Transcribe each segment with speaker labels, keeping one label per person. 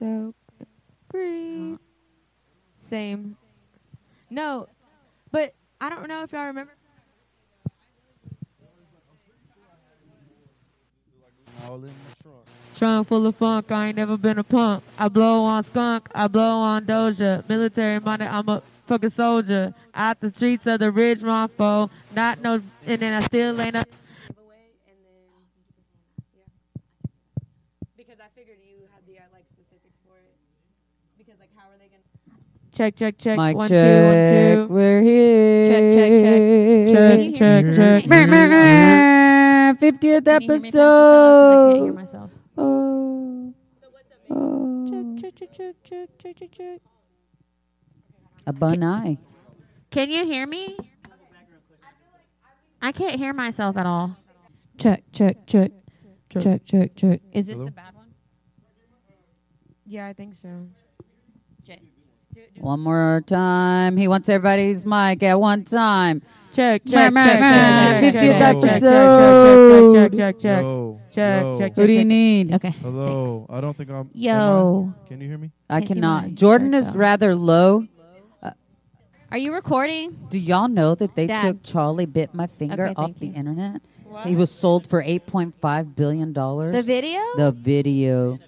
Speaker 1: So breathe. Same. No, but I don't know if y'all remember.
Speaker 2: All in the trunk.
Speaker 1: Trunk full of funk. I ain't never been a punk. I blow on skunk. I blow on Doja. Military minded. I'm a fucking soldier. Out the streets of the ridge, my foe. Not no, and then I still ain't up.
Speaker 3: Oh, Because I figured you had the uh, like specifics for it. Because like, how are they gonna?
Speaker 1: Check, check, check.
Speaker 4: Mic
Speaker 1: One, two,
Speaker 4: check.
Speaker 1: one, two.
Speaker 4: We're here.
Speaker 3: Check, check,
Speaker 1: Check,
Speaker 3: check. Can you hear
Speaker 1: check,
Speaker 3: me?
Speaker 1: check.
Speaker 3: Brr, brr,
Speaker 4: Fiftieth
Speaker 3: Can you hear me faster, Sella? 'Cause I can't hear
Speaker 4: episode.
Speaker 3: myself.
Speaker 4: Oh. Oh.
Speaker 1: Check, check, check, check, check, check, check.
Speaker 4: A bun eye.
Speaker 3: Can you hear me? I can't hear myself at all.
Speaker 1: Check, check, check. Check, check, check.
Speaker 3: Is this
Speaker 2: Hello?
Speaker 3: the bad one?
Speaker 1: Yeah, I think so.
Speaker 4: One more time. He wants everybody's mic at one time.
Speaker 1: Check, check,
Speaker 4: check,
Speaker 1: check,
Speaker 4: check,
Speaker 2: check,
Speaker 1: check, check,
Speaker 2: check, check,
Speaker 1: check, check, check,
Speaker 4: check,
Speaker 1: check,
Speaker 2: Yo,
Speaker 1: check, check,
Speaker 2: yo.
Speaker 1: check.
Speaker 4: Who do you need?
Speaker 3: Okay.
Speaker 2: Hello. I don't think I'm. am I?
Speaker 3: Yo.
Speaker 2: Can you hear me?
Speaker 4: I
Speaker 3: Can't see my
Speaker 4: cannot. Jordan
Speaker 3: shirt,
Speaker 4: is
Speaker 3: though.
Speaker 4: rather low.
Speaker 3: Are you recording?
Speaker 4: Do y'all know that they
Speaker 3: Dad.
Speaker 4: took Charlie bit my finger
Speaker 3: Okay,
Speaker 4: off
Speaker 3: thank
Speaker 4: the
Speaker 3: you.
Speaker 4: internet? He was sold for eight point five billion dollars.
Speaker 3: The video?
Speaker 4: The video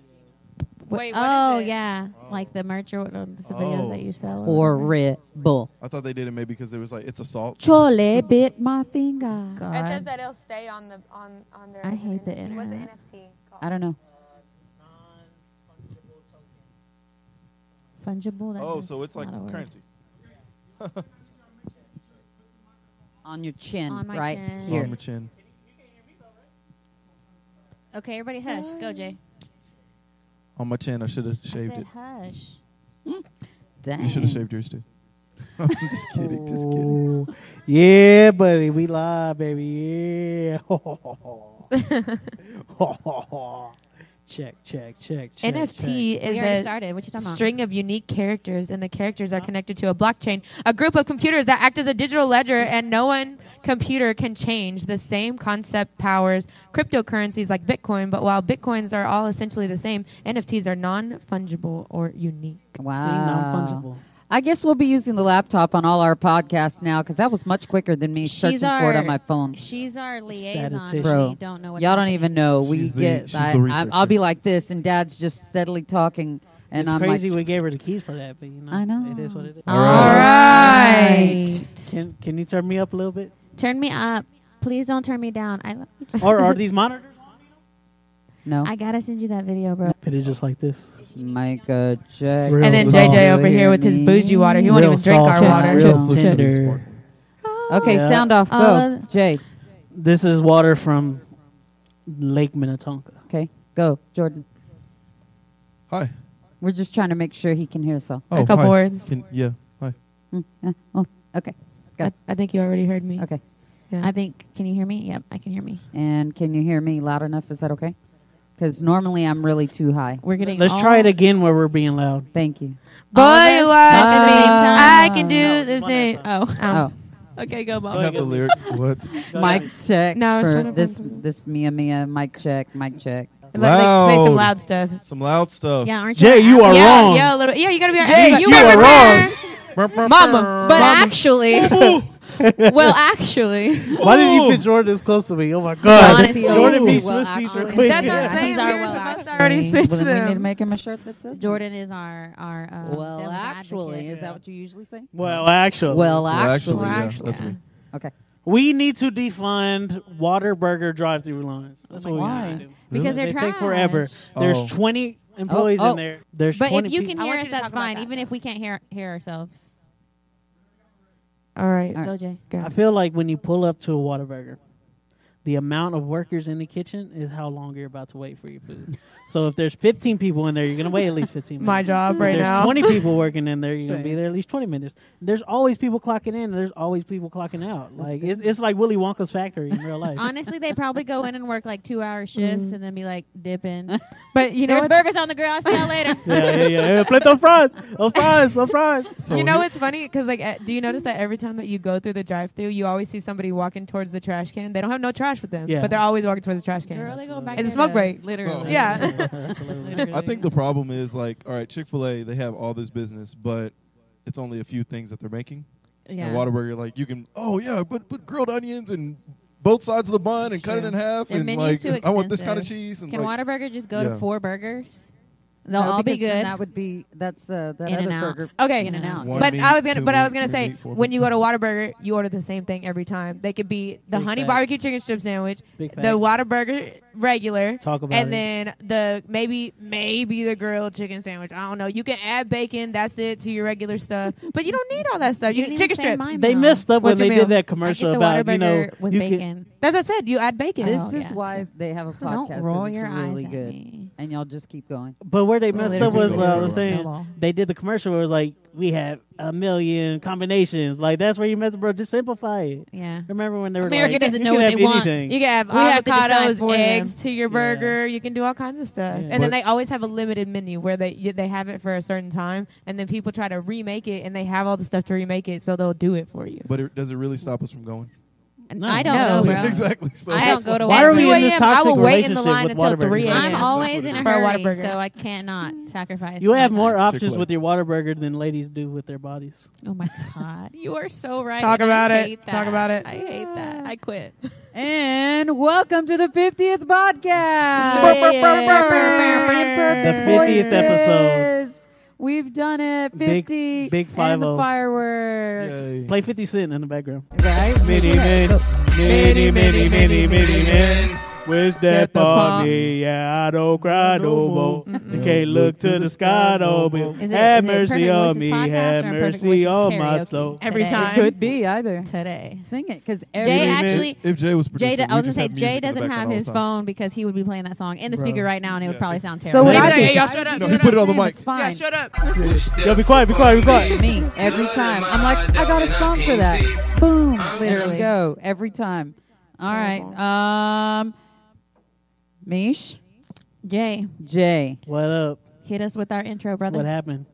Speaker 3: Wait, oh yeah, like the merch or what, the videos
Speaker 2: Oh.
Speaker 3: that you sell. or whatever.
Speaker 4: horrible.
Speaker 2: I thought they did it maybe because it was like it's assault.
Speaker 4: Charlie bit my finger.
Speaker 5: It
Speaker 3: God.
Speaker 5: says that it'll stay on the on on their.
Speaker 3: I hate the
Speaker 5: NFT. What's an
Speaker 3: internet.
Speaker 5: NFT called?
Speaker 4: I don't know.
Speaker 3: fungible. that
Speaker 2: Oh,
Speaker 3: is
Speaker 2: so it's like
Speaker 3: not a word.
Speaker 2: currency.
Speaker 4: On your chin,
Speaker 3: On my
Speaker 4: right
Speaker 3: chin.
Speaker 4: here.
Speaker 2: On my chin.
Speaker 3: Okay, everybody, hush. Go, Jay.
Speaker 2: On my chin. I should have shaved
Speaker 3: I said
Speaker 2: it.
Speaker 3: hush.
Speaker 4: Dang.
Speaker 2: You should have shaved yours too. I'm just kidding. Just kidding.
Speaker 6: Ooh. Yeah, buddy, we live, baby. Yeah. check, check, check, check. check.
Speaker 1: NFT
Speaker 3: we already
Speaker 1: is
Speaker 3: started. What you talking
Speaker 1: a
Speaker 3: about?
Speaker 1: string of unique characters, and the characters are connected to a blockchain, a group of computers that act as a digital ledger, and no one computer can change. The same concept powers cryptocurrencies like Bitcoin, but while Bitcoins are all essentially the same, NFTs are non fungible or unique.
Speaker 4: Wow.
Speaker 6: See, non-fungible.
Speaker 4: I guess we'll be using the laptop on all our podcasts now because that was much quicker than me
Speaker 3: She's
Speaker 4: searching for it
Speaker 3: our-
Speaker 4: on my phone.
Speaker 3: She's our liaison.
Speaker 6: Statistician.
Speaker 3: We
Speaker 4: Bro,
Speaker 3: don't know what
Speaker 4: Y'all don't even know. We
Speaker 2: She's the-
Speaker 4: get.
Speaker 2: she's the
Speaker 4: I, I, I'll
Speaker 2: researcher.
Speaker 4: be like this, and Dad's just steadily talking, and
Speaker 6: it's
Speaker 4: I'm
Speaker 6: crazy
Speaker 4: like,
Speaker 6: we gave her the keys for that, but you know,
Speaker 4: I know.
Speaker 6: it is what it is.
Speaker 3: All
Speaker 1: right.
Speaker 3: right.
Speaker 6: Can Can you turn me up a little bit?
Speaker 3: Turn me up. Please don't turn me down. I love you.
Speaker 6: or are these monitors?
Speaker 4: no,
Speaker 3: I gotta send you that video, bro.
Speaker 6: It is just like this.
Speaker 4: Micah Jackson.
Speaker 6: Real
Speaker 1: And then
Speaker 6: soft.
Speaker 1: JJ over here with his bougie water. He won't
Speaker 6: Real
Speaker 1: even drink our
Speaker 6: soft
Speaker 1: water.
Speaker 6: and
Speaker 4: Real
Speaker 6: Real tender.
Speaker 5: Oh.
Speaker 4: Okay,
Speaker 6: Yeah.
Speaker 4: sound off. Go,
Speaker 3: All
Speaker 1: Uh,
Speaker 3: of-
Speaker 4: Jay.
Speaker 6: This is water from Lake Minnetonka.
Speaker 4: Okay, go, Jordan.
Speaker 2: Hi.
Speaker 4: We're just trying to make sure he can hear us all.
Speaker 2: Oh,
Speaker 1: a couple
Speaker 2: hi.
Speaker 1: words.
Speaker 2: Can- yeah. Hi.
Speaker 4: Mm, eh, oh, okay,
Speaker 1: I, I think you already heard me.
Speaker 4: okay.
Speaker 3: I think. Can you hear me? Yep, I can hear me.
Speaker 4: And can you hear me loud enough? Is that okay? Because normally I'm really too high.
Speaker 3: We're getting.
Speaker 6: Let's
Speaker 3: all-
Speaker 6: try it again where we're being loud.
Speaker 4: Thank you.
Speaker 1: Boy,
Speaker 3: All this
Speaker 1: you
Speaker 3: touch
Speaker 1: watch
Speaker 3: at the
Speaker 1: me.
Speaker 3: same
Speaker 1: I
Speaker 3: time.
Speaker 1: can
Speaker 6: No,
Speaker 1: do the
Speaker 6: one at a
Speaker 1: same.
Speaker 6: time.
Speaker 3: Oh.
Speaker 1: Um,
Speaker 4: oh.
Speaker 1: Okay, go,
Speaker 6: Go
Speaker 1: mom.
Speaker 2: Not the lyric. What?
Speaker 4: Mic check.
Speaker 1: No, I was trying
Speaker 4: for
Speaker 1: to
Speaker 4: this
Speaker 1: find
Speaker 4: this Mia Mia mic check, mic check.
Speaker 1: Like, like, say
Speaker 2: Loud.
Speaker 1: some loud stuff.
Speaker 2: Some loud stuff.
Speaker 3: Yeah, aren't you?
Speaker 6: Jay, you are
Speaker 1: yeah,
Speaker 6: wrong.
Speaker 1: yeah, a little. Yeah, you gotta be.
Speaker 3: Jay,
Speaker 1: like,
Speaker 3: you are
Speaker 1: remember-
Speaker 6: wrong.
Speaker 2: Brum, brum,
Speaker 1: Mama,
Speaker 2: brum.
Speaker 3: But actually,
Speaker 5: well, actually,
Speaker 6: Why did you put
Speaker 2: Ooh.
Speaker 6: Jordan this close to me? Oh my
Speaker 5: Honestly,
Speaker 6: god.
Speaker 5: oh.
Speaker 6: Jordan B.
Speaker 4: Well,
Speaker 6: Swiss cheese
Speaker 4: actually,
Speaker 6: are quick.
Speaker 5: That's
Speaker 4: Yeah.
Speaker 5: what I'm saying.
Speaker 4: These are
Speaker 5: we were
Speaker 4: well
Speaker 5: supposed to already switch
Speaker 4: Well, then we need to
Speaker 5: them.
Speaker 4: make him a shirt that says.
Speaker 3: Jordan is our our. Um,
Speaker 4: Well,
Speaker 3: devil's
Speaker 4: actually,
Speaker 3: advocate.
Speaker 4: is that what you usually say?
Speaker 6: Well, actually.
Speaker 4: Well,
Speaker 2: Well,
Speaker 4: actually,
Speaker 2: actually, yeah, that's
Speaker 5: yeah.
Speaker 2: me.
Speaker 4: okay.
Speaker 6: we need to defund Waterburger drive-through lines. That's what we
Speaker 4: Why?
Speaker 6: need to do.
Speaker 3: Because they're
Speaker 6: they take forever.
Speaker 3: trash.
Speaker 2: Oh.
Speaker 6: There's 20 employees
Speaker 4: oh.
Speaker 6: in there. There's
Speaker 3: But
Speaker 6: 20
Speaker 3: if you
Speaker 6: people.
Speaker 3: can
Speaker 5: I
Speaker 3: hear
Speaker 5: want
Speaker 3: us,
Speaker 5: you to
Speaker 3: that's
Speaker 5: talk about
Speaker 3: fine.
Speaker 5: that,
Speaker 3: Even if we can't hear hear ourselves,
Speaker 5: All right.
Speaker 4: All right.
Speaker 3: go Jay.
Speaker 6: I feel like when you pull up to a Whataburger, the amount of workers in the kitchen is how long you're about to wait for your food. so if there's 15 people in there, you're going to wait at least 15 minutes.
Speaker 5: My job
Speaker 6: If
Speaker 5: right
Speaker 6: there's
Speaker 5: now.
Speaker 6: 20 people working in there, you're going to be
Speaker 4: Same.
Speaker 6: there at least 20 minutes. There's always people clocking in, and there's always people clocking out. Like it's, it's like Willy Wonka's factory in real life.
Speaker 3: Honestly, they probably go in and work like two hour shifts and then be like dipping.
Speaker 5: But Mm-hmm. you know,
Speaker 3: There's
Speaker 5: what's,
Speaker 3: burgers on the grill. I'll see y'all later.
Speaker 6: yeah, yeah, yeah. yeah. Play those fries. Those fries. Those fries.
Speaker 2: So
Speaker 5: you know
Speaker 2: he-
Speaker 5: it's funny because like, eh, do you notice that every time that you go through the drive-through, you always see somebody walking towards the trash can. They don't have no trash with them,
Speaker 6: Yeah.
Speaker 5: but they're always walking towards the trash can.
Speaker 3: Girl, they go back.
Speaker 5: It's a
Speaker 3: there
Speaker 5: smoke
Speaker 3: to-
Speaker 5: break.
Speaker 3: Literally.
Speaker 5: Yeah.
Speaker 3: Literally.
Speaker 2: I think the problem is like, all right, Chick Fil A, they have all this business, but it's only a few things that they're making.
Speaker 3: Yeah.
Speaker 2: And Whataburger, like you can, oh yeah, put put grilled onions and both sides of the bun and cut it
Speaker 3: True.
Speaker 2: in half,
Speaker 3: Their
Speaker 2: and like
Speaker 3: menu's too
Speaker 2: I want this kind of
Speaker 3: expensive.
Speaker 2: cheese. And
Speaker 3: Can
Speaker 2: like,
Speaker 3: Whataburger just go
Speaker 2: Yeah.
Speaker 3: to four burgers? They'll
Speaker 4: No,
Speaker 3: all be
Speaker 4: because then
Speaker 3: good.
Speaker 4: That would be that's uh, that
Speaker 3: In and
Speaker 4: other
Speaker 3: out.
Speaker 4: burger.
Speaker 5: Okay.
Speaker 4: In and out.
Speaker 2: One
Speaker 5: but
Speaker 2: meat,
Speaker 5: I was gonna,
Speaker 2: two
Speaker 5: but I was
Speaker 2: meat,
Speaker 5: gonna
Speaker 2: three
Speaker 5: say,
Speaker 2: meat, four
Speaker 5: when
Speaker 2: meat.
Speaker 5: you go to Whataburger, you order the same thing every time. They could be the
Speaker 6: Big
Speaker 5: honey
Speaker 6: facts.
Speaker 5: barbecue chicken strip sandwich,
Speaker 6: Big
Speaker 5: the
Speaker 6: facts.
Speaker 5: Whataburger regular,
Speaker 6: Talk about
Speaker 5: and
Speaker 6: it.
Speaker 5: then the maybe maybe the grilled chicken sandwich. I don't know. You can add bacon. That's it to your regular stuff, but you don't need all that stuff. You,
Speaker 3: didn't
Speaker 5: need
Speaker 3: even
Speaker 5: chicken
Speaker 3: say
Speaker 5: strips.
Speaker 3: mine,
Speaker 6: They
Speaker 3: though.
Speaker 6: messed up
Speaker 5: What's
Speaker 6: when
Speaker 5: your
Speaker 6: they
Speaker 5: meal?
Speaker 6: did that
Speaker 3: I
Speaker 6: commercial
Speaker 3: get the
Speaker 6: about you know
Speaker 3: Whataburger with
Speaker 6: you can-
Speaker 3: bacon.
Speaker 5: That's what I said. You add bacon.
Speaker 4: This
Speaker 3: Oh,
Speaker 4: is
Speaker 3: yeah.
Speaker 4: why they have a podcast.
Speaker 3: Don't
Speaker 4: 'cause
Speaker 3: roll
Speaker 4: it's
Speaker 3: your
Speaker 4: really
Speaker 3: eyes
Speaker 4: good,
Speaker 3: at me.
Speaker 4: and y'all just keep going.
Speaker 6: But where they messed up was uh, I was
Speaker 2: Literally.
Speaker 6: saying
Speaker 3: Snowball.
Speaker 6: they did the commercial where it was like we have a million combinations. Like that's where you messed up, bro. Just simplify it.
Speaker 3: Yeah.
Speaker 6: Remember when they were
Speaker 3: America
Speaker 6: like,
Speaker 3: doesn't
Speaker 6: you
Speaker 3: know
Speaker 6: can
Speaker 3: what
Speaker 6: have
Speaker 3: they want.
Speaker 6: anything.
Speaker 5: You can have
Speaker 3: We have to decide
Speaker 5: avocados,
Speaker 3: for them.
Speaker 5: eggs to your burger. You can do all kinds of stuff.
Speaker 6: Yeah.
Speaker 5: And then
Speaker 2: But-
Speaker 5: they always have a limited menu where they y- they have it for a certain time, and then people try to remake it, and they have all the stuff to remake it, so they'll do it for you.
Speaker 2: But it, does it really stop us from going?
Speaker 3: And
Speaker 6: No.
Speaker 3: I don't
Speaker 5: No.
Speaker 3: know, bro.
Speaker 2: exactly. So
Speaker 3: I don't go to
Speaker 6: Why
Speaker 5: At
Speaker 6: are we
Speaker 3: Whataburger.
Speaker 6: in
Speaker 5: 2
Speaker 6: this
Speaker 5: a.m., I
Speaker 6: toxic
Speaker 5: will wait in
Speaker 6: relationship
Speaker 5: the line
Speaker 6: with
Speaker 5: until
Speaker 6: Whataburger?
Speaker 5: 3 a.m.
Speaker 3: I'm
Speaker 5: Yeah.
Speaker 3: always in a
Speaker 5: For a
Speaker 3: hurry,
Speaker 5: Whataburger.
Speaker 3: so I can't not sacrifice.
Speaker 6: You
Speaker 3: my
Speaker 6: have more
Speaker 3: time.
Speaker 6: options
Speaker 2: Chick-fil-A.
Speaker 6: with your Whataburger than ladies do with their bodies.
Speaker 3: Oh my god, you are so right.
Speaker 5: Talk
Speaker 3: and I
Speaker 5: about it.
Speaker 3: hate
Speaker 5: Talk
Speaker 3: that.
Speaker 5: about it.
Speaker 3: I hate that. I quit.
Speaker 4: And welcome to the fiftieth podcast.
Speaker 6: The
Speaker 3: Yeah.
Speaker 6: 50th episode.
Speaker 4: Voices. We've done it.
Speaker 6: Big-
Speaker 4: Fifty.
Speaker 6: big
Speaker 4: and the
Speaker 6: 50.
Speaker 4: fireworks.
Speaker 2: Yay.
Speaker 6: Play 50 Cent in the background.
Speaker 4: Right.
Speaker 6: Mini men, mini, mini, mini, mini men. Where's that
Speaker 4: Get the
Speaker 6: party? Yeah, I don't cry no
Speaker 2: No
Speaker 6: more.
Speaker 2: more.
Speaker 6: I can't look to the sky no more.
Speaker 3: Is it-
Speaker 6: Have
Speaker 3: is it Perfect
Speaker 6: mercy on
Speaker 3: Voices
Speaker 6: me,
Speaker 3: podcast
Speaker 6: have
Speaker 3: or Perfect
Speaker 6: mercy
Speaker 3: Voices
Speaker 6: on my
Speaker 3: karaoke?
Speaker 6: soul.
Speaker 5: Every
Speaker 3: Today.
Speaker 5: time.
Speaker 4: Could be either.
Speaker 3: today.
Speaker 4: Sing it because
Speaker 3: Jay
Speaker 6: Mini
Speaker 4: every
Speaker 6: men.
Speaker 3: actually.
Speaker 2: if Jay was
Speaker 3: Jay,
Speaker 2: producing,
Speaker 3: do- I was
Speaker 2: we
Speaker 3: gonna
Speaker 2: just
Speaker 3: say
Speaker 2: have
Speaker 3: Jay
Speaker 2: music in the
Speaker 3: doesn't
Speaker 2: background
Speaker 3: have
Speaker 2: all
Speaker 3: his
Speaker 2: the time.
Speaker 3: phone because he would be playing that song in the
Speaker 6: Bro.
Speaker 3: speaker right now, and it would
Speaker 2: Yeah,
Speaker 3: probably
Speaker 2: it's-
Speaker 3: sound
Speaker 4: So
Speaker 3: terrible.
Speaker 4: what I
Speaker 5: Hey,
Speaker 4: do?
Speaker 5: y'all, shut up.
Speaker 2: No, he put it on the mic.
Speaker 4: It's fine.
Speaker 5: up.
Speaker 6: Um, Yo, be quiet, be quiet, be quiet.
Speaker 4: me every time. I'm like, I got a song for that. Boom, literally go every time. All right, um, Mish,
Speaker 3: Jay,
Speaker 4: Jay,
Speaker 6: What up?
Speaker 3: hit us with our intro,
Speaker 6: What
Speaker 3: brother.
Speaker 6: happened?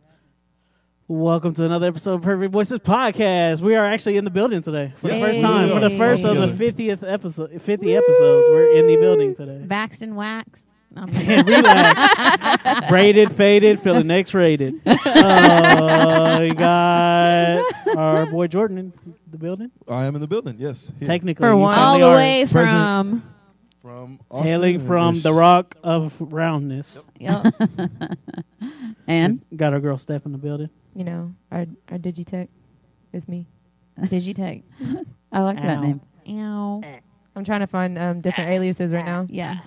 Speaker 6: Welcome to another episode of Perfect Voices Podcast. We are actually in the building today for the
Speaker 3: Yeah.
Speaker 6: first time. For the
Speaker 3: Hey.
Speaker 6: first of the
Speaker 2: Together.
Speaker 6: 50th episode, 50 episodes, we're in the building today.
Speaker 3: Vaxxed and waxed. No, I'm kidding.
Speaker 6: And relax. Braided, faded, feeling X-rated. Uh, we got our boy Jordan in the building.
Speaker 2: I am in the building. Yes, here.
Speaker 6: Technically,
Speaker 5: For
Speaker 6: you
Speaker 5: one.
Speaker 3: all
Speaker 6: finally
Speaker 3: the
Speaker 6: are
Speaker 3: way from.
Speaker 2: from Austin
Speaker 6: hailing
Speaker 2: and
Speaker 6: from
Speaker 2: we're
Speaker 6: the rock of roundness.
Speaker 3: Yup.
Speaker 4: and
Speaker 6: Got our girl Steph in the building.
Speaker 5: You know, our our digitech is me.
Speaker 3: Digitech.
Speaker 4: I like that
Speaker 6: Ow.
Speaker 4: name.
Speaker 3: Ow.
Speaker 5: I'm trying to find um, different aliases right now.
Speaker 3: Yeah.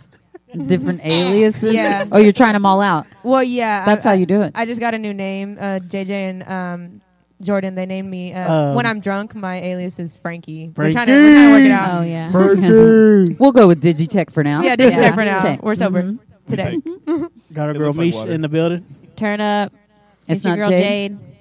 Speaker 4: Different aliases.
Speaker 5: Yeah.
Speaker 4: Oh, you're trying them all out.
Speaker 5: Well, yeah,
Speaker 4: That's
Speaker 5: I,
Speaker 4: how you do it.
Speaker 5: I just got a new name. Uh, JJ and um, Jordan. They named me uh,
Speaker 6: Um,
Speaker 5: when I'm drunk. My alias is Frankie. We're trying to, we're trying to work it out.
Speaker 3: Oh yeah.
Speaker 4: We'll go with Digitech for now.
Speaker 5: Yeah, digitech
Speaker 3: Yeah.
Speaker 5: for now.
Speaker 4: Digitech.
Speaker 5: We're sober
Speaker 4: Mhm.
Speaker 5: today.
Speaker 2: fake.
Speaker 6: Got our
Speaker 2: It
Speaker 6: girl
Speaker 2: looks like
Speaker 6: Mish
Speaker 2: water.
Speaker 6: in the building.
Speaker 3: Turn up.
Speaker 4: It's
Speaker 3: It's your
Speaker 4: not
Speaker 3: girl
Speaker 4: Jade?
Speaker 3: Jade.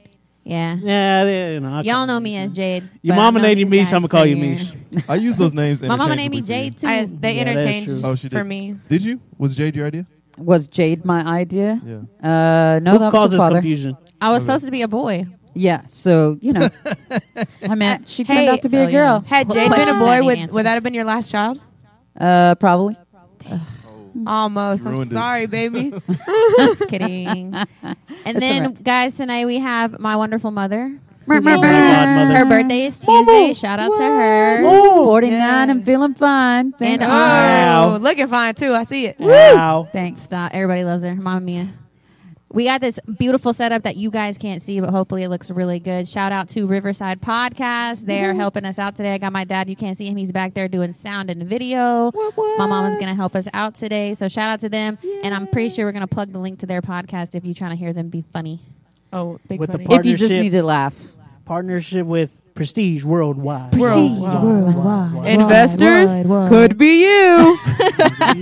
Speaker 3: Yeah.
Speaker 6: Yeah, they- you know, I call
Speaker 3: Y'all know
Speaker 6: her
Speaker 3: me
Speaker 6: Mish.
Speaker 3: as Jade.
Speaker 6: Your
Speaker 3: but I've
Speaker 6: mama
Speaker 3: known
Speaker 6: named you
Speaker 3: these
Speaker 6: Mish.
Speaker 3: guys
Speaker 6: I'm gonna call
Speaker 3: for
Speaker 6: you
Speaker 3: years.
Speaker 6: Mish.
Speaker 2: I use those names.
Speaker 3: My mama named
Speaker 2: interchangeably
Speaker 3: me
Speaker 2: for you.
Speaker 3: Jade too.
Speaker 5: I, they
Speaker 6: Yeah, that's
Speaker 5: interchanged
Speaker 6: true.
Speaker 2: Oh, she
Speaker 5: for
Speaker 2: did.
Speaker 5: me.
Speaker 2: Did you? Was Jade your idea?
Speaker 4: Was Jade my idea?
Speaker 2: Yeah.
Speaker 4: Uh, no,
Speaker 6: Who
Speaker 4: that was her
Speaker 6: causes
Speaker 4: father.
Speaker 6: confusion?
Speaker 3: I was supposed to be a boy.
Speaker 4: Yeah, so you know, I meant she turned
Speaker 5: Hey,
Speaker 4: out to be
Speaker 3: so,
Speaker 4: a girl.
Speaker 3: oh, yeah.
Speaker 5: Had Jade been a
Speaker 3: Questions
Speaker 5: boy,
Speaker 3: that need
Speaker 5: would, would that
Speaker 3: answers.
Speaker 5: have been your last child?
Speaker 4: Uh, probably.
Speaker 5: Almost.
Speaker 2: You
Speaker 5: I'm
Speaker 2: ruined it.
Speaker 5: sorry, baby.
Speaker 3: Kidding. and
Speaker 4: all
Speaker 3: then,
Speaker 4: right.
Speaker 3: guys, tonight we have my wonderful mother.
Speaker 6: Godmother.
Speaker 3: Her birthday is Tuesday. Shout out to her.
Speaker 4: Forty-nine.
Speaker 3: Yeah.
Speaker 4: I'm feeling fine. Thank
Speaker 3: And
Speaker 4: you.
Speaker 3: wow.
Speaker 5: Oh, looking fine too. I see it.
Speaker 6: Wow.
Speaker 4: Thanks.
Speaker 3: Stop. Everybody loves her. Mama Mia. We got this beautiful setup that you guys can't see, but hopefully it looks really good. Shout out to Riverside Podcast. They are helping us out today. I got my dad. You can't see him. He's back there doing sound and video. My mama's going to help us out today. So shout out to them. And I'm pretty sure we're going to plug the link to their podcast if you're trying to hear them be funny.
Speaker 5: Oh, big
Speaker 6: With the
Speaker 5: funny.
Speaker 6: part-
Speaker 4: If you just
Speaker 6: Partnership.
Speaker 4: need to laugh.
Speaker 6: Partnership with Prestige Worldwide.
Speaker 5: Prestige
Speaker 6: Worldwide.
Speaker 5: Investors could be you.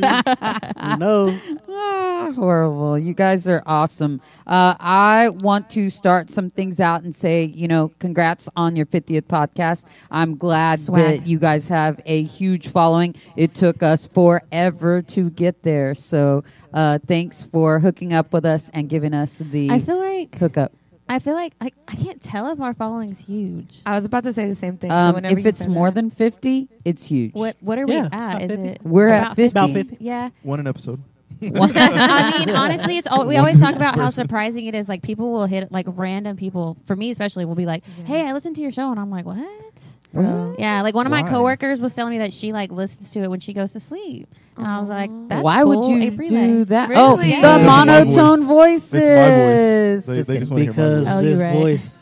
Speaker 6: Who knows?
Speaker 4: Ah, horrible. You guys are awesome. Uh, I want to start some things out and say, you know, congrats on your 50th podcast. I'm glad
Speaker 3: Swag.
Speaker 4: that you guys have a huge following. It took us forever to get there. So uh, thanks for hooking up with us and giving us the
Speaker 3: I feel like
Speaker 4: hook up.
Speaker 3: I feel like I, I can't tell if our following's huge.
Speaker 5: I was about to say the same thing. so
Speaker 4: Um,
Speaker 5: whenever
Speaker 4: if
Speaker 5: you
Speaker 4: it's
Speaker 5: said
Speaker 4: more
Speaker 5: that-
Speaker 4: than 50, it's huge.
Speaker 3: What what are
Speaker 6: Yeah,
Speaker 3: we at?
Speaker 6: about
Speaker 3: Is
Speaker 6: 50.
Speaker 3: it
Speaker 4: We're at 50.
Speaker 6: About 50.
Speaker 3: Yeah.
Speaker 2: One an episode.
Speaker 3: I mean, honestly, it's all, we always talk about how surprising it is. Like people will hit like random people. For me, especially, will be like, "Hey, I listened to your show," and I'm like, "What?"
Speaker 4: Well,
Speaker 3: Yeah, like one of my
Speaker 2: Why?
Speaker 3: coworkers was telling me that she like listens to it when she goes to sleep, and I was like, "That's
Speaker 4: Why
Speaker 3: cool,
Speaker 4: would you
Speaker 3: April
Speaker 4: do
Speaker 3: Lane."
Speaker 4: that?
Speaker 5: Really?
Speaker 4: Oh,
Speaker 5: Yeah.
Speaker 4: the
Speaker 2: That's my
Speaker 4: monotone voices.
Speaker 2: It's my voice.
Speaker 4: Just
Speaker 2: They, they
Speaker 4: kidding.
Speaker 2: just want to hear my
Speaker 6: Because
Speaker 2: voice.
Speaker 3: Oh, you're
Speaker 6: this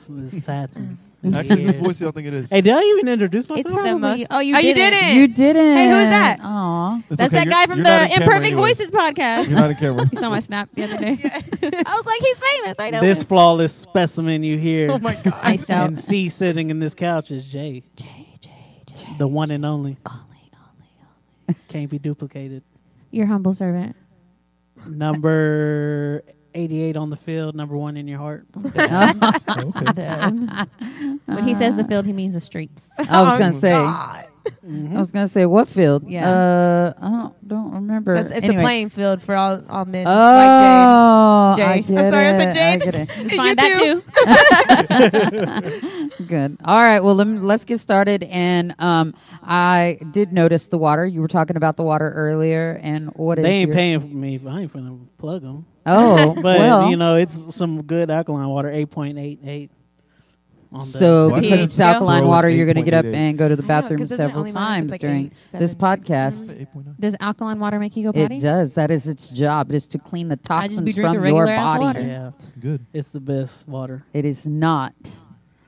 Speaker 3: right.
Speaker 6: voice is sad to me.
Speaker 2: Actually, this
Speaker 6: Yeah.
Speaker 2: voice, y'all think it is.
Speaker 6: Hey, did I even introduce myself?
Speaker 3: It's
Speaker 5: That
Speaker 3: probably
Speaker 5: must-
Speaker 3: oh you
Speaker 5: oh,
Speaker 3: did
Speaker 5: you did
Speaker 3: it.
Speaker 5: it.
Speaker 4: You didn't.
Speaker 5: Hey, who is that?
Speaker 4: Aw.
Speaker 2: It's
Speaker 3: That's
Speaker 2: okay,
Speaker 3: that guy
Speaker 2: you're-
Speaker 3: from
Speaker 2: you're
Speaker 3: the
Speaker 2: not in camera
Speaker 3: Imperfect
Speaker 2: anyway.
Speaker 3: Voices podcast.
Speaker 2: You're not in camera.
Speaker 3: you saw my snap the other day. I was like, "He's famous." I know.
Speaker 6: This flawless specimen you hear
Speaker 3: Oh iced out.
Speaker 6: and see sitting in this couch is Jay, the one and only. Can't be duplicated.
Speaker 3: Your humble servant.
Speaker 6: Number 88 on the field, number one in your heart.
Speaker 2: Oh, okay.
Speaker 3: When he says the field, he means the streets.
Speaker 4: I was gonna say. I
Speaker 6: Mhm.
Speaker 4: was gonna say what field?
Speaker 5: Oh, Yeah.
Speaker 4: Uh, I don't don't remember.
Speaker 5: That's- it's
Speaker 4: Anyway.
Speaker 5: a playing field for all, all men. Like
Speaker 4: Oh,
Speaker 5: Jade.
Speaker 4: I
Speaker 5: Jade.
Speaker 4: get
Speaker 5: I'm sorry, I
Speaker 4: it.
Speaker 5: said Jade.
Speaker 4: get it.
Speaker 3: It's fine. That too.
Speaker 4: Good. All right. Well, let us get started. And um, I did notice the water. You were talking about the water earlier, and what is
Speaker 6: They ain't
Speaker 4: your-
Speaker 6: paying for me. but I ain't finna plug them.
Speaker 4: Oh,
Speaker 6: But,
Speaker 4: well,
Speaker 6: you know, it's some good alkaline water, 8.88. on the-
Speaker 4: so
Speaker 2: Why
Speaker 4: because
Speaker 2: does
Speaker 4: it's
Speaker 2: it
Speaker 4: alkaline
Speaker 2: throw
Speaker 4: water,
Speaker 2: an
Speaker 4: you're going to get up
Speaker 2: 8.88?
Speaker 4: and go to
Speaker 5: I
Speaker 4: the
Speaker 5: know,
Speaker 4: bathroom
Speaker 5: 'cause doesn't it
Speaker 4: seven
Speaker 5: only matter if
Speaker 4: times
Speaker 5: it's like
Speaker 4: during
Speaker 5: eight, seven,
Speaker 4: this
Speaker 5: six?
Speaker 4: podcast.
Speaker 2: Say 8.9.
Speaker 3: Does alkaline water make you go potty?
Speaker 4: It does. That is its job. It is to clean the
Speaker 3: I just be
Speaker 4: toxins
Speaker 3: drinking
Speaker 4: from your
Speaker 3: regular-ass
Speaker 4: body.
Speaker 3: water.
Speaker 6: Yeah,
Speaker 2: Good.
Speaker 6: it's the best water.
Speaker 4: It is not.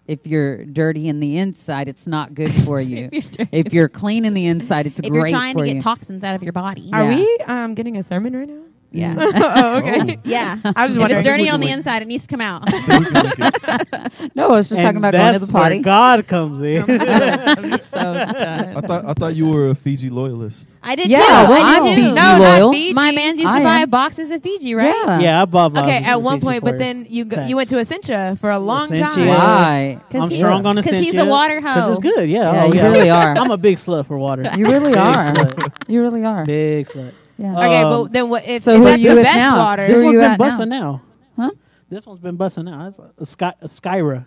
Speaker 4: If you're dirty in the inside, it's not good for you.
Speaker 3: If you're-
Speaker 4: if you're clean in the inside, it's
Speaker 3: if
Speaker 4: great
Speaker 3: you're trying
Speaker 4: for
Speaker 3: to get
Speaker 4: you.
Speaker 3: toxins out of your body.
Speaker 5: Jade. Are
Speaker 4: yeah.
Speaker 5: we um, getting a sermon right now?
Speaker 3: Yeah.
Speaker 5: oh, okay.
Speaker 3: yeah.
Speaker 5: I was just
Speaker 3: If
Speaker 5: wondering.
Speaker 3: it's dirty on the
Speaker 2: Wait.
Speaker 3: inside, it needs to come out.
Speaker 4: no, I was just talking
Speaker 6: And
Speaker 4: about going to
Speaker 6: that's
Speaker 4: the Uh-huh. potty.
Speaker 6: Where God comes in.
Speaker 3: I'm so done.
Speaker 2: I thought I thought you were a Fiji loyalist.
Speaker 3: I did
Speaker 4: Yeah,
Speaker 3: too.
Speaker 4: well,
Speaker 3: I
Speaker 4: I'm
Speaker 3: did
Speaker 4: Fiji
Speaker 5: No,
Speaker 3: too.
Speaker 5: not
Speaker 4: loyal.
Speaker 5: Fiji.
Speaker 3: My man's used
Speaker 4: I
Speaker 3: to buy
Speaker 4: am.
Speaker 3: boxes of Fiji, right?
Speaker 4: Yeah.
Speaker 6: yeah, I bought mine.
Speaker 5: Okay, at one
Speaker 6: Fiji
Speaker 5: point,
Speaker 6: for
Speaker 5: but
Speaker 6: it.
Speaker 5: then you go,
Speaker 6: Facts.
Speaker 5: you went to Essentia for a long
Speaker 6: Essentia.
Speaker 5: time.
Speaker 6: Wow.
Speaker 4: Why?
Speaker 6: I'm
Speaker 3: 'Cause he-
Speaker 6: strong on
Speaker 3: Because
Speaker 6: Essentia.
Speaker 3: he's a water
Speaker 6: 'Cause
Speaker 3: hoe.
Speaker 6: it's good, yeah.
Speaker 4: Yeah,
Speaker 6: oh,
Speaker 4: you
Speaker 6: yeah.
Speaker 4: really are.
Speaker 6: I'm a big slut for water.
Speaker 4: You really
Speaker 6: Big
Speaker 4: are.
Speaker 6: slut.
Speaker 4: You really are.
Speaker 6: Big slut.
Speaker 4: Yeah.
Speaker 5: Okay,
Speaker 6: Um,
Speaker 5: but then what? If,
Speaker 4: so
Speaker 5: if
Speaker 4: who are
Speaker 5: that's
Speaker 4: you
Speaker 5: the
Speaker 4: with
Speaker 5: best
Speaker 4: now?
Speaker 5: water,
Speaker 4: Who
Speaker 6: This
Speaker 4: are
Speaker 6: one's
Speaker 4: you
Speaker 6: been
Speaker 4: at now?
Speaker 6: busting now.
Speaker 4: Huh?
Speaker 6: This one's been busting now. It's a- a Sky, a Skyra.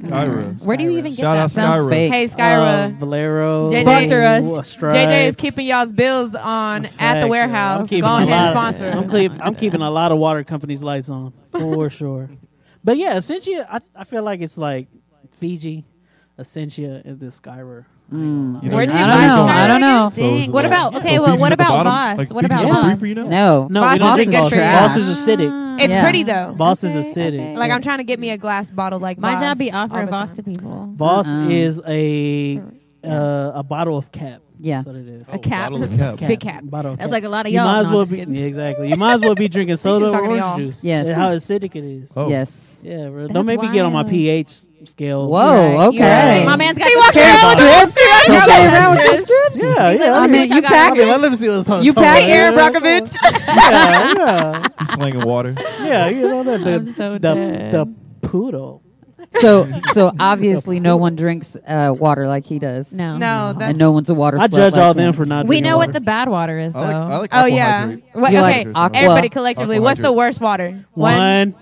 Speaker 2: Skyra.
Speaker 3: Where do you even Mm-hmm. get
Speaker 2: Shout out
Speaker 3: that?
Speaker 4: Sounds
Speaker 2: Skyra.
Speaker 4: fake.
Speaker 5: hey
Speaker 6: Uh,
Speaker 5: Skyra,
Speaker 6: Valero.
Speaker 5: JJ
Speaker 3: Sponsor us.
Speaker 6: Ooh,
Speaker 5: JJ is
Speaker 6: Stripes.
Speaker 5: keeping y'all's bills on
Speaker 6: Facts,
Speaker 5: at
Speaker 6: yeah.
Speaker 5: the warehouse. Go
Speaker 6: keeping
Speaker 5: on
Speaker 6: a
Speaker 5: ahead and
Speaker 6: lot-
Speaker 5: sponsor.
Speaker 6: I'm,
Speaker 5: us.
Speaker 6: keep, I'm keeping a lot of water companies' lights on for sure. But yeah, Essentia, I, I feel like it's like Fiji, Essentia, and this Skyra.
Speaker 4: Mm.
Speaker 6: I ain't gonna
Speaker 2: You
Speaker 6: lie.
Speaker 5: Where'd
Speaker 2: you
Speaker 5: you
Speaker 2: gotta
Speaker 5: buy
Speaker 2: get
Speaker 5: Skyra
Speaker 2: some-
Speaker 5: I don't
Speaker 3: know.
Speaker 2: So is
Speaker 3: What
Speaker 2: it-
Speaker 3: about- okay,
Speaker 2: So
Speaker 3: well,
Speaker 2: Fiji's
Speaker 3: what
Speaker 2: at the
Speaker 3: about
Speaker 2: bottom?
Speaker 3: Voss?
Speaker 2: Like,
Speaker 3: What about
Speaker 2: Fiji's at the
Speaker 3: Voss?
Speaker 2: three for you now?
Speaker 4: No.
Speaker 6: No,
Speaker 5: Boss
Speaker 6: we
Speaker 5: is
Speaker 6: don't
Speaker 5: a
Speaker 6: drink
Speaker 5: good
Speaker 6: Voss.
Speaker 5: tree.
Speaker 6: Voss is acidic.
Speaker 3: Ah,
Speaker 5: It's
Speaker 4: Yeah.
Speaker 5: pretty though.
Speaker 6: Voss is
Speaker 3: okay,
Speaker 6: acidic.
Speaker 3: okay.
Speaker 5: Like I'm trying to get me a glass bottle like
Speaker 3: My
Speaker 5: Voss
Speaker 3: job be
Speaker 5: all
Speaker 3: offering
Speaker 5: the
Speaker 3: boss
Speaker 5: time.
Speaker 3: to people.
Speaker 6: Voss
Speaker 4: Uh-uh.
Speaker 6: is a uh, a bottle of cap.
Speaker 4: Yeah.
Speaker 6: That's what it is.
Speaker 3: A cap.
Speaker 2: Oh, Bottle of cap.
Speaker 5: Big cap.
Speaker 6: Bottle of
Speaker 3: That's
Speaker 6: cap.
Speaker 3: like a lot of
Speaker 6: You
Speaker 3: y'all.
Speaker 6: might as
Speaker 3: No, I'm
Speaker 6: well
Speaker 3: just
Speaker 6: be
Speaker 3: kidding.
Speaker 6: yeah, exactly. You might as well be drinking soda
Speaker 5: was
Speaker 6: or
Speaker 5: talking to
Speaker 6: orange
Speaker 5: y'all.
Speaker 6: juice.
Speaker 4: Yes.
Speaker 6: And how acidic it is.
Speaker 2: Oh.
Speaker 4: Yes.
Speaker 6: Yeah, bro.
Speaker 3: That's
Speaker 6: don't make me get on my
Speaker 3: wild.
Speaker 6: pH scale.
Speaker 4: Whoa.
Speaker 3: Right.
Speaker 4: Okay.
Speaker 3: You're right. My man's got he
Speaker 5: walked around with
Speaker 4: Strips? You walking around with your strips?
Speaker 6: Yeah, yeah.
Speaker 4: I
Speaker 6: let me-
Speaker 4: mean,
Speaker 3: what
Speaker 4: you
Speaker 3: y'all got.
Speaker 4: pack
Speaker 6: Okay,
Speaker 4: it.
Speaker 6: well, let me see what's on.
Speaker 4: You
Speaker 6: top.
Speaker 4: pack
Speaker 5: Aaron Brockovich.
Speaker 6: Yeah, yeah,
Speaker 2: He's slanging water.
Speaker 6: yeah. You know that the
Speaker 3: I'm so
Speaker 6: the,
Speaker 3: dead.
Speaker 6: the poodle.
Speaker 4: So, so obviously, no one drinks uh, water like he does.
Speaker 3: No.
Speaker 5: No, that's,
Speaker 4: and no one's a water.
Speaker 6: I
Speaker 4: slut
Speaker 6: judge
Speaker 4: like
Speaker 6: all
Speaker 4: him.
Speaker 6: them for not.
Speaker 3: We
Speaker 6: drinking
Speaker 3: know
Speaker 6: water.
Speaker 3: what the bad water is, though.
Speaker 2: I like, I like
Speaker 5: Oh yeah.
Speaker 2: aquahydrate.
Speaker 5: What,
Speaker 4: You
Speaker 5: okay,
Speaker 4: like aqua-
Speaker 5: everybody collectively. What's the
Speaker 2: Aquahydrate.
Speaker 5: worst water?
Speaker 6: one,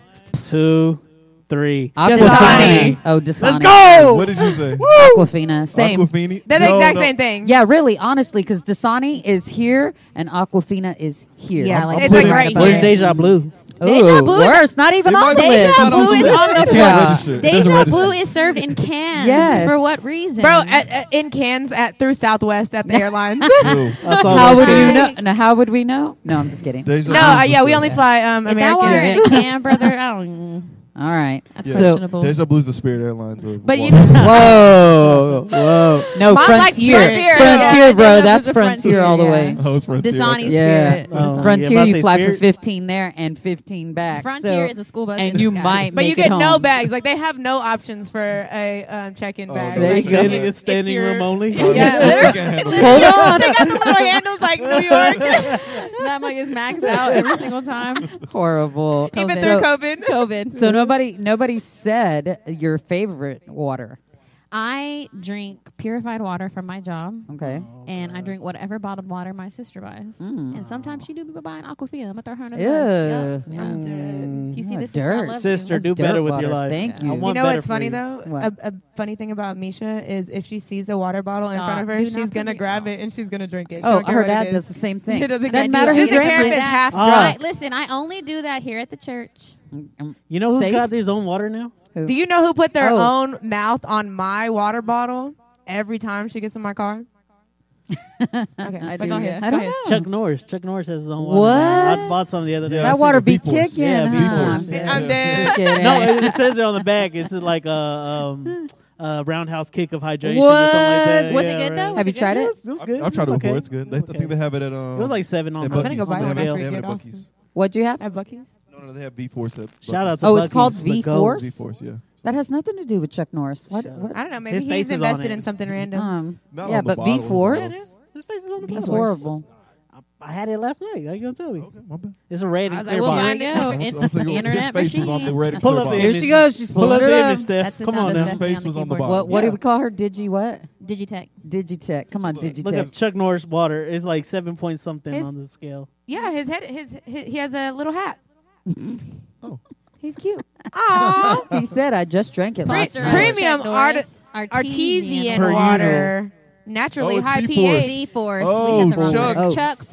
Speaker 6: two, three.
Speaker 4: Aquafina. Oh, Dasani.
Speaker 6: Let's go.
Speaker 2: What did you say?
Speaker 4: Aquafina. Same.
Speaker 2: Aquafini?
Speaker 5: They're the
Speaker 2: No,
Speaker 5: exact
Speaker 2: no.
Speaker 5: same thing.
Speaker 4: Yeah, really, honestly, because Dasani is here and Aquafina is here.
Speaker 3: Yeah,
Speaker 4: I'm
Speaker 3: like
Speaker 4: up
Speaker 5: it's like
Speaker 4: with
Speaker 5: right
Speaker 4: that.
Speaker 5: here.
Speaker 6: Where's deja blue?
Speaker 3: Deja
Speaker 4: Ooh,
Speaker 3: vu is-
Speaker 4: worse. Not even
Speaker 2: It
Speaker 4: on
Speaker 2: might
Speaker 4: the
Speaker 2: be-
Speaker 3: Deja
Speaker 2: it's
Speaker 4: list.
Speaker 2: not
Speaker 3: vu is
Speaker 2: list.
Speaker 3: on the
Speaker 2: It can't
Speaker 4: front.
Speaker 2: register. It doesn't
Speaker 3: Deja
Speaker 2: register.
Speaker 3: Vu is served in cans.
Speaker 4: Yes.
Speaker 3: For what reason?
Speaker 5: Bro, at, at- in cans at through Southwest at the airlines.
Speaker 2: True.
Speaker 6: That's all
Speaker 4: How
Speaker 6: I
Speaker 4: would
Speaker 6: see.
Speaker 4: you know? No, how would we know? No, I'm just kidding.
Speaker 2: Deja
Speaker 5: no,
Speaker 2: Vu
Speaker 5: uh,
Speaker 2: is
Speaker 5: yeah, we
Speaker 2: the
Speaker 5: only
Speaker 2: spirit.
Speaker 5: fly um,
Speaker 3: if that
Speaker 5: American.
Speaker 3: were in a can, brother, I don't.
Speaker 4: All right.
Speaker 3: That's
Speaker 2: Yeah.
Speaker 3: questionable.
Speaker 2: Deja Blue's the Spirit Airlines. Of
Speaker 5: But you-
Speaker 2: Washington.
Speaker 4: Whoa, whoa. No,
Speaker 5: Mine likes
Speaker 4: frontier.
Speaker 5: Frontier.
Speaker 4: Frontier,
Speaker 3: Yeah,
Speaker 4: bro.
Speaker 3: Deja's
Speaker 4: That's
Speaker 3: a
Speaker 4: frontier
Speaker 3: Frontier,
Speaker 4: all the
Speaker 3: yeah.
Speaker 4: way.
Speaker 2: Oh, it's Frontier,
Speaker 3: Dasani
Speaker 2: okay.
Speaker 4: Yeah.
Speaker 3: spirit.
Speaker 6: Oh,
Speaker 3: Dasani.
Speaker 6: yeah,
Speaker 4: Frontier,
Speaker 6: about to
Speaker 4: you
Speaker 6: say
Speaker 4: fly for
Speaker 6: Spirit.
Speaker 4: 15 there and 15 back.
Speaker 3: Frontier
Speaker 4: so,
Speaker 3: is a school bus.
Speaker 4: and
Speaker 3: in
Speaker 4: you
Speaker 3: the sky.
Speaker 4: might
Speaker 5: but
Speaker 4: make
Speaker 5: you get
Speaker 4: it
Speaker 5: no
Speaker 4: home.
Speaker 5: bags. Like they have no options for a um, check-in
Speaker 2: Oh,
Speaker 5: bag.
Speaker 2: no,
Speaker 4: There
Speaker 5: Like,
Speaker 4: you go.
Speaker 6: Standing, it's
Speaker 5: it's
Speaker 6: standing
Speaker 5: your-
Speaker 6: room only.
Speaker 2: So
Speaker 5: Yeah,
Speaker 2: I mean,
Speaker 5: literally.
Speaker 2: we can handle it.
Speaker 4: Hold on.
Speaker 5: they got the little handles like New York,
Speaker 3: that mug is maxed out every single time.
Speaker 4: Horrible.
Speaker 5: even
Speaker 3: COVID.
Speaker 5: through COVID.
Speaker 3: COVID.
Speaker 4: So nobody nobody said your favorite water.
Speaker 3: I drink purified water from my job,
Speaker 4: Okay.
Speaker 3: and I drink whatever bottled water my sister buys.
Speaker 4: Mm.
Speaker 3: And sometimes she do be buying Aquafina. I'm gonna throw her in the
Speaker 4: Ew.
Speaker 3: bus. Yup. I'm dead.
Speaker 4: Mm.
Speaker 3: You see
Speaker 4: What
Speaker 3: this
Speaker 4: dirt.
Speaker 3: sister, I love
Speaker 6: Sister,
Speaker 3: you.
Speaker 6: do
Speaker 4: That's dirt
Speaker 6: better with your
Speaker 4: water.
Speaker 6: life.
Speaker 4: Thank
Speaker 6: I
Speaker 4: you.
Speaker 6: want
Speaker 5: You know
Speaker 6: better
Speaker 5: what's
Speaker 6: for
Speaker 5: funny
Speaker 6: you.
Speaker 5: though? A,
Speaker 4: What?
Speaker 5: a funny thing about Misha is if she sees a water bottle in front
Speaker 3: Stop.
Speaker 5: of her,
Speaker 3: Do not
Speaker 5: she's gonna
Speaker 3: put me-
Speaker 5: grab it and she's gonna drink it. She
Speaker 4: Oh,
Speaker 5: don't care
Speaker 4: her
Speaker 5: what it
Speaker 4: dad
Speaker 5: is.
Speaker 4: does the same thing.
Speaker 5: She doesn't care.
Speaker 3: Doesn't matter
Speaker 5: She
Speaker 3: who
Speaker 5: doesn't
Speaker 3: drank
Speaker 5: care
Speaker 3: it.
Speaker 5: if it's half
Speaker 6: Ah.
Speaker 3: Right.
Speaker 5: drunk.
Speaker 3: Listen, I only do that here at the church.
Speaker 4: Mm,
Speaker 6: You know who's
Speaker 4: Safe?
Speaker 6: got his own water now?
Speaker 5: Do you know who put their
Speaker 4: Oh.
Speaker 5: own mouth on my water bottle every time she gets in my car?
Speaker 4: mm.
Speaker 5: Okay,
Speaker 3: I
Speaker 5: but
Speaker 3: do,
Speaker 5: go
Speaker 3: yeah.
Speaker 5: ahead. Go
Speaker 4: I don't
Speaker 5: ahead.
Speaker 4: know.
Speaker 6: Chuck Norris. Chuck Norris has his own water.
Speaker 4: What?
Speaker 6: now. I bought some the other day.
Speaker 2: Yeah, I
Speaker 4: That
Speaker 2: see
Speaker 4: water
Speaker 2: the
Speaker 4: be
Speaker 2: B-force.
Speaker 4: kicking.
Speaker 6: Yeah,
Speaker 4: huh?
Speaker 6: B-force.
Speaker 4: I'm dead.
Speaker 5: I'm dead.
Speaker 4: Just kidding.
Speaker 6: no, it, it says it on the back. It's like a um, uh, roundhouse kick of hydration. Or something like that.
Speaker 3: Was it
Speaker 6: Yeah,
Speaker 3: good
Speaker 6: right.
Speaker 3: though?
Speaker 4: Have you
Speaker 3: Was it
Speaker 4: tried
Speaker 3: good?
Speaker 4: it?
Speaker 6: It was, it was
Speaker 2: I've-
Speaker 6: good.
Speaker 2: I've tried
Speaker 6: it
Speaker 2: it
Speaker 6: was
Speaker 2: before.
Speaker 6: okay.
Speaker 2: It's good. They,
Speaker 6: Okay.
Speaker 2: I think they have it at um.
Speaker 6: It was like seven on.
Speaker 2: at
Speaker 5: I'm gonna
Speaker 2: Buc-ee's.
Speaker 5: go buy
Speaker 2: They
Speaker 5: one
Speaker 2: have it-
Speaker 5: after
Speaker 2: they
Speaker 5: we
Speaker 2: have it at
Speaker 5: get off.
Speaker 2: Buc-ee's.
Speaker 4: What'd you have?
Speaker 5: At Bucky's.
Speaker 2: No, no, they have B Force at.
Speaker 6: Shout out
Speaker 2: Buc-ee's.
Speaker 6: to
Speaker 4: Oh, it's
Speaker 6: Buc-ee's,
Speaker 4: called
Speaker 6: the
Speaker 4: V
Speaker 6: goat.
Speaker 4: Force?
Speaker 2: V-Force, yeah.
Speaker 4: That has nothing to do with Chuck Norris. What?
Speaker 6: Shut up.
Speaker 4: what?
Speaker 5: I don't know. Maybe
Speaker 6: His face
Speaker 5: he's
Speaker 6: is on
Speaker 5: invested
Speaker 6: it.
Speaker 5: in something random.
Speaker 4: Um,
Speaker 2: Not
Speaker 4: yeah,
Speaker 2: on the
Speaker 4: but V
Speaker 2: bottle, on the
Speaker 4: Force.
Speaker 2: bottle.
Speaker 6: His face is on the
Speaker 4: That's
Speaker 6: bottle.
Speaker 4: horrible.
Speaker 6: I had it last night. How you gonna tell me?
Speaker 2: Okay, my bad.
Speaker 6: It's a red
Speaker 3: I
Speaker 6: and
Speaker 3: was like,
Speaker 6: clear
Speaker 3: we'll
Speaker 6: bottle.
Speaker 3: find out.
Speaker 2: I'm- I'm
Speaker 3: Oh, In-
Speaker 2: taking-
Speaker 3: internet
Speaker 2: his face was on the
Speaker 3: machine.
Speaker 2: red and
Speaker 6: Pull
Speaker 2: clear
Speaker 6: up the
Speaker 2: bottle.
Speaker 4: Here
Speaker 6: image.
Speaker 4: she goes. She's
Speaker 6: Pull
Speaker 4: pulling
Speaker 6: up
Speaker 4: it
Speaker 6: the
Speaker 4: up.
Speaker 6: image, Steph.
Speaker 3: That's the
Speaker 6: Come
Speaker 3: sound
Speaker 6: on
Speaker 3: of
Speaker 6: now.
Speaker 3: the-
Speaker 2: His face was on the
Speaker 3: Yeah.
Speaker 2: bottle.
Speaker 4: What? What
Speaker 2: Yeah.
Speaker 4: do we call her? Digi what?
Speaker 3: Digitech.
Speaker 4: Digitech. Come on, Digitech.
Speaker 6: Look up Chuck Norris water. It's like seven point something
Speaker 5: His-
Speaker 6: on the scale.
Speaker 5: Yeah, his head. His, his he has a little hat.
Speaker 2: Oh.
Speaker 5: he's cute.
Speaker 4: he said, "I just drank it." Last
Speaker 3: Sponsor us.
Speaker 4: night.
Speaker 5: Premium
Speaker 3: Chuck Norris,
Speaker 5: Artesian
Speaker 6: Per usual.
Speaker 5: water, naturally
Speaker 2: Oh, it's
Speaker 5: high
Speaker 2: C4.
Speaker 5: pH.
Speaker 3: Z Force.
Speaker 2: Oh,
Speaker 3: we said the wrong
Speaker 2: Chuck.
Speaker 3: word.
Speaker 4: Oh,
Speaker 3: Chuck Force.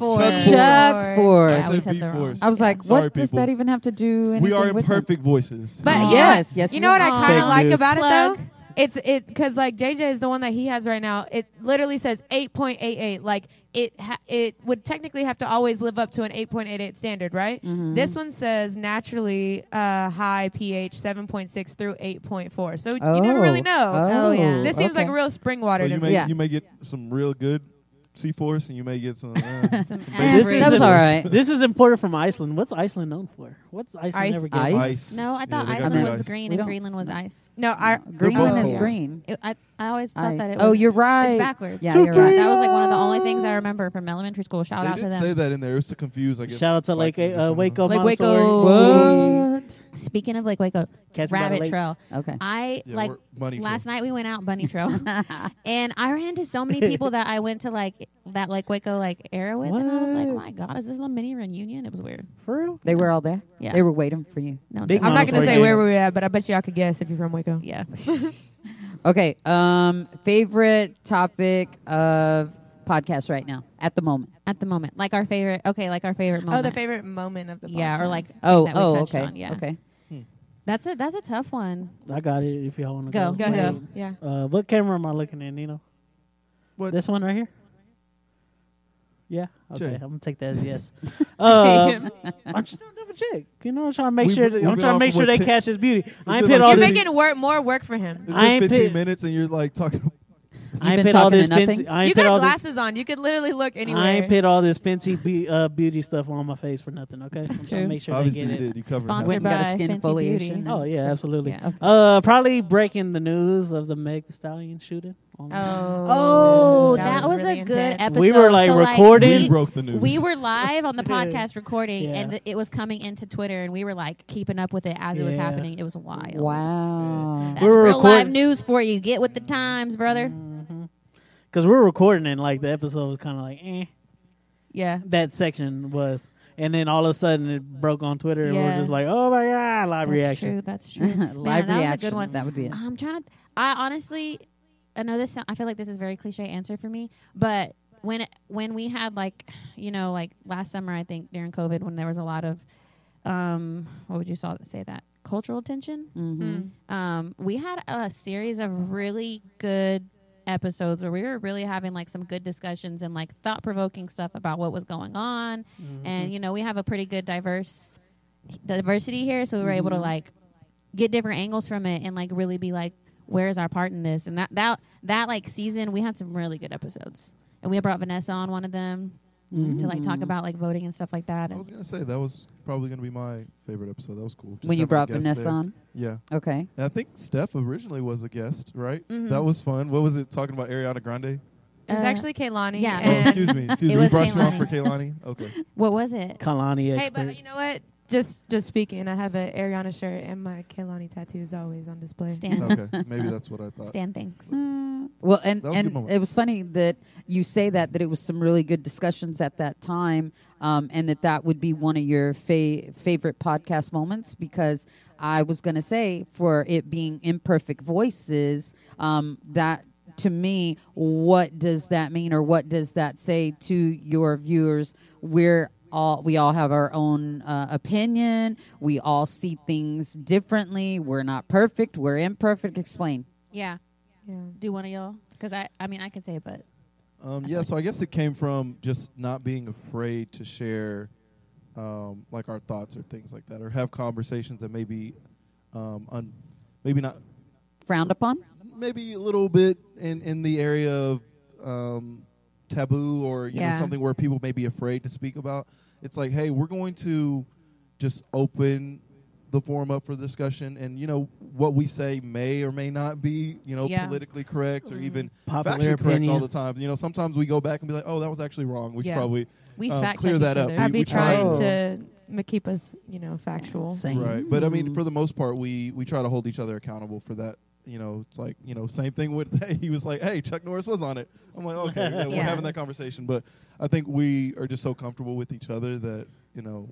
Speaker 4: Chuck
Speaker 2: Force.
Speaker 4: Force.
Speaker 3: Yeah, we
Speaker 2: I said
Speaker 3: said the wrong.
Speaker 2: B-Force.
Speaker 4: I was like,
Speaker 2: Sorry,
Speaker 4: "What does
Speaker 2: people.
Speaker 4: that even have to do?"
Speaker 2: We are
Speaker 4: anything with it?
Speaker 2: imperfect voices.
Speaker 5: But
Speaker 3: Aw.
Speaker 5: you know what-
Speaker 4: Yes, yes,
Speaker 5: You
Speaker 4: we
Speaker 5: know what
Speaker 3: are.
Speaker 5: I kind
Speaker 6: Fake
Speaker 5: of like
Speaker 6: news.
Speaker 5: about it
Speaker 3: Plug.
Speaker 5: though? It's it because like JJ is the one that he has right now. It literally says 8.88. Like it ha- it would technically have to always live up to an 8.88 standard, right?
Speaker 3: Mm-hmm.
Speaker 5: This one says naturally uh, high pH 7.6 through 8.4. So you never really know.
Speaker 3: Oh, yeah.
Speaker 5: This seems like
Speaker 4: okay.
Speaker 5: real spring
Speaker 2: So
Speaker 5: water
Speaker 2: you
Speaker 5: to
Speaker 2: may
Speaker 5: me.
Speaker 4: Yeah.
Speaker 2: you may get some real good C Force, and you may get some. Uh,
Speaker 3: Some
Speaker 2: basic
Speaker 3: average.
Speaker 6: This is
Speaker 4: That was
Speaker 6: a-
Speaker 4: all
Speaker 3: Eh.
Speaker 4: right.
Speaker 6: This is imported from Iceland. What's Iceland known for? What's Iceland
Speaker 5: Ice.
Speaker 6: ever
Speaker 4: Ice.
Speaker 6: good?
Speaker 2: Ice.
Speaker 3: No, I
Speaker 2: Yeah,
Speaker 3: thought
Speaker 2: they got
Speaker 3: Iceland
Speaker 2: some
Speaker 3: was
Speaker 2: ice.
Speaker 3: green
Speaker 4: We
Speaker 3: and
Speaker 4: don't-
Speaker 3: Greenland was ice.
Speaker 5: No, I
Speaker 2: both
Speaker 4: Greenland is
Speaker 2: cool.
Speaker 4: green.
Speaker 3: It- I, I always thought
Speaker 4: Ice.
Speaker 3: that it was.
Speaker 4: Oh, you're right.
Speaker 3: It's backwards.
Speaker 4: Yeah, you're right.
Speaker 3: That was like one of the only things I remember from elementary school. Shout
Speaker 2: They
Speaker 3: out to
Speaker 2: did say
Speaker 3: them.
Speaker 2: that in there. It was to confuse, I guess.
Speaker 6: Shout out to like
Speaker 2: Vikings or
Speaker 6: uh,
Speaker 2: something.
Speaker 6: Waco,
Speaker 3: Like
Speaker 6: Montessori.
Speaker 3: Waco.
Speaker 4: What?
Speaker 3: Speaking of like Waco,
Speaker 6: Catch me by the
Speaker 3: rabbit
Speaker 6: lake.
Speaker 3: trail.
Speaker 4: Okay.
Speaker 3: I
Speaker 2: Yeah,
Speaker 3: like
Speaker 2: we're- money
Speaker 3: last
Speaker 2: trail.
Speaker 3: night we went out bunny trail, and I ran into so many people that I went to like that like Waco like era with, and I was like,
Speaker 6: What?
Speaker 3: my God, is this a mini reunion? It was weird.
Speaker 6: For real?
Speaker 4: They were all there.
Speaker 3: Yeah.
Speaker 4: They were waiting for you.
Speaker 3: No,
Speaker 6: Big
Speaker 3: it's-
Speaker 5: I'm not
Speaker 6: Mama's
Speaker 5: going to say
Speaker 6: Waco.
Speaker 5: where we were at, but I bet y'all could guess if you're from Waco.
Speaker 3: Yeah.
Speaker 4: Okay. Um, favorite topic of podcast right now at the moment.
Speaker 3: At the moment, like our favorite. Okay, like our favorite moment.
Speaker 5: Oh, the favorite moment of the
Speaker 3: Yeah, or like
Speaker 5: podcast.
Speaker 4: Oh,
Speaker 3: that we
Speaker 4: oh,
Speaker 3: touched
Speaker 4: okay,
Speaker 3: on, yeah.
Speaker 4: okay.
Speaker 3: That's a that's a tough one.
Speaker 6: I got it. If y'all want to
Speaker 3: Go,
Speaker 6: go,
Speaker 3: go, go.
Speaker 5: yeah.
Speaker 6: Uh, what camera am I looking at, Nino?
Speaker 2: What?
Speaker 6: This one right here. Yeah. Okay.
Speaker 2: Check.
Speaker 6: I'm gonna take that as a yes. uh, I'm just doing double check. You know, I'm trying to make
Speaker 2: We've
Speaker 6: sure.
Speaker 2: been-
Speaker 6: that-
Speaker 2: we've
Speaker 6: I'm
Speaker 2: been
Speaker 6: trying to
Speaker 2: off
Speaker 6: make
Speaker 2: for
Speaker 6: sure
Speaker 2: what,
Speaker 6: they
Speaker 2: ten-
Speaker 6: catch this beauty. I ain't
Speaker 2: been like
Speaker 6: put all
Speaker 5: You're
Speaker 6: this.
Speaker 5: making work more work for him.
Speaker 2: It's
Speaker 6: I
Speaker 2: been
Speaker 6: ain't
Speaker 2: 15
Speaker 6: pit-
Speaker 2: minutes, and you're like talking.
Speaker 6: I
Speaker 4: You've
Speaker 6: ain't
Speaker 4: been
Speaker 6: put all
Speaker 4: talking
Speaker 6: this
Speaker 4: to nothing?
Speaker 6: fancy. I
Speaker 5: You
Speaker 6: ain't put
Speaker 5: got
Speaker 6: all this.
Speaker 5: glasses on. You could literally look anywhere.
Speaker 6: I ain't put all this fancy be, uh, beauty stuff on my face for nothing. Okay. I'm trying
Speaker 3: True.
Speaker 6: to make sure they
Speaker 2: Obviously,
Speaker 6: get
Speaker 2: you
Speaker 6: it.
Speaker 2: did. You covered half
Speaker 3: Sponsored
Speaker 4: Went
Speaker 2: of
Speaker 4: and got
Speaker 3: by
Speaker 4: a skin
Speaker 3: Fancy
Speaker 4: exfoliation
Speaker 3: Beauty.
Speaker 4: and
Speaker 6: Oh yeah,
Speaker 4: stuff.
Speaker 6: absolutely.
Speaker 3: Yeah. Okay.
Speaker 6: Uh, probably breaking the news of the Meg Thee Stallion shooting. on-
Speaker 5: Oh.
Speaker 3: Oh,
Speaker 6: That
Speaker 3: that,
Speaker 6: was
Speaker 3: was, a
Speaker 5: really
Speaker 3: good
Speaker 5: intense.
Speaker 3: episode.
Speaker 6: We were, like,
Speaker 3: So,
Speaker 6: recording.
Speaker 2: it.
Speaker 6: We-
Speaker 2: We broke the
Speaker 3: We,
Speaker 2: news.
Speaker 3: we were live on the podcast recording,
Speaker 6: Yeah.
Speaker 3: and th- it was coming into Twitter, and we were like keeping up with it as it was
Speaker 6: Yeah.
Speaker 3: happening. It was wild.
Speaker 4: Wow.
Speaker 3: That's
Speaker 6: We were
Speaker 3: real live
Speaker 6: recording-
Speaker 3: news for you. Get with the times, brother.
Speaker 6: Mm-hmm. Cause we're recording and like the episode was kind of like eh.
Speaker 3: Yeah.
Speaker 6: that section was, and then all of a sudden it broke on Twitter, and we
Speaker 3: Yeah.
Speaker 6: we're just like, "Oh my god!" Live
Speaker 3: That's
Speaker 6: reaction.
Speaker 3: true. That's true. Man,
Speaker 4: Live
Speaker 3: that
Speaker 4: reaction.
Speaker 3: was a good one. Uh-huh.
Speaker 4: That would be it.
Speaker 3: I'm trying to. I honestly, I know this. sound- I feel like this is a very cliche answer for me, but when it, when we had like, you know, like last summer, I think during COVID, when there was a lot of um, what would you saw, say that? Cultural tension.
Speaker 4: Mm-hmm.
Speaker 5: Hmm.
Speaker 3: Um, we had a series of really good episodes where we were really having like some good discussions and like thought provoking stuff about what was going on. And you know, we have a pretty good diverse diversity here, so we were able to like get different angles from it and like really be like, where's our part in this? And that that that like season, we had some really good episodes, and we brought Vanessa on one of them Mm-hmm. to like
Speaker 4: Mm-hmm.
Speaker 3: talk about like voting and stuff like that.
Speaker 2: I
Speaker 3: And
Speaker 2: was gonna say that was probably gonna be my favorite episode. That was cool. Just
Speaker 4: When you
Speaker 2: having a
Speaker 4: brought
Speaker 2: guest
Speaker 4: Vanessa
Speaker 2: there.
Speaker 4: on,
Speaker 2: Yeah,
Speaker 4: okay.
Speaker 2: and I think Steph originally was a guest, right?
Speaker 3: Mhm.
Speaker 2: That was fun. What was it talking about? Ariana Grande.
Speaker 5: It's
Speaker 3: Uh,
Speaker 5: actually Kaylani.
Speaker 3: yeah.
Speaker 2: Oh,
Speaker 5: and-
Speaker 2: excuse me. Excuse
Speaker 3: It
Speaker 2: me. We
Speaker 3: was
Speaker 2: brought you on
Speaker 3: Kehlani.
Speaker 2: for Kaylani. Okay.
Speaker 3: what was it?
Speaker 6: Kalani
Speaker 5: Hey,
Speaker 6: expert.
Speaker 5: but you know what? Just just speaking, I have an Ariana shirt and my Kaylani tattoo is always on display.
Speaker 3: Stan.
Speaker 2: okay. Maybe that's what I thought.
Speaker 3: Stan, thanks.
Speaker 4: Well, and
Speaker 2: That was a good
Speaker 4: and
Speaker 2: moment.
Speaker 4: it was funny that you say that that it was some really good discussions at that time, um, and that that would be one of your fa- favorite podcast moments because I was going to say for it being imperfect voices um, that. To me, what does that mean, or what does that say to your viewers? We're all we all have our own uh, opinion. We all see things differently. We're not perfect. We're imperfect. Explain.
Speaker 3: Yeah.
Speaker 5: Yeah.
Speaker 3: Do one of y'all? Because I, I mean, I could say, it, but
Speaker 2: Um, yeah, so I guess it came from just not being afraid to share, um, like our thoughts or things like that, or have conversations that maybe, um, un- maybe not,
Speaker 4: Frowned upon.
Speaker 2: maybe a little bit in in the area of um, taboo or you
Speaker 3: Yeah.
Speaker 2: know something where people may be afraid to speak about. It's like, hey, we're going to just open the forum up for discussion, and you know what we say may or may not be, you know,
Speaker 3: Yeah.
Speaker 2: politically correct or even
Speaker 6: Mm-hmm. Popular
Speaker 2: factually correct all
Speaker 6: opinion.
Speaker 2: the time. You know, sometimes we go back and be like, "Oh, that was actually wrong." We should
Speaker 3: Yeah.
Speaker 2: probably
Speaker 3: we
Speaker 2: Uh,
Speaker 3: fact
Speaker 2: clear
Speaker 3: check
Speaker 2: that
Speaker 3: each
Speaker 2: up.
Speaker 5: I'd
Speaker 3: Other.
Speaker 2: We-
Speaker 5: be
Speaker 2: we try-
Speaker 5: trying
Speaker 4: Oh.
Speaker 5: to ma- keep us, you know, factual.
Speaker 6: Same.
Speaker 2: right, but I mean,
Speaker 4: Mhm.
Speaker 2: for the most part, we we try to hold each other accountable for that. You know, it's like you know, same thing with he was like, "Hey, Chuck Norris was on it." I'm like, "Okay, yeah, we're
Speaker 3: Yeah.
Speaker 2: having that conversation," but I think we are just so comfortable with each other that you know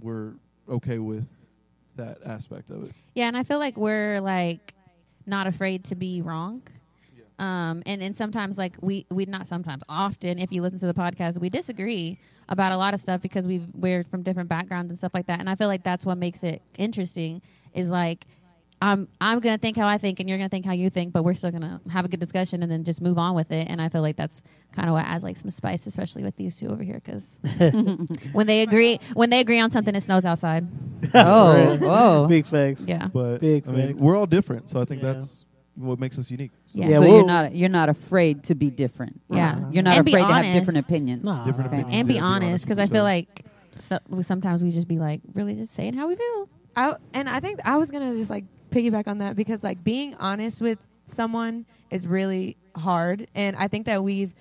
Speaker 2: we're okay with that aspect of it.
Speaker 3: Yeah, and I feel like we're like not afraid to be wrong. Um, and and sometimes like we we not sometimes often if you listen to the podcast we disagree about a lot of stuff because we we're from different backgrounds and stuff like that and I feel like that's what makes it interesting is like I'm I'm gonna think how I think and you're gonna think how you think but we're still gonna have a good discussion and then just move on with it and I feel like that's kind of what adds like some spice especially with these two over here because when they agree when they agree on something it snows outside
Speaker 4: Oh,
Speaker 6: Right.
Speaker 4: whoa.
Speaker 6: Big facts.
Speaker 3: yeah
Speaker 2: But
Speaker 6: Big
Speaker 2: I mean,
Speaker 6: facts.
Speaker 2: we're all different, so I think
Speaker 6: Yeah.
Speaker 2: that's what makes us unique. So
Speaker 3: Yeah.
Speaker 4: so
Speaker 6: well-
Speaker 4: you're not you're not afraid to be different.
Speaker 3: Yeah.
Speaker 6: Uh-huh.
Speaker 4: You're not
Speaker 3: And be
Speaker 4: afraid to have
Speaker 3: honest.
Speaker 4: different opinions.
Speaker 6: Nah.
Speaker 2: Different
Speaker 4: Okay.
Speaker 2: opinions,
Speaker 3: and
Speaker 2: yeah,
Speaker 3: be honest
Speaker 2: with
Speaker 3: because I
Speaker 2: each
Speaker 3: feel
Speaker 2: other.
Speaker 3: like so, we- sometimes we just be like really just saying how we feel.
Speaker 5: I, and I think I was gonna just like piggyback on that because like being honest with someone is really hard, and I think that we've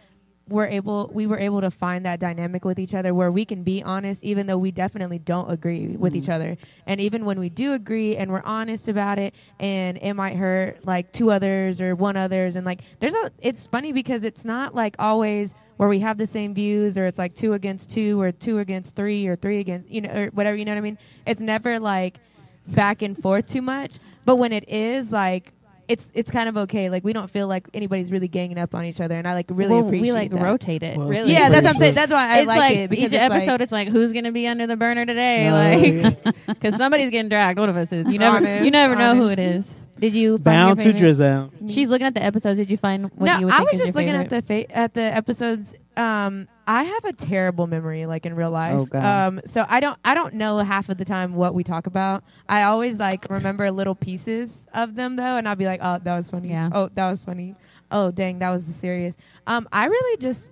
Speaker 5: we're able we were able to find that dynamic with each other where we can be honest even though we definitely don't agree with each other and even when we do agree and we're honest about it and it might hurt like two others or one others and like there's a it's funny because it's not like always where we have the same views or it's like two against two or two against three or three against you know or whatever you know what i mean it's never like back and forth too much. But when it is, like, it's it's kind of okay. Like we don't feel like anybody's really ganging up on each other, and I like really
Speaker 3: Well,
Speaker 5: appreciate
Speaker 3: we like
Speaker 5: that.
Speaker 3: rotate it.
Speaker 6: Well,
Speaker 3: really,
Speaker 5: Yeah, that's what I'm
Speaker 6: Appreciate
Speaker 5: saying.
Speaker 6: it.
Speaker 5: That's why I
Speaker 3: It's
Speaker 5: like,
Speaker 3: like,
Speaker 5: it because
Speaker 3: each
Speaker 5: it's
Speaker 3: episode,
Speaker 5: like,
Speaker 3: it's like who's gonna be under the burner today,
Speaker 6: No,
Speaker 3: like
Speaker 6: Oh, yeah.
Speaker 3: because somebody's getting dragged. One of us is. You never,
Speaker 5: Honest,
Speaker 3: you never know who it is. Did you find
Speaker 6: Bound to
Speaker 3: your favorite?
Speaker 6: drizzle.
Speaker 3: She's looking at the episodes. Did you find what
Speaker 5: no,
Speaker 3: you would
Speaker 5: I
Speaker 3: think
Speaker 5: was
Speaker 3: is
Speaker 5: just
Speaker 3: your
Speaker 5: looking
Speaker 3: favorite?
Speaker 5: at the fa- at the episodes. Um, I have a terrible memory, like in real life.
Speaker 4: Oh, God.
Speaker 5: Um, so I don't I don't know half of the time what we talk about. I always like remember little pieces of them though, and I'll be like, oh, that was funny.
Speaker 3: Yeah.
Speaker 5: Oh, that was funny. Oh, dang, that was serious. Um, I really just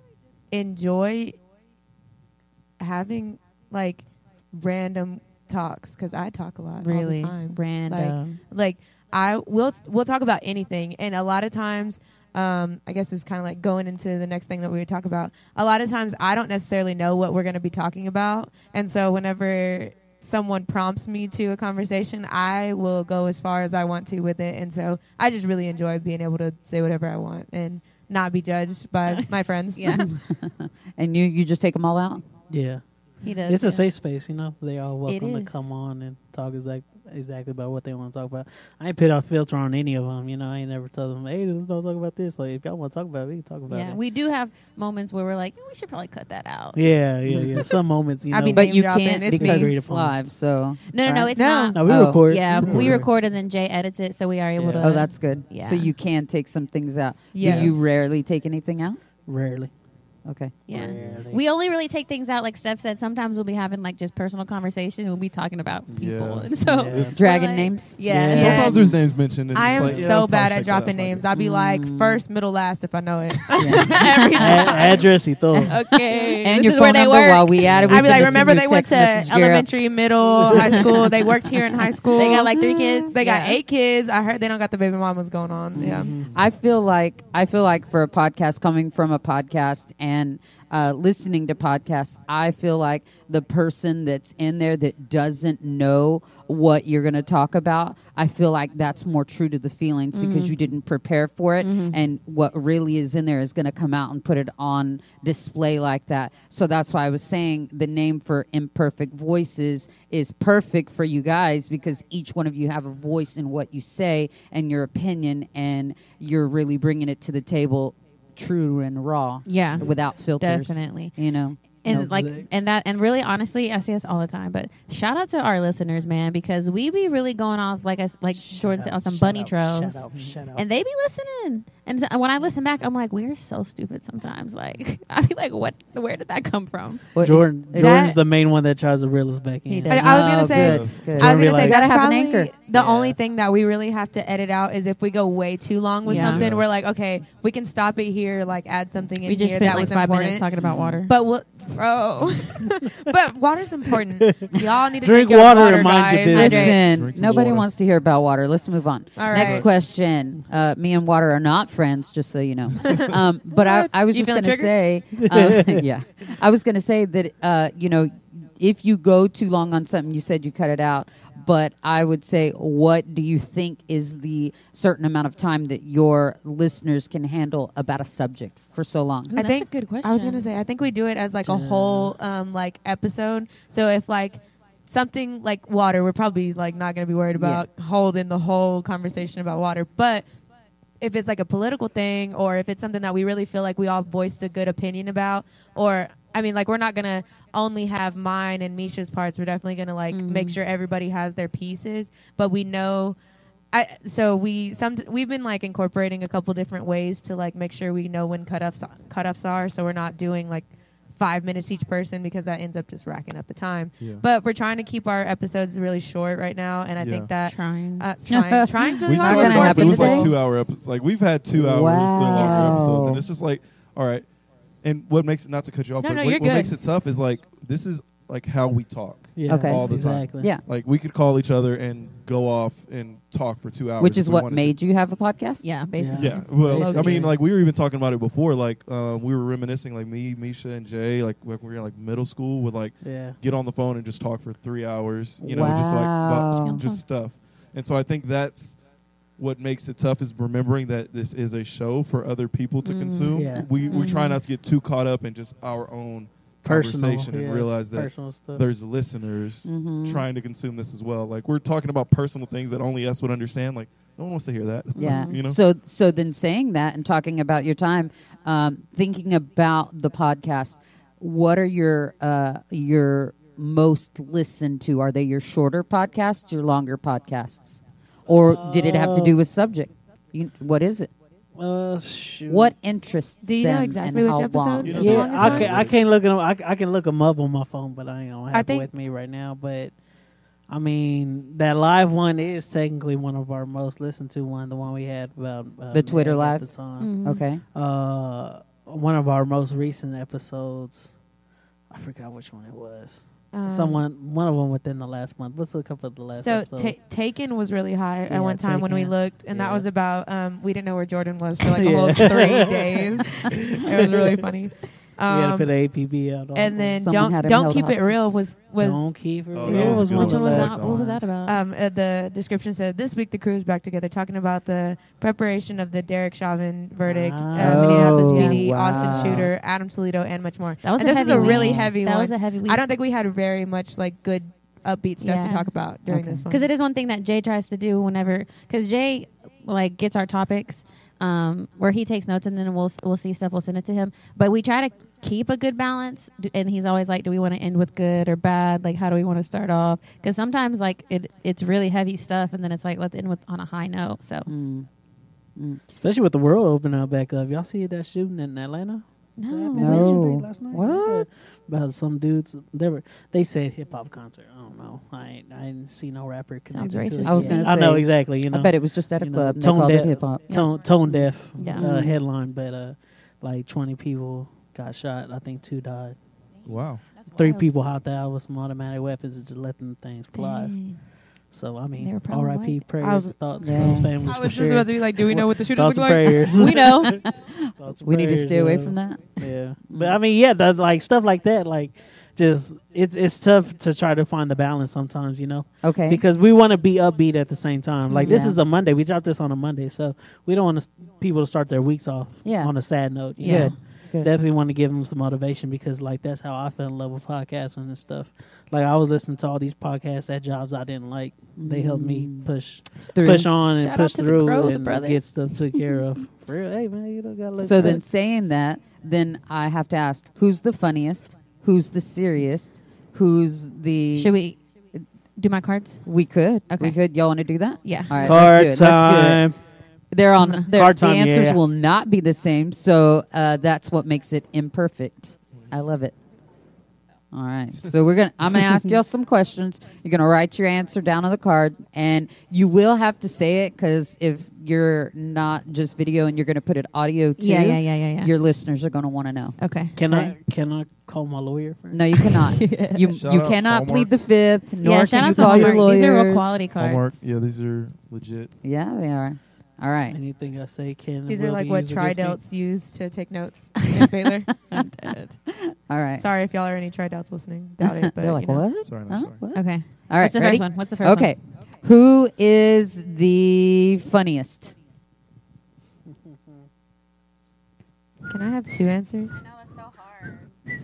Speaker 5: enjoy having like random talks because I talk a lot. all the
Speaker 3: really
Speaker 5: time
Speaker 3: random.
Speaker 5: like I will we'll talk about anything and a lot of times um, I guess it's kind of like going into the next thing that we would talk about. A lot of times I don't necessarily know what we're going to be talking about. And so whenever someone prompts me to a conversation, I will go as far as I want to with it. And so I just really enjoy being able to say whatever I want and not be judged by my friends.
Speaker 3: yeah,
Speaker 4: And you you just take them all out.
Speaker 6: Yeah.
Speaker 3: He does.
Speaker 6: It's
Speaker 3: yeah.
Speaker 6: a safe space, you know. They all welcome to
Speaker 3: is.
Speaker 6: come on and talk exact, exactly about what they want to talk about. I ain't put a filter on any of them, you know. I ain't never tell them, hey, let's don't talk about this. Like, if y'all want to talk about it, we can talk about
Speaker 3: Yeah,
Speaker 6: it.
Speaker 3: we do have moments where we're like, "Eh, we should probably cut that out.
Speaker 6: yeah, yeah, yeah. Some moments, you
Speaker 5: I
Speaker 6: know.
Speaker 5: mean,
Speaker 4: But
Speaker 5: Name
Speaker 4: you
Speaker 5: dropping,
Speaker 4: can't
Speaker 5: it's
Speaker 4: because
Speaker 6: me.
Speaker 4: it's live. So
Speaker 3: No, no, no.
Speaker 4: Right?
Speaker 3: It's
Speaker 5: No.
Speaker 3: not.
Speaker 6: no, we
Speaker 4: oh,
Speaker 6: record.
Speaker 3: Yeah,
Speaker 6: We
Speaker 3: we
Speaker 6: record.
Speaker 3: record and then Jay edits it, so we are able
Speaker 6: Yeah.
Speaker 3: to.
Speaker 4: oh, that's good.
Speaker 3: yeah.
Speaker 4: So you can take some things out.
Speaker 5: Yes.
Speaker 4: Do you rarely take anything out?
Speaker 6: Rarely.
Speaker 4: Okay.
Speaker 3: yeah.
Speaker 6: Rarely.
Speaker 3: We only really take things out, like Steph said. Sometimes we'll be having like just personal conversations. We'll be talking about people,
Speaker 2: Yeah.
Speaker 3: and so
Speaker 6: Yeah.
Speaker 4: Dragon
Speaker 3: like-
Speaker 4: names.
Speaker 3: Yeah,
Speaker 6: Yeah.
Speaker 2: Sometimes there's names mentioned. And
Speaker 5: I
Speaker 2: it's
Speaker 5: am
Speaker 2: like, yeah,
Speaker 5: so
Speaker 2: I'll
Speaker 5: bad
Speaker 2: probably
Speaker 5: at
Speaker 2: check that out.
Speaker 5: dropping
Speaker 2: It's like,
Speaker 5: names. I'll be like
Speaker 4: Mm.
Speaker 5: first, middle, last if I know it.
Speaker 6: A-
Speaker 5: Every time.
Speaker 6: address, he thought.
Speaker 5: Okay.
Speaker 4: And
Speaker 3: This
Speaker 4: your
Speaker 3: is
Speaker 4: phone
Speaker 3: where they
Speaker 4: number
Speaker 3: work.
Speaker 4: while we added.
Speaker 5: I'd be like, remember they went to elementary, middle, high school. They worked here in high school.
Speaker 3: They got like three kids.
Speaker 5: They got
Speaker 3: Yeah. Mm-hmm.
Speaker 5: eight kids. I heard they don't got the baby mamas going on. Yeah.
Speaker 4: I feel like I feel like for a podcast coming from a podcast and uh, listening to podcasts, I feel like the person that's in there that doesn't know what you're going to talk about, I feel like that's more true to the feelings because you didn't prepare for it, and what really is in there is going to come out and put it on display like that. So that's why I was saying the name for imperfect voices is perfect for you guys because each one of you have a voice in what you say and your opinion, and you're really bringing it to the table, true and raw,
Speaker 3: Yeah,
Speaker 4: without filters.
Speaker 3: definitely.
Speaker 4: you know.
Speaker 3: and
Speaker 4: No-
Speaker 3: like
Speaker 6: Zach.
Speaker 3: and that and really honestly i see us all the time but shout out to our listeners man because we be really going off like us like jordan said on some bunny trails
Speaker 6: Shut up, shut up.
Speaker 3: and they be listening and so, when i listen back i'm like we're so stupid sometimes like i be like what where did that come from
Speaker 4: Well, it's-
Speaker 6: Jordan,
Speaker 4: it's-
Speaker 6: Jordan's the main one that tries to reel us back in.
Speaker 4: He
Speaker 5: I-
Speaker 4: does.
Speaker 5: I was gonna
Speaker 4: Oh,
Speaker 5: say-
Speaker 4: good, good.
Speaker 5: I was gonna
Speaker 6: Like-
Speaker 5: say that's
Speaker 6: You
Speaker 4: gotta have an
Speaker 5: probably
Speaker 4: anchor.
Speaker 5: the
Speaker 6: Yeah.
Speaker 5: only thing that we really have to edit out is if we go way too long with
Speaker 3: Yeah.
Speaker 5: something.
Speaker 2: Yeah.
Speaker 5: We're like, okay, we can stop it here. Like, add something in
Speaker 3: we just
Speaker 5: here
Speaker 3: spent
Speaker 5: that
Speaker 3: like
Speaker 5: was
Speaker 3: five
Speaker 5: important.
Speaker 3: minutes talking about water
Speaker 5: But what, bro? but water's important. Y'all need to drink,
Speaker 6: Drink
Speaker 5: your
Speaker 6: water
Speaker 5: water
Speaker 6: and mind
Speaker 5: guys.
Speaker 6: your business.
Speaker 5: Okay.
Speaker 4: Listen,
Speaker 2: Drinking
Speaker 4: nobody
Speaker 2: water.
Speaker 4: wants to hear about water. Let's move on.
Speaker 5: All right.
Speaker 4: Next question. Uh, me and water are not friends, just so you know. Um, but I, I was
Speaker 5: You
Speaker 4: just going
Speaker 5: feeling
Speaker 4: to
Speaker 5: triggered?
Speaker 4: say, um, yeah, I was going to say that, uh, you know, if you go too long on something, you said you cut it out. But I would say, what do you think is the certain amount of time that your listeners can handle about a subject for so long?
Speaker 3: Ooh,
Speaker 5: I
Speaker 3: that's
Speaker 5: think
Speaker 3: a good
Speaker 5: I was gonna
Speaker 3: question.
Speaker 5: say I think we do it as like a whole um, like episode. So if like something like water, we're probably like not gonna be worried about holding the whole conversation about water. But if it's like a political thing or if it's something that we really feel like we all voiced a good opinion about, or I mean like we're not gonna only have mine and Misha's parts. We're definitely gonna like make sure everybody has their pieces, but we know I, so we some we've been like incorporating a couple different ways to like make sure we know when cutoffs cutoffs are, so we're not doing like five minutes each person because that ends up just racking up the time.
Speaker 2: Yeah.
Speaker 5: But we're trying to keep our episodes really short right now, and I think that
Speaker 3: trying
Speaker 5: uh, trying trying's really
Speaker 2: we
Speaker 5: hard.
Speaker 4: not
Speaker 2: started
Speaker 4: gonna
Speaker 2: off-
Speaker 4: happen
Speaker 2: It was
Speaker 4: today?
Speaker 2: like two hour episodes. Like we've had two hours they're longer episodes,
Speaker 4: Wow.
Speaker 2: and it's just like, all right. And what makes it not to cut you off,
Speaker 5: No,
Speaker 2: but
Speaker 5: no,
Speaker 2: what,
Speaker 5: you're
Speaker 2: what
Speaker 5: good.
Speaker 2: makes it tough is like this is like how we talk.
Speaker 6: Yeah,
Speaker 4: Okay.
Speaker 2: all the time.
Speaker 6: exactly.
Speaker 4: Yeah.
Speaker 2: Like we could call each other and go off and talk for two hours,
Speaker 4: Which is
Speaker 2: if we
Speaker 4: what
Speaker 2: wanted to.
Speaker 4: made you have a podcast?
Speaker 3: yeah basically
Speaker 2: Yeah, well, I
Speaker 6: Basically.
Speaker 2: mean, like we were even talking about it before. Like um, we were reminiscing, like me, Misha, and Jay, like when we were in like middle school, would like
Speaker 6: Yeah.
Speaker 2: get on the phone and just talk for three hours, you know, just like
Speaker 4: Wow.
Speaker 2: about, just
Speaker 6: Uh-huh.
Speaker 2: stuff. And so I think that's what makes it tough is remembering that this is a show for other people
Speaker 4: Mm.
Speaker 2: to consume.
Speaker 6: Yeah.
Speaker 2: We we
Speaker 4: Mm-hmm.
Speaker 2: try not to get too caught up in just our own
Speaker 6: Personal.
Speaker 2: conversation
Speaker 6: yeah,
Speaker 2: and realize that
Speaker 6: personal stuff.
Speaker 2: there's listeners
Speaker 4: Mhm.
Speaker 2: trying to consume this as well. Like we're talking about personal things that only us would understand. Like no one wants to hear that.
Speaker 6: Mm-hmm.
Speaker 4: Yeah.
Speaker 2: you know.
Speaker 4: So so then saying that and talking about your time, um, thinking about the podcast, what are your uh, your most listened to? Are they your shorter podcasts, your longer podcasts, or did it have to do with subject? You, what is it?
Speaker 6: Uh, shoot.
Speaker 4: What interests
Speaker 5: Do you know
Speaker 4: them
Speaker 5: exactly
Speaker 4: and
Speaker 5: which
Speaker 4: how
Speaker 5: episode?
Speaker 4: long?
Speaker 2: You know,
Speaker 6: Yeah,
Speaker 2: long as
Speaker 6: I
Speaker 2: mine
Speaker 6: can, I
Speaker 2: is.
Speaker 6: can't look at 'em- I, c- I can look them up on my phone, but I don't have it
Speaker 5: think-
Speaker 6: with me right now. But I mean, that live one is technically one of our most listened to one. The one we had about uh,
Speaker 4: The Twitter
Speaker 6: Meg
Speaker 4: live?
Speaker 6: at the
Speaker 5: Mm.
Speaker 6: time.
Speaker 4: Okay.
Speaker 6: Uh, one of our most recent episodes. I forgot which one it was.
Speaker 5: Um,
Speaker 6: Someone, one of them within the last month. What's a couple of the last?
Speaker 5: So
Speaker 6: episodes?
Speaker 5: ta Taken was really high
Speaker 6: Yeah,
Speaker 5: at one time when we
Speaker 6: Taken.
Speaker 5: looked, and that
Speaker 6: Yeah.
Speaker 5: was about um, we didn't know where Jordan was for like a
Speaker 6: Yeah.
Speaker 5: whole three days. It was really funny.
Speaker 6: we had
Speaker 5: Um,
Speaker 6: to put a APB out. On
Speaker 5: and then
Speaker 4: Someone
Speaker 5: don't
Speaker 4: had him
Speaker 5: don't
Speaker 4: held
Speaker 5: keep it
Speaker 4: hostage.
Speaker 5: real was was
Speaker 6: don't keep it.
Speaker 2: Oh,
Speaker 6: real
Speaker 2: that was a
Speaker 6: was
Speaker 2: good
Speaker 6: one
Speaker 3: Which
Speaker 2: one.
Speaker 6: of
Speaker 3: one was
Speaker 6: the
Speaker 3: that?
Speaker 2: Back
Speaker 6: best
Speaker 3: What was that
Speaker 6: ones.
Speaker 3: about?
Speaker 5: um, uh, the description said this week the crew is back together talking about the preparation of the Derek Chauvin verdict, uh,
Speaker 6: Oh,
Speaker 5: Minneapolis PD,
Speaker 4: wow.
Speaker 5: Austin shooter, Adam Toledo, and much more.
Speaker 3: that was
Speaker 5: and
Speaker 3: a
Speaker 5: this is
Speaker 3: heavy
Speaker 5: a really
Speaker 3: week.
Speaker 5: heavy
Speaker 3: that
Speaker 5: one.
Speaker 3: was a heavy week.
Speaker 5: I don't think we had very much like good upbeat stuff
Speaker 3: Yeah.
Speaker 5: to talk about during
Speaker 4: Okay.
Speaker 5: this one
Speaker 3: because it is one thing that Jay tries to do whenever because Jay like gets our topics um, where he takes notes and then we'll we'll see stuff we'll send it to him but we try to keep a good balance d- and he's always like do we want to end with good or bad like how do we want to start off because sometimes like it it's really heavy stuff and then it's like let's end with on a high note so
Speaker 4: Mm.
Speaker 6: Especially with the world opening up back up. Y'all see that shooting in Atlanta?
Speaker 3: no,
Speaker 4: No.
Speaker 6: Last night?
Speaker 4: What?
Speaker 6: Yeah. About some dudes. They were. They said hip hop concert. I don't know. I ain't, I didn't see no rapper.
Speaker 3: Sounds
Speaker 6: connected to it
Speaker 3: racist
Speaker 4: I was
Speaker 6: yet.
Speaker 4: gonna
Speaker 6: I know
Speaker 4: say,
Speaker 6: exactly. You know.
Speaker 4: I bet it was just at a
Speaker 6: you know,
Speaker 4: club. and they
Speaker 6: tone
Speaker 4: called it
Speaker 6: deaf.
Speaker 4: hip hop.
Speaker 6: tone tone deaf
Speaker 3: Yeah.
Speaker 6: uh, headline, but uh, like twenty people got shot. I think two died.
Speaker 2: Wow.
Speaker 6: Three people hopped out with some automatic weapons and just let them things fly.
Speaker 3: Dang.
Speaker 6: So I
Speaker 3: They
Speaker 6: mean,
Speaker 3: were probably
Speaker 6: R.I.P.
Speaker 3: white.
Speaker 6: Prayers,
Speaker 5: I was-
Speaker 6: thoughts,
Speaker 4: Yeah.
Speaker 6: those families.
Speaker 5: I
Speaker 6: for
Speaker 5: was just
Speaker 6: sure.
Speaker 5: about to be like do we know what the shooters
Speaker 6: thoughts
Speaker 5: look
Speaker 6: and
Speaker 5: like
Speaker 6: prayers.
Speaker 3: we know
Speaker 6: Thoughts and
Speaker 4: We need to
Speaker 6: prayers, uh,
Speaker 4: stay away
Speaker 6: yeah.
Speaker 4: from that.
Speaker 6: Yeah,
Speaker 4: Mm-hmm.
Speaker 6: but I mean, yeah, the, like stuff like that, like just it's it's tough to try to find the balance sometimes, you know,
Speaker 4: Okay.
Speaker 6: because we want to be upbeat at the same time. Like this
Speaker 4: Yeah.
Speaker 6: is a Monday, we dropped this on a Monday, so we don't want people to start their weeks off
Speaker 4: Yeah.
Speaker 6: on a sad note. you
Speaker 4: Good.
Speaker 6: know?
Speaker 4: Good.
Speaker 6: definitely want to give them some motivation because like that's how I fell in love with podcasting and stuff. Like I was listening to all these podcasts at jobs I didn't like. They helped me push
Speaker 4: Mm. Through.
Speaker 6: push on and
Speaker 3: Shout out
Speaker 6: push
Speaker 3: to the
Speaker 6: through
Speaker 3: Groves
Speaker 6: and
Speaker 3: brothers.
Speaker 6: get stuff taken care of. For real, hey man, you don't gotta let
Speaker 4: So
Speaker 6: stuff-
Speaker 4: then, saying that, then I have to ask: Who's the funniest? Who's the serious? Who's the?
Speaker 3: should we uh, do my cards
Speaker 4: We could.
Speaker 3: Okay.
Speaker 4: We could. Y'all want to do that?
Speaker 3: yeah
Speaker 4: All right.
Speaker 6: card
Speaker 4: let's do it. Let's do it.
Speaker 6: time.
Speaker 4: They're on. They're,
Speaker 6: Card
Speaker 4: the
Speaker 6: time,
Speaker 4: answers
Speaker 6: yeah.
Speaker 4: will not be the same, so uh, that's what makes it imperfect. I love it. All right, so we're gonna. I'm gonna ask y'all some questions. You're gonna write your answer down on the card, and you will have to say it because if you're not just video and you're gonna put it audio too,
Speaker 3: yeah yeah yeah yeah yeah
Speaker 4: your listeners are gonna want to know.
Speaker 3: okay
Speaker 6: Can
Speaker 4: Okay.
Speaker 6: I can I call my lawyer? First?
Speaker 4: No, you cannot. You
Speaker 2: Shout
Speaker 4: you
Speaker 2: out
Speaker 4: cannot
Speaker 2: Hallmark.
Speaker 4: plead the fifth. Nor
Speaker 3: yeah
Speaker 4: can
Speaker 3: shout
Speaker 4: you
Speaker 3: out to
Speaker 4: call
Speaker 3: Hallmark.
Speaker 4: your lawyers.
Speaker 3: these are real quality cards
Speaker 2: Hallmark. Yeah, these are legit.
Speaker 4: Yeah, they are. All right.
Speaker 6: Anything I say can. and
Speaker 5: these are
Speaker 6: will
Speaker 5: like
Speaker 6: be
Speaker 5: what
Speaker 6: used against me.
Speaker 5: tridelts use to take notes in Baylor I'm dead.
Speaker 4: All right.
Speaker 5: sorry if y'all are any tridelts listening doubt it but
Speaker 4: They're like
Speaker 5: you know.
Speaker 4: what?
Speaker 2: Sorry,
Speaker 4: Huh?
Speaker 2: not sorry.
Speaker 4: What?
Speaker 3: okay
Speaker 4: All right.
Speaker 3: what's the
Speaker 4: ready?
Speaker 3: first one what's the first
Speaker 4: Okay. Who is the funniest?
Speaker 5: can I have two answers
Speaker 4: Do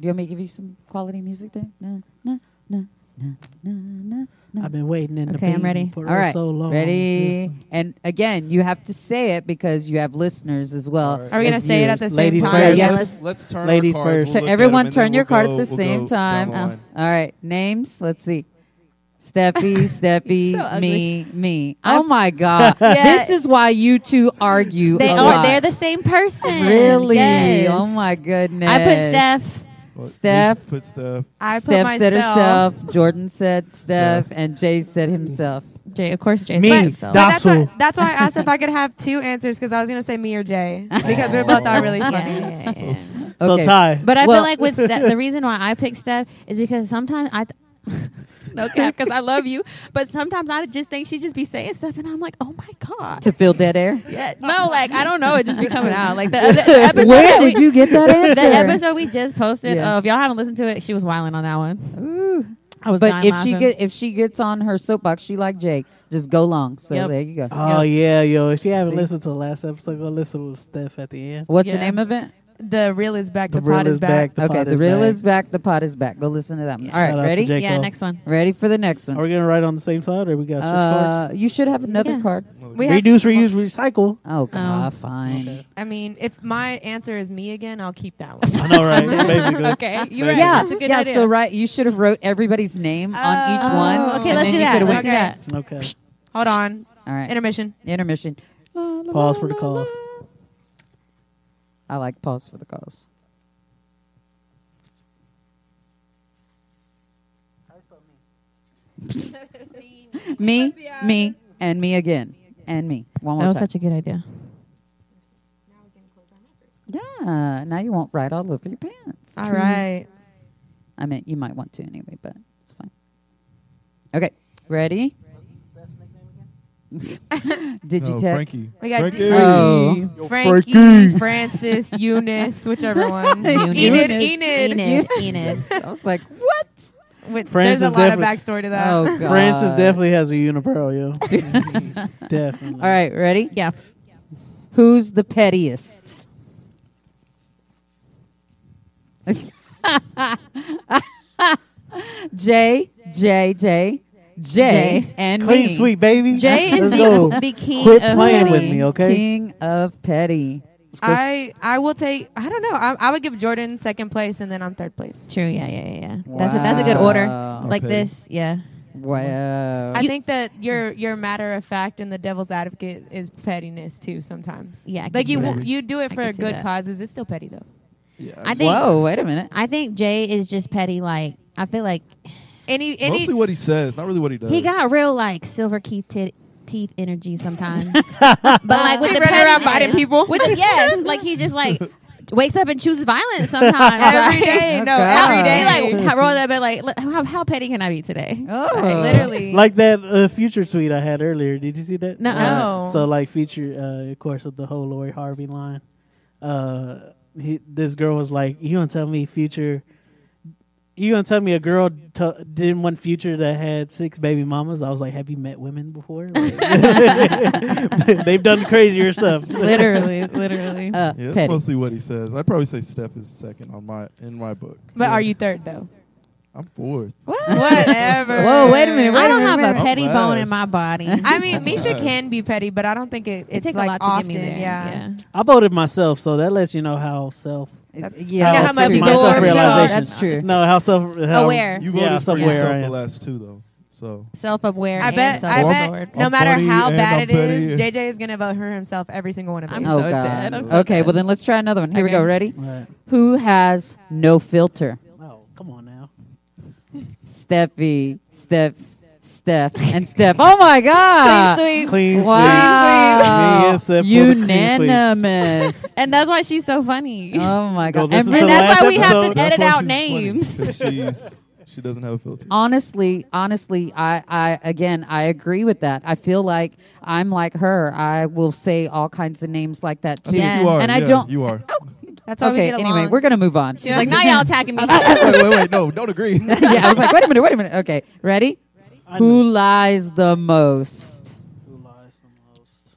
Speaker 4: you want me to give you some quality music there? No, no, no, no, no, no.
Speaker 6: I've been waiting in the
Speaker 3: Okay, I'm
Speaker 6: pain
Speaker 3: ready.
Speaker 6: For
Speaker 4: All right.
Speaker 6: so long.
Speaker 4: Ready? And again, you have to say it because you have listeners as well.
Speaker 2: All right.
Speaker 5: are we gonna
Speaker 6: It's
Speaker 5: say it at the
Speaker 6: yours.
Speaker 5: same
Speaker 6: Ladies
Speaker 5: time
Speaker 6: first.
Speaker 4: Yeah,
Speaker 2: let's,
Speaker 4: let's-
Speaker 2: let's turn
Speaker 6: ladies
Speaker 2: our cards.
Speaker 6: first.
Speaker 4: So
Speaker 2: We'll look at 'em
Speaker 4: everyone
Speaker 2: and
Speaker 4: turn
Speaker 2: then
Speaker 4: your
Speaker 2: we'll
Speaker 4: card
Speaker 2: go-
Speaker 4: at the
Speaker 2: we'll
Speaker 4: same
Speaker 2: go
Speaker 4: time.
Speaker 2: down the line.
Speaker 4: All right. Names? Let's see. Steffi, Steffi,
Speaker 3: So ugly.
Speaker 4: me, me. oh my God.
Speaker 3: Yeah.
Speaker 4: This is why you two argue.
Speaker 3: They
Speaker 4: a
Speaker 3: are.
Speaker 4: lot.
Speaker 3: They're the same person.
Speaker 4: Really?
Speaker 3: Yes.
Speaker 4: Oh my goodness.
Speaker 3: I put Steph.
Speaker 2: Well,
Speaker 4: Steph.
Speaker 2: Lisa Put Steph.
Speaker 5: I put
Speaker 4: Steph
Speaker 5: myself
Speaker 4: said
Speaker 5: uh,
Speaker 4: herself. Jordan said Steph, and Jay said himself.
Speaker 3: Jay, of course, Jay.
Speaker 6: Me.
Speaker 3: said himself.
Speaker 6: Doc-
Speaker 5: But that's, why,
Speaker 6: Dasu.
Speaker 5: that's why I asked if I could have two answers because I was gonna say me or Jay because we both are really
Speaker 3: Yeah,
Speaker 5: funny.
Speaker 3: yeah, yeah, yeah.
Speaker 6: So
Speaker 4: Okay.
Speaker 6: Ty,
Speaker 3: But I
Speaker 4: Well-
Speaker 3: feel like with Steph, the reason why I pick Steph is because sometimes I. Th- no cap, because I love you, but sometimes I just think she just be saying stuff, and I'm like, oh my god.
Speaker 4: To fill dead air.
Speaker 3: Yeah, no, like I don't know, it just be coming out. Like the, other, the episode,
Speaker 4: Where
Speaker 3: that
Speaker 4: did
Speaker 3: we,
Speaker 4: you get that answer?
Speaker 3: the episode we just posted.
Speaker 4: Yeah.
Speaker 3: Uh, if y'all haven't listened to it, she was wiling on that one.
Speaker 4: Ooh.
Speaker 3: I was.
Speaker 4: But
Speaker 3: dying
Speaker 4: if she
Speaker 3: laughing.
Speaker 4: get if she gets on her soapbox, she like Jake. Just go long. So
Speaker 3: Yep.
Speaker 4: there you go.
Speaker 6: oh yeah, yo, if you haven't
Speaker 4: See?
Speaker 6: listened to the last episode, go listen to Steph at the end.
Speaker 4: What's the
Speaker 5: Yeah.
Speaker 4: name of it?
Speaker 5: The real is back. The,
Speaker 6: real
Speaker 5: pot is back.
Speaker 6: The
Speaker 4: okay,
Speaker 6: pot
Speaker 4: the reel is
Speaker 6: back.
Speaker 4: back. The pot is back. Go listen to that one.
Speaker 3: Yeah.
Speaker 4: All right,
Speaker 6: Shout out to
Speaker 4: ready?
Speaker 6: Jake.
Speaker 3: yeah,
Speaker 6: Go.
Speaker 3: next one.
Speaker 4: Ready for the next one?
Speaker 6: Are we gonna write on the same side, or we got switch
Speaker 4: Uh,
Speaker 6: cards?
Speaker 4: you should have another
Speaker 3: Yeah.
Speaker 4: card.
Speaker 5: We have-
Speaker 6: Reduce, reuse, recycle.
Speaker 4: Oh God, fine.
Speaker 5: I mean, if my answer is me again, I'll keep that one.
Speaker 6: I know, right? Basically.
Speaker 3: Okay, you're right.
Speaker 6: Basically.
Speaker 4: Yeah,
Speaker 3: That's a good
Speaker 4: yeah.
Speaker 3: idea.
Speaker 4: So right, you should have wrote everybody's name on each
Speaker 5: Oh.
Speaker 4: one. and
Speaker 3: Okay, let's
Speaker 4: then
Speaker 3: do
Speaker 4: you
Speaker 3: that.
Speaker 4: could have
Speaker 3: Let's
Speaker 4: went
Speaker 3: do
Speaker 4: to
Speaker 3: that.
Speaker 6: Okay.
Speaker 5: Hold on,
Speaker 4: All right.
Speaker 5: intermission.
Speaker 4: Intermission.
Speaker 6: Pause for the calls.
Speaker 4: I like pause for the calls. me, me, and me again, and me. One
Speaker 3: That
Speaker 4: more
Speaker 3: was
Speaker 4: time.
Speaker 3: such a good idea.
Speaker 4: yeah. Ah, Now you won't write all over your pants.
Speaker 5: All right,
Speaker 4: I mean, you might want to anyway, but it's fine. Okay, ready?
Speaker 2: No,
Speaker 4: Digitech.
Speaker 2: Oh, Frankie.
Speaker 5: We got
Speaker 2: Frankie.
Speaker 5: Frankie,
Speaker 4: Oh.
Speaker 2: Yo,
Speaker 5: Frankie,
Speaker 2: Frankie.
Speaker 5: Francis, Eunice, whichever one.
Speaker 3: Eunice.
Speaker 5: Enid,
Speaker 3: Enid.
Speaker 5: Enid.
Speaker 3: Enid. Enid.
Speaker 4: I was like,
Speaker 5: With, there's
Speaker 6: Francis
Speaker 5: a lot of
Speaker 6: definitely-
Speaker 5: backstory to that.
Speaker 4: oh god.
Speaker 6: Francis definitely has a unibrow, yo. definitely.
Speaker 4: All right, ready?
Speaker 3: Yeah.
Speaker 4: Who's the pettiest? J, J, J, J,
Speaker 3: Jay.
Speaker 4: and
Speaker 6: Clean
Speaker 4: me.
Speaker 6: sweep, baby.
Speaker 3: Jay is
Speaker 6: Let's
Speaker 3: the,
Speaker 6: go.
Speaker 3: the king
Speaker 6: Quit
Speaker 3: of
Speaker 6: playing with
Speaker 3: petty.
Speaker 6: me, okay?
Speaker 4: King of petty.
Speaker 5: I I will take. I don't know. I, I would give Jordan second place, and then I'm third place.
Speaker 3: True. Yeah. Yeah. Yeah. yeah. That's a, that's a good order.
Speaker 4: Wow.
Speaker 3: Like
Speaker 2: petty.
Speaker 3: this. Yeah.
Speaker 4: Wow.
Speaker 5: I think that your your matter of fact and the devil's advocate is pettiness too. Sometimes,
Speaker 3: Yeah. I
Speaker 5: like
Speaker 3: can
Speaker 5: you
Speaker 3: see
Speaker 5: w-
Speaker 3: that.
Speaker 5: you do it
Speaker 3: I
Speaker 5: for
Speaker 3: can see
Speaker 5: good
Speaker 3: that.
Speaker 5: causes. It's still petty though.
Speaker 2: Yeah,
Speaker 3: I think.
Speaker 4: Whoa, wait a minute.
Speaker 3: I think Jay is just petty. Like I feel like
Speaker 5: Any any.
Speaker 2: mostly what he says, not really what he does.
Speaker 3: he got real like silver key tit teeth energy sometimes. but like with
Speaker 5: He
Speaker 3: the
Speaker 5: running around
Speaker 3: pettiness-
Speaker 5: biting people.
Speaker 3: With the, yes, like he just like wakes up and chooses violence sometimes.
Speaker 5: Every
Speaker 3: like,
Speaker 5: day, no,
Speaker 3: Every
Speaker 5: every
Speaker 3: day,
Speaker 5: day.
Speaker 3: like roll up and like, li- how, how petty can I be today?
Speaker 4: Oh.
Speaker 3: Like,
Speaker 5: literally.
Speaker 6: Like that uh, future tweet I had earlier. Did you see that?
Speaker 3: No.
Speaker 6: Uh,
Speaker 5: No.
Speaker 6: so like feature, uh, of course, with the whole Lori Harvey line. Uh, he, this girl was like, "You gonna tell me future? You gonna tell me a girl t- didn't want future that had six baby mamas?" I was like, "Have you met women before? Like, they've done crazier stuff."
Speaker 3: literally, literally.
Speaker 4: Uh,
Speaker 2: Yeah, that's
Speaker 4: petty.
Speaker 2: mostly what he says. I'd probably say Steph is second on my in my book.
Speaker 5: but are you third though?
Speaker 2: I'm fourth.
Speaker 5: Whatever.
Speaker 4: Whoa, wait a minute.
Speaker 3: I
Speaker 4: wait
Speaker 3: don't
Speaker 4: minute,
Speaker 3: have
Speaker 4: wait
Speaker 3: a
Speaker 4: minute.
Speaker 3: petty
Speaker 2: I'm
Speaker 3: bone in
Speaker 2: biased.
Speaker 3: my body.
Speaker 5: I mean, Misha can be petty, but I don't think it,
Speaker 3: it
Speaker 5: it's
Speaker 3: takes
Speaker 5: like
Speaker 3: a lot to
Speaker 5: often.
Speaker 3: get me there.
Speaker 5: Yeah.
Speaker 6: I voted myself, so that lets you know how self.
Speaker 4: Uh, Yeah,
Speaker 5: You know how
Speaker 4: that's
Speaker 5: much
Speaker 4: true.
Speaker 5: absorbed you are.
Speaker 4: Self-realization. That's true.
Speaker 6: No, how self how
Speaker 3: Aware.
Speaker 2: You
Speaker 6: Yeah,
Speaker 2: voted for
Speaker 6: somewhere I
Speaker 2: yourself the
Speaker 6: am.
Speaker 2: last two though. So
Speaker 3: Self-aware.
Speaker 5: I bet.
Speaker 3: And
Speaker 5: I
Speaker 3: self-absorbed.
Speaker 5: bet. No
Speaker 2: I'm
Speaker 5: matter
Speaker 2: funny
Speaker 5: how
Speaker 2: and
Speaker 5: bad it
Speaker 2: I'm
Speaker 5: is,
Speaker 2: petty.
Speaker 5: JJ is gonna vote her himself every single one of
Speaker 3: I'm
Speaker 5: these.
Speaker 3: so
Speaker 4: Oh god.
Speaker 3: dead. I'm so
Speaker 4: okay,
Speaker 3: dead.
Speaker 4: well then let's try another one. Here we
Speaker 5: Okay.
Speaker 4: go. Ready?
Speaker 6: Right.
Speaker 4: Who has no filter?
Speaker 6: Oh, come on now.
Speaker 4: Steffi, Steph, Steph, and Steph. Oh my God!
Speaker 3: Sweet, sweet.
Speaker 6: Clean Me
Speaker 4: Wow!
Speaker 6: and Steph were the clean sweep.
Speaker 4: Unanimous.
Speaker 3: And that's why she's so funny.
Speaker 4: oh my
Speaker 6: Go
Speaker 4: God! And
Speaker 6: listen to
Speaker 3: and
Speaker 6: the
Speaker 3: that's
Speaker 6: last
Speaker 3: why we have
Speaker 6: episode.
Speaker 3: to edit
Speaker 2: why
Speaker 3: out
Speaker 2: she's funny,
Speaker 3: names.
Speaker 2: 'cause she's she doesn't have a filter.
Speaker 4: honestly, honestly, I, I again, I agree with that. I feel like I'm like her. I will say all kinds of names like that too.
Speaker 3: think Yeah.
Speaker 2: You are.
Speaker 4: and I
Speaker 2: yeah,
Speaker 4: don't.
Speaker 2: You are.
Speaker 3: That's why we
Speaker 4: Okay.
Speaker 3: get along.
Speaker 4: Anyway, we're gonna move on.
Speaker 3: She's like, now y'all attacking me.
Speaker 2: wait, wait, wait. No, don't agree.
Speaker 4: yeah, I was like, wait a minute, wait a minute. Okay, ready?
Speaker 6: I
Speaker 4: Who lies the most?
Speaker 6: Who lies the most?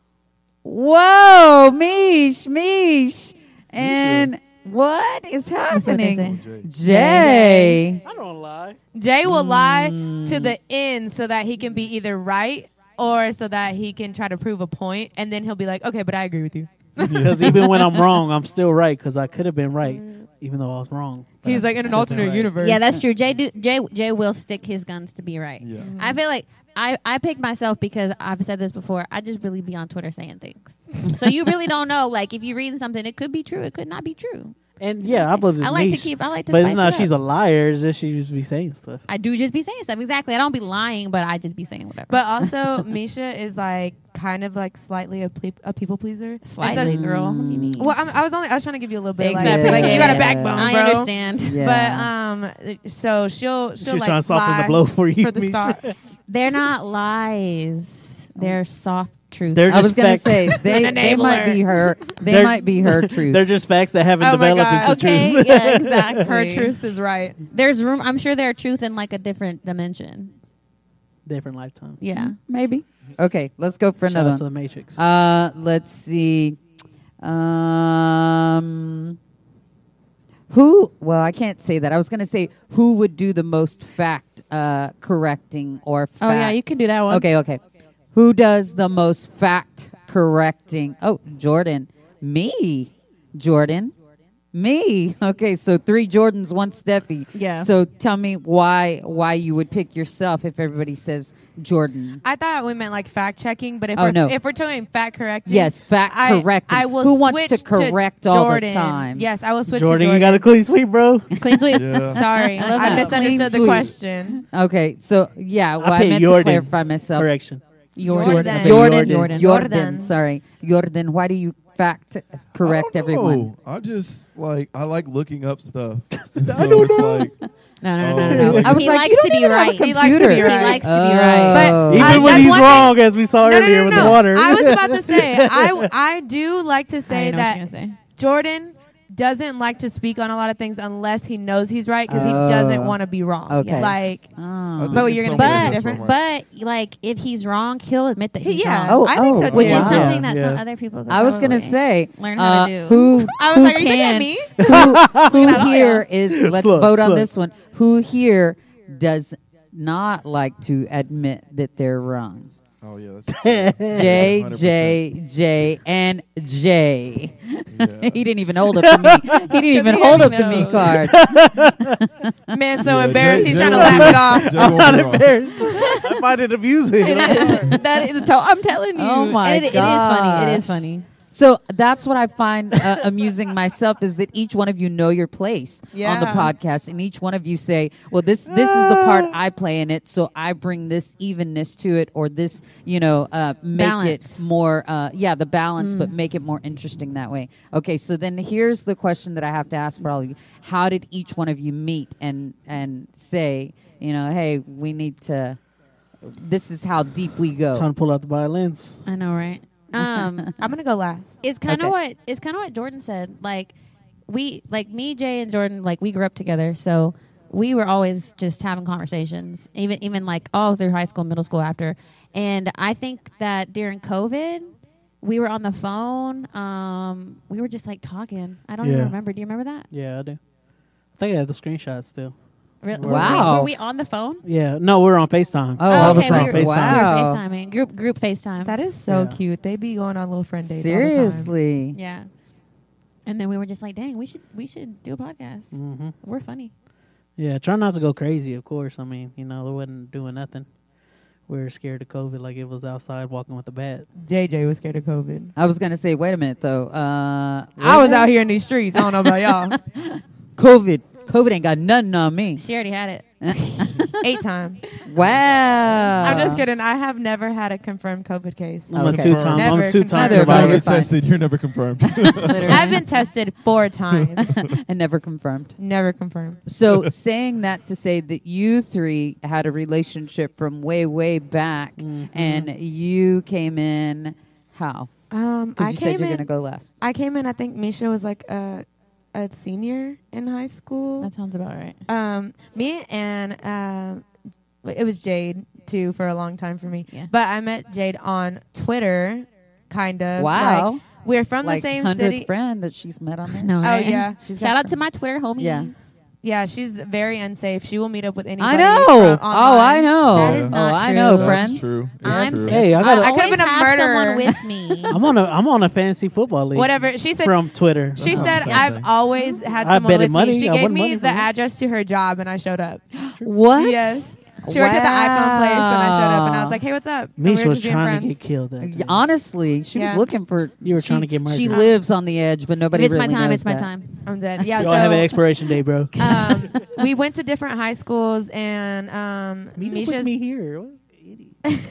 Speaker 4: Whoa, Mish, Mish. And what is
Speaker 3: That's what they
Speaker 4: happening?
Speaker 3: say.
Speaker 2: Jay.
Speaker 4: Jay.
Speaker 6: I don't lie.
Speaker 5: Jay will lie to
Speaker 4: Mm.
Speaker 5: the end so that he can be either right or so that he can try to prove a point, and then he'll be like, "Okay, but I agree with you."
Speaker 6: Because even when I'm wrong, I'm still right. Because I could have been right,
Speaker 5: Mm.
Speaker 6: even though I was wrong. But
Speaker 5: He's
Speaker 6: I
Speaker 5: like in an
Speaker 6: could've been
Speaker 5: alternate
Speaker 6: right.
Speaker 5: universe.
Speaker 3: Yeah, that's true. Jay, do, Jay, Jay will stick his guns to be right.
Speaker 2: Yeah.
Speaker 3: I feel like I, I picked myself because I've said this before. I just really be on Twitter saying things. so you really don't know. Like, if you're reading something, it could be true. It could not be true.
Speaker 6: And yeah, I believe.
Speaker 3: I like to
Speaker 6: Niche,
Speaker 3: keep, I like to
Speaker 6: But
Speaker 3: spice
Speaker 6: it's not.
Speaker 3: it
Speaker 6: she's
Speaker 3: up.
Speaker 6: a liar. It's just she used to be saying stuff.
Speaker 3: I do just be saying stuff. Exactly. I don't be lying, but I just be saying whatever.
Speaker 5: But also, Misha is like kind of like slightly a, ple- a people pleaser. And so-
Speaker 3: Slightly, girl. What do you mean?
Speaker 5: well, I'm, I was only I was trying to give you a little bit.
Speaker 3: Thanks,
Speaker 5: Like,
Speaker 3: I
Speaker 5: like,
Speaker 3: appreciate
Speaker 5: you got
Speaker 3: it.
Speaker 5: a backbone,
Speaker 3: I
Speaker 5: bro.
Speaker 3: understand.
Speaker 5: But um, so she'll
Speaker 6: She's
Speaker 5: she'll like
Speaker 6: trying to soften
Speaker 5: lie
Speaker 6: the blow for you.
Speaker 5: for the
Speaker 6: Misha.
Speaker 5: star.
Speaker 3: They're not lies. They're soft truths.
Speaker 6: They're
Speaker 4: I was
Speaker 6: just
Speaker 4: gonna
Speaker 6: facts.
Speaker 4: say they,
Speaker 5: An
Speaker 4: they might
Speaker 5: enabler.
Speaker 4: be her. They
Speaker 6: They're-
Speaker 4: might be her truth.
Speaker 6: They're just facts that haven't
Speaker 5: Oh my
Speaker 6: developed
Speaker 5: God,
Speaker 6: into
Speaker 3: okay.
Speaker 6: truth.
Speaker 3: yeah, exactly.
Speaker 5: Her truth is right.
Speaker 3: There's room. I'm sure there are truth in like a different dimension.
Speaker 6: Different lifetime.
Speaker 3: Yeah.
Speaker 4: Maybe. Okay, let's go for
Speaker 6: Shout out
Speaker 4: another
Speaker 6: to the
Speaker 4: one.
Speaker 6: Matrix.
Speaker 4: Uh, let's see. Um, who? Well, I can't say that. I was gonna say who would do the most fact uh, correcting or fact
Speaker 3: Oh yeah, you can do that one.
Speaker 4: Okay, okay. Who does the most fact correcting? Oh, Jordan. Me. Jordan. Me. Okay, so three Jordans, one Steffi.
Speaker 3: Yeah.
Speaker 4: So tell me why why you would pick yourself if everybody says Jordan.
Speaker 5: I thought we meant like fact checking, but if
Speaker 4: Oh,
Speaker 5: we're
Speaker 4: no.
Speaker 5: if we're doing fact correcting,
Speaker 4: Yes, fact
Speaker 5: I-
Speaker 4: correcting.
Speaker 5: I will.
Speaker 4: Who wants to
Speaker 5: switch
Speaker 4: correct all the
Speaker 5: Jordan.
Speaker 4: time?
Speaker 5: Yes, I will switch
Speaker 6: Jordan,
Speaker 5: to
Speaker 6: you got
Speaker 5: Jordan.
Speaker 6: a clean sweep, bro.
Speaker 3: Clean sweep.
Speaker 2: Yeah.
Speaker 5: Sorry,
Speaker 3: I love
Speaker 5: I,
Speaker 3: that.
Speaker 5: misunderstood the
Speaker 4: Clean sweep.
Speaker 5: question.
Speaker 4: Okay, so yeah, well, I,
Speaker 6: pick
Speaker 4: meant to
Speaker 6: Jordan.
Speaker 4: clarify myself.
Speaker 6: Correction.
Speaker 3: Jordan.
Speaker 5: Jordan.
Speaker 4: Okay, Jordan,
Speaker 3: Jordan.
Speaker 4: Jordan,
Speaker 5: Jordan.
Speaker 4: Sorry, Jordan. Why do you fact correct
Speaker 2: I don't know.
Speaker 4: everyone?
Speaker 2: Oh, I just like I like looking up stuff. I don't know. Like,
Speaker 3: No, no, no, no, no.
Speaker 2: Oh.
Speaker 3: he likes to be right.
Speaker 4: He
Speaker 5: likes to be
Speaker 3: He
Speaker 5: right.
Speaker 3: likes to be right.
Speaker 5: But
Speaker 4: Oh.
Speaker 5: I
Speaker 6: Even even when
Speaker 5: that's
Speaker 6: he's
Speaker 5: one
Speaker 6: wrong, as we saw
Speaker 5: No, no,
Speaker 6: earlier
Speaker 5: no,
Speaker 6: with
Speaker 5: no.
Speaker 6: the water.
Speaker 5: I was about to say, I, I do like to say that
Speaker 3: gonna say.
Speaker 5: Jordan doesn't like to speak on a lot of things unless he knows he's right because he doesn't
Speaker 4: Oh.
Speaker 5: want to be wrong.
Speaker 4: Okay.
Speaker 5: Like,
Speaker 4: Oh.
Speaker 2: But
Speaker 5: you're gonna
Speaker 3: say
Speaker 2: say
Speaker 3: is
Speaker 2: different.
Speaker 3: But like, if he's wrong, he'll admit that
Speaker 5: He-
Speaker 3: he's
Speaker 5: yeah,
Speaker 3: wrong,
Speaker 4: Oh,
Speaker 5: I think
Speaker 4: oh,
Speaker 5: so too.
Speaker 3: which is
Speaker 4: wow.
Speaker 3: something that some
Speaker 6: Yeah.
Speaker 3: other people. Could
Speaker 4: I was gonna
Speaker 3: probably-
Speaker 4: say,
Speaker 3: learn how
Speaker 4: uh,
Speaker 3: to do.
Speaker 4: Who,
Speaker 5: I was
Speaker 4: who
Speaker 5: like, are you looking at
Speaker 4: can,
Speaker 5: me?
Speaker 4: Who, who
Speaker 3: all
Speaker 4: here is? Let's
Speaker 6: Slow,
Speaker 4: vote on
Speaker 6: slow.
Speaker 4: this one. Who here does not like to admit that they're wrong?
Speaker 2: Oh yeah, that's
Speaker 4: J,
Speaker 2: 100%.
Speaker 4: J, J, and J.
Speaker 2: Yeah.
Speaker 4: he didn't even hold up the me. He didn't even
Speaker 5: he
Speaker 4: hold up
Speaker 5: already
Speaker 4: the me
Speaker 5: knows.
Speaker 4: card.
Speaker 5: man, so
Speaker 2: Yeah,
Speaker 5: embarrassed.
Speaker 2: Jay-
Speaker 5: he's
Speaker 2: Jay
Speaker 5: trying to
Speaker 2: won't be
Speaker 5: laugh it
Speaker 2: wrong.
Speaker 5: off.
Speaker 2: Jay
Speaker 6: I'm
Speaker 2: won't
Speaker 6: not
Speaker 2: be wrong.
Speaker 6: embarrassed. I find it amusing.
Speaker 3: that is. To- I'm telling you.
Speaker 4: Oh my
Speaker 3: it, it is funny. It
Speaker 4: gosh.
Speaker 3: is funny.
Speaker 4: So that's what I find uh, amusing myself is that each one of you know your place on the
Speaker 5: Yeah. Uh.
Speaker 4: podcast, and each one of you say, "Well, this this is the part I play in it, so I bring this evenness to it, or this, you know, uh, make
Speaker 3: Balance.
Speaker 4: it more, uh, yeah, the balance, but
Speaker 5: Mm.
Speaker 4: make it more interesting that way." Okay, so then here's the question that I have to ask for all of you: How did each one of you meet and and say, you know, hey, we need to. This is how deep we go.
Speaker 6: Trying to pull out the violins.
Speaker 3: I know, right? Um,
Speaker 5: I'm gonna go last.
Speaker 3: it's kind of
Speaker 4: Okay.
Speaker 3: what it's kind of what Jordan said. Like we, like me, Jay, and Jordan, like we grew up together, so we were always just having conversations, even even like all through high school, middle school, after. And I think that during COVID, we were on the phone. Um, we were just like talking. I don't even
Speaker 6: Yeah.
Speaker 3: remember. Do you remember that?
Speaker 6: Yeah, I do. I think I have the screenshot still.
Speaker 3: Re- were we-
Speaker 4: Wow.
Speaker 3: were we on the phone?
Speaker 6: Yeah, no, we're on FaceTime.
Speaker 4: Oh, I was
Speaker 3: okay.
Speaker 4: like,
Speaker 3: we were,
Speaker 4: wow.
Speaker 3: We were FaceTiming. Group group FaceTime.
Speaker 5: That is so
Speaker 6: Yeah.
Speaker 5: cute. They be going on little friend dates. all the time.
Speaker 4: Seriously.
Speaker 3: yeah. And then we were just like, dang, we should we should do a podcast.
Speaker 4: Mm.
Speaker 6: hmm
Speaker 3: We're funny.
Speaker 6: Yeah, try not to go crazy, of course. I mean, you know, we wasn't doing nothing. We were scared of COVID, like it was outside walking with a bat.
Speaker 5: JJ was scared of COVID.
Speaker 4: I was gonna say, wait a minute though. Uh,
Speaker 5: I was out here in these streets. I don't know about y'all.
Speaker 4: COVID. COVID ain't got nothing on me.
Speaker 3: She already had it.
Speaker 5: Eight times.
Speaker 4: Wow.
Speaker 5: I'm just kidding. I have never had a confirmed COVID case.
Speaker 6: I'm
Speaker 4: Okay.
Speaker 6: a two time. I'm
Speaker 5: Never
Speaker 6: a two
Speaker 5: confirmed.
Speaker 6: time
Speaker 4: Neither of
Speaker 2: You'll
Speaker 6: survivor.
Speaker 4: You're
Speaker 2: get
Speaker 4: fine.
Speaker 2: tested. You're never confirmed.
Speaker 5: I've been tested four times.
Speaker 4: and never confirmed.
Speaker 5: never confirmed.
Speaker 4: So saying that to say that you three had a relationship from way, way back,
Speaker 5: Mm-hmm.
Speaker 6: Mm-hmm.
Speaker 4: and you came in how?
Speaker 5: Um,
Speaker 4: Because
Speaker 5: I
Speaker 4: you
Speaker 5: came
Speaker 4: said you're
Speaker 5: in.
Speaker 4: gonna go last.
Speaker 5: I came in. I think Misha was like a, a senior in high school.
Speaker 3: sounds about right.
Speaker 5: Um, me and um, it was Jade too for a long time for me.
Speaker 3: Yeah.
Speaker 5: But I met Jade on Twitter, kind of.
Speaker 4: Wow.
Speaker 5: Like, we're from
Speaker 4: like
Speaker 5: the same
Speaker 4: hundredth
Speaker 5: city.
Speaker 4: friend that she's met on there.
Speaker 3: No.
Speaker 5: Oh yeah.
Speaker 4: She's
Speaker 3: Shout
Speaker 4: got
Speaker 3: out to my Twitter homies.
Speaker 4: Yeah.
Speaker 5: Yeah, she's very unsafe. She will meet up with anybody.
Speaker 4: I know.
Speaker 5: from
Speaker 4: Oh, I
Speaker 5: online.
Speaker 4: know.
Speaker 3: That is not
Speaker 4: oh, I
Speaker 3: true.
Speaker 4: know,
Speaker 3: That's
Speaker 4: friends.
Speaker 2: That's true. It's
Speaker 3: I'm
Speaker 2: true.
Speaker 3: sick.
Speaker 6: Hey, I got.
Speaker 5: I
Speaker 6: a-
Speaker 5: could've
Speaker 3: always
Speaker 5: been a
Speaker 3: have
Speaker 5: murderer.
Speaker 3: someone with me.
Speaker 6: I'm on a. I'm on a fantasy football league.
Speaker 5: Whatever she said.
Speaker 6: From Twitter.
Speaker 5: she
Speaker 2: That's not
Speaker 5: said
Speaker 2: the same
Speaker 5: I've
Speaker 2: thing.
Speaker 5: always had
Speaker 6: I
Speaker 5: someone
Speaker 6: bet
Speaker 5: with
Speaker 6: money.
Speaker 5: me. She
Speaker 6: I
Speaker 5: gave
Speaker 6: won
Speaker 5: me
Speaker 6: money for
Speaker 5: the
Speaker 6: that.
Speaker 5: address to her job, and I showed up.
Speaker 4: What?
Speaker 5: Yes. She worked at the iPhone place, and I showed up, and I was
Speaker 4: Wow.
Speaker 5: like, "Hey, what's up?" And we
Speaker 6: Misha
Speaker 5: were
Speaker 6: was
Speaker 5: just being
Speaker 6: trying to
Speaker 5: friends.
Speaker 6: get killed. That
Speaker 4: Y-
Speaker 6: day.
Speaker 4: Honestly, she was
Speaker 5: Yeah.
Speaker 4: looking for.
Speaker 6: You were
Speaker 4: she-
Speaker 6: trying to get
Speaker 4: She
Speaker 6: murdered.
Speaker 4: lives on the edge, but
Speaker 3: If
Speaker 4: nobody.
Speaker 3: it's my
Speaker 4: really
Speaker 3: time,
Speaker 4: knows
Speaker 3: it's my
Speaker 4: that.
Speaker 3: time.
Speaker 5: I'm dead. Yeah.
Speaker 6: Y'all have an
Speaker 5: so
Speaker 6: expiration day, bro.
Speaker 5: um, we went to different high schools, and um,
Speaker 6: Meet up
Speaker 5: Misha's
Speaker 6: with me here. What an idiot.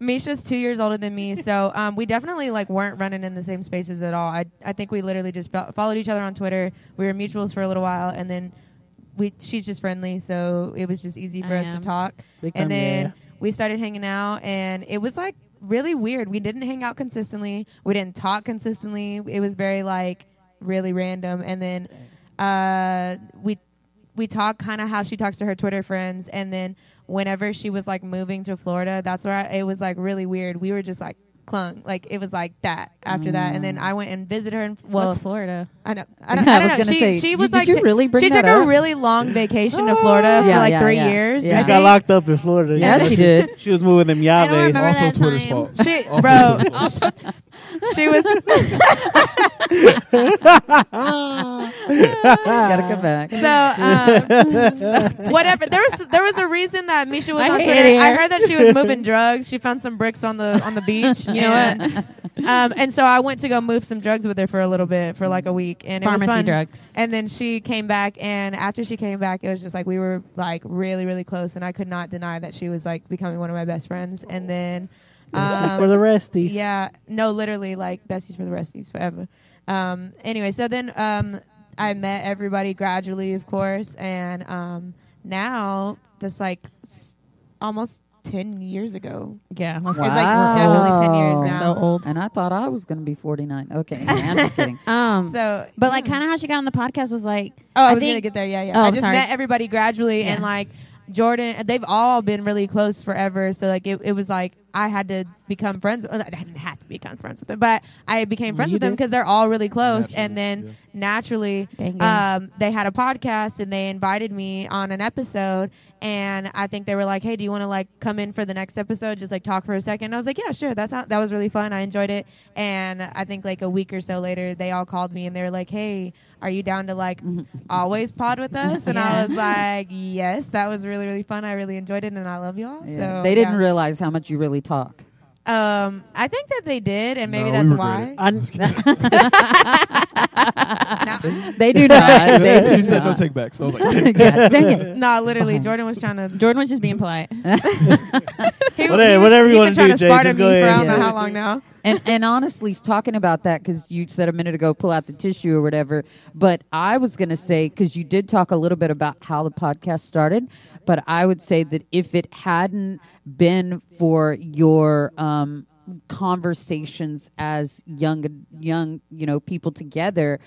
Speaker 5: Misha's two years older than me, so um, we definitely like weren't running in the same spaces at all. I I think we literally just fo- followed each other on Twitter. We were mutuals for a little while, and then we she's just friendly, so it was just easy for
Speaker 3: I
Speaker 5: us
Speaker 3: am.
Speaker 5: to talk.
Speaker 6: Big time,
Speaker 5: and then
Speaker 6: yeah.
Speaker 5: we started hanging out, and it was like really weird. We didn't hang out consistently. We didn't talk consistently. It was very like really random. And then uh, we we talk kind of how she talks to her Twitter friends, and then whenever she was like moving to Florida, that's where I, it was like really weird. We were just like clung, like it was like that after that, and then I went and visited her. In, well,
Speaker 3: What's Florida?
Speaker 5: I don't, I don't,
Speaker 4: Mm. I
Speaker 5: I don't
Speaker 4: was
Speaker 5: know.
Speaker 4: gonna
Speaker 5: She,
Speaker 4: say,
Speaker 5: she
Speaker 4: you-
Speaker 5: was
Speaker 4: did
Speaker 5: like,
Speaker 4: you
Speaker 5: ta-
Speaker 4: really bring
Speaker 5: she
Speaker 4: that
Speaker 5: took a
Speaker 4: up?
Speaker 5: really long vacation to Florida
Speaker 4: Yeah,
Speaker 5: for like
Speaker 4: yeah,
Speaker 5: three
Speaker 4: yeah.
Speaker 5: years. I
Speaker 4: Yeah.
Speaker 6: She got
Speaker 5: think.
Speaker 6: locked up in Florida.
Speaker 4: Yeah, she did.
Speaker 6: She was moving them
Speaker 3: I don't
Speaker 6: Yahwehs.
Speaker 3: remember
Speaker 2: also
Speaker 3: that
Speaker 2: Twitter's
Speaker 3: time.
Speaker 2: fault.
Speaker 5: She,
Speaker 2: Also
Speaker 5: bro,
Speaker 2: Twitter's fault.
Speaker 5: she was.
Speaker 4: Gotta come back.
Speaker 5: So, um, so whatever. There was there was a reason that Misha was
Speaker 3: I
Speaker 5: on
Speaker 3: hate
Speaker 5: Twitter.
Speaker 3: it here.
Speaker 5: I heard that she was moving drugs. She found some bricks on the on the beach. You know what? Um, and so I went to go move some drugs with her for a little bit for like a week, and it
Speaker 3: Pharmacy
Speaker 5: was fun.
Speaker 3: drugs.
Speaker 5: And then she came back, and after she came back, it was just like we were like really really close, and I could not deny that she was like becoming one of my best friends. And then, um,
Speaker 6: for the resties.
Speaker 5: yeah, no, literally like besties for the resties forever. Um, anyway, so then um, I met everybody gradually, of course, and um, now this like s- almost ten years ago.
Speaker 3: Yeah.
Speaker 5: It's like definitely ten years
Speaker 4: Wow.
Speaker 5: now.
Speaker 3: So old.
Speaker 4: And I thought I was going to be 49. Okay, anyway, I'm just kidding.
Speaker 3: Um,
Speaker 5: So,
Speaker 3: but like kind of how she got on the podcast was like,
Speaker 5: oh, I, was
Speaker 3: think
Speaker 5: gonna get there. Yeah, yeah.
Speaker 3: Oh,
Speaker 5: I
Speaker 3: I'm
Speaker 5: just
Speaker 3: sorry.
Speaker 5: met everybody gradually, and
Speaker 3: Yeah.
Speaker 5: like Jordan, they've all been really close forever. So like it, it was like I had to become friends. I didn't have to become friends with them, but I became friends
Speaker 6: You
Speaker 5: with them
Speaker 6: did.
Speaker 5: because they're all really close. and then
Speaker 2: Naturally, yeah.
Speaker 5: naturally,
Speaker 3: Gang, gang.
Speaker 5: um, they had a podcast and they invited me on an episode. And I think they were like, "Hey, do you want to like come in for the next episode? Just like talk for a second? And I was like, "Yeah, sure. That's not, that was really fun. I enjoyed it." And I think like a week or so later, they all called me and they were like, "Hey, are you down to like always pod with us?" And I
Speaker 3: Yeah.
Speaker 5: was like, "Yes, that was really really fun. I really enjoyed it, and I love y'all."
Speaker 4: Yeah.
Speaker 5: So
Speaker 4: they didn't
Speaker 5: yeah.
Speaker 4: realize how much you really talk.
Speaker 5: um, I think that they did, and maybe
Speaker 2: No, we
Speaker 5: that's
Speaker 2: regret
Speaker 5: why.
Speaker 2: it.
Speaker 6: I,
Speaker 4: They do not. They
Speaker 2: she
Speaker 4: do
Speaker 2: said no
Speaker 4: not.
Speaker 2: take back. So I was like,
Speaker 4: God dang it.
Speaker 5: No, literally, Jordan was trying to.
Speaker 3: Jordan was just being polite.
Speaker 5: He,
Speaker 6: Whatever-
Speaker 5: he was,
Speaker 6: whatever you
Speaker 5: he's
Speaker 6: wanna
Speaker 5: been trying
Speaker 6: do,
Speaker 5: to
Speaker 6: Jay,
Speaker 5: Sparta
Speaker 6: just
Speaker 5: me
Speaker 6: go
Speaker 5: for I
Speaker 6: ahead.
Speaker 5: don't know
Speaker 4: Yeah.
Speaker 5: how long now.
Speaker 4: and and honestly, talking about that because you said a minute ago, pull out the tissue or whatever. But I was gonna say because you did talk a little bit about how the podcast started, but I would say that if it hadn't been for your um, conversations as young young you know people together,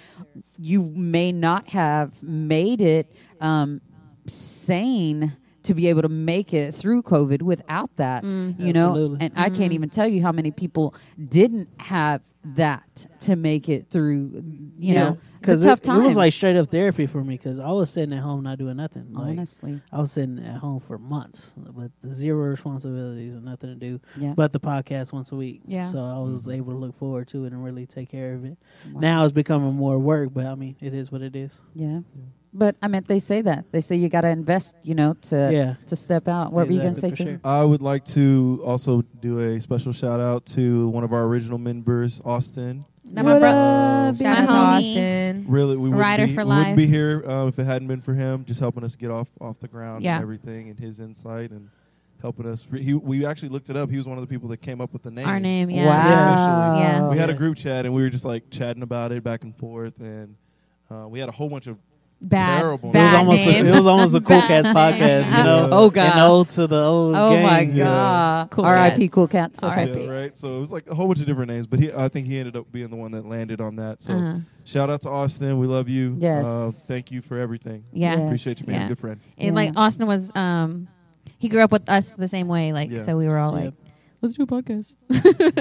Speaker 4: you may not have made it um, sane to be able to make it through COVID without that,
Speaker 3: Mm.
Speaker 4: you know,
Speaker 6: Absolutely.
Speaker 4: and I
Speaker 3: Mm-hmm.
Speaker 4: can't even tell you how many people didn't have that to make it through, you know, the
Speaker 6: because it,
Speaker 4: tough
Speaker 6: it
Speaker 4: times.
Speaker 6: was like straight up therapy for me because I was sitting at home not doing nothing. Like,
Speaker 4: honestly,
Speaker 6: I was sitting at home for months with zero responsibilities and nothing to do
Speaker 4: yeah.
Speaker 6: but the podcast once a week.
Speaker 3: Yeah.
Speaker 6: So I was able to look forward to it and really take care of it.
Speaker 4: Wow.
Speaker 6: Now it's becoming more work, but I mean, it is what it is.
Speaker 4: yeah, but I meant they say that they say you got to invest, you know, to
Speaker 6: yeah.
Speaker 4: to step out. What were you gonna say?
Speaker 6: Exactly, for
Speaker 4: Jordan?
Speaker 2: I would like to also do a special shout out to one of our original members, Austin.
Speaker 3: Now my
Speaker 4: What
Speaker 3: bro-
Speaker 4: up,
Speaker 3: Shout out
Speaker 5: to
Speaker 3: to homie.
Speaker 5: Austin.
Speaker 2: Really, we wouldn't,
Speaker 3: Rider
Speaker 2: be,
Speaker 3: for
Speaker 2: we wouldn't be
Speaker 3: life.
Speaker 2: here um, if it hadn't been for him, just helping us get off off the ground
Speaker 3: Yeah.
Speaker 2: and everything, and his insight and helping us. Re- he, we actually looked it up. He was one of the people that came up with the name.
Speaker 3: Our name, yeah.
Speaker 4: Wow.
Speaker 3: Yeah.
Speaker 2: We had a
Speaker 6: Yeah.
Speaker 2: group chat and we were just like chatting about it back and forth, and uh, we had a whole bunch of
Speaker 3: Bad,
Speaker 2: Terrible. It was
Speaker 6: It was
Speaker 3: bad
Speaker 6: almost
Speaker 3: name.
Speaker 6: a, it was almost a cool
Speaker 3: Bad
Speaker 6: cats podcast, you
Speaker 2: name.
Speaker 6: know.
Speaker 2: Oh,
Speaker 4: God.
Speaker 6: And old to the old.
Speaker 4: Oh
Speaker 6: gang.
Speaker 4: my
Speaker 2: Yeah.
Speaker 4: God!
Speaker 3: Cool
Speaker 4: R.I.P.
Speaker 3: cats.
Speaker 4: Cool Cats. Okay.
Speaker 3: R.I.P.
Speaker 2: yeah, right. So it was like a whole bunch of different names, but he, I think he ended up being the one that landed on that. So
Speaker 3: Uh-huh.
Speaker 2: shout out to Austin. We love you.
Speaker 4: Yes.
Speaker 2: Uh, thank you for everything.
Speaker 3: Yeah.
Speaker 4: Yeah.
Speaker 2: Appreciate you being
Speaker 3: Yeah.
Speaker 2: a good friend.
Speaker 3: And like Austin was, um, he grew up with us the same way. Like
Speaker 2: Yeah.
Speaker 3: so, we were all
Speaker 6: Yeah.
Speaker 3: like, let's do a podcast.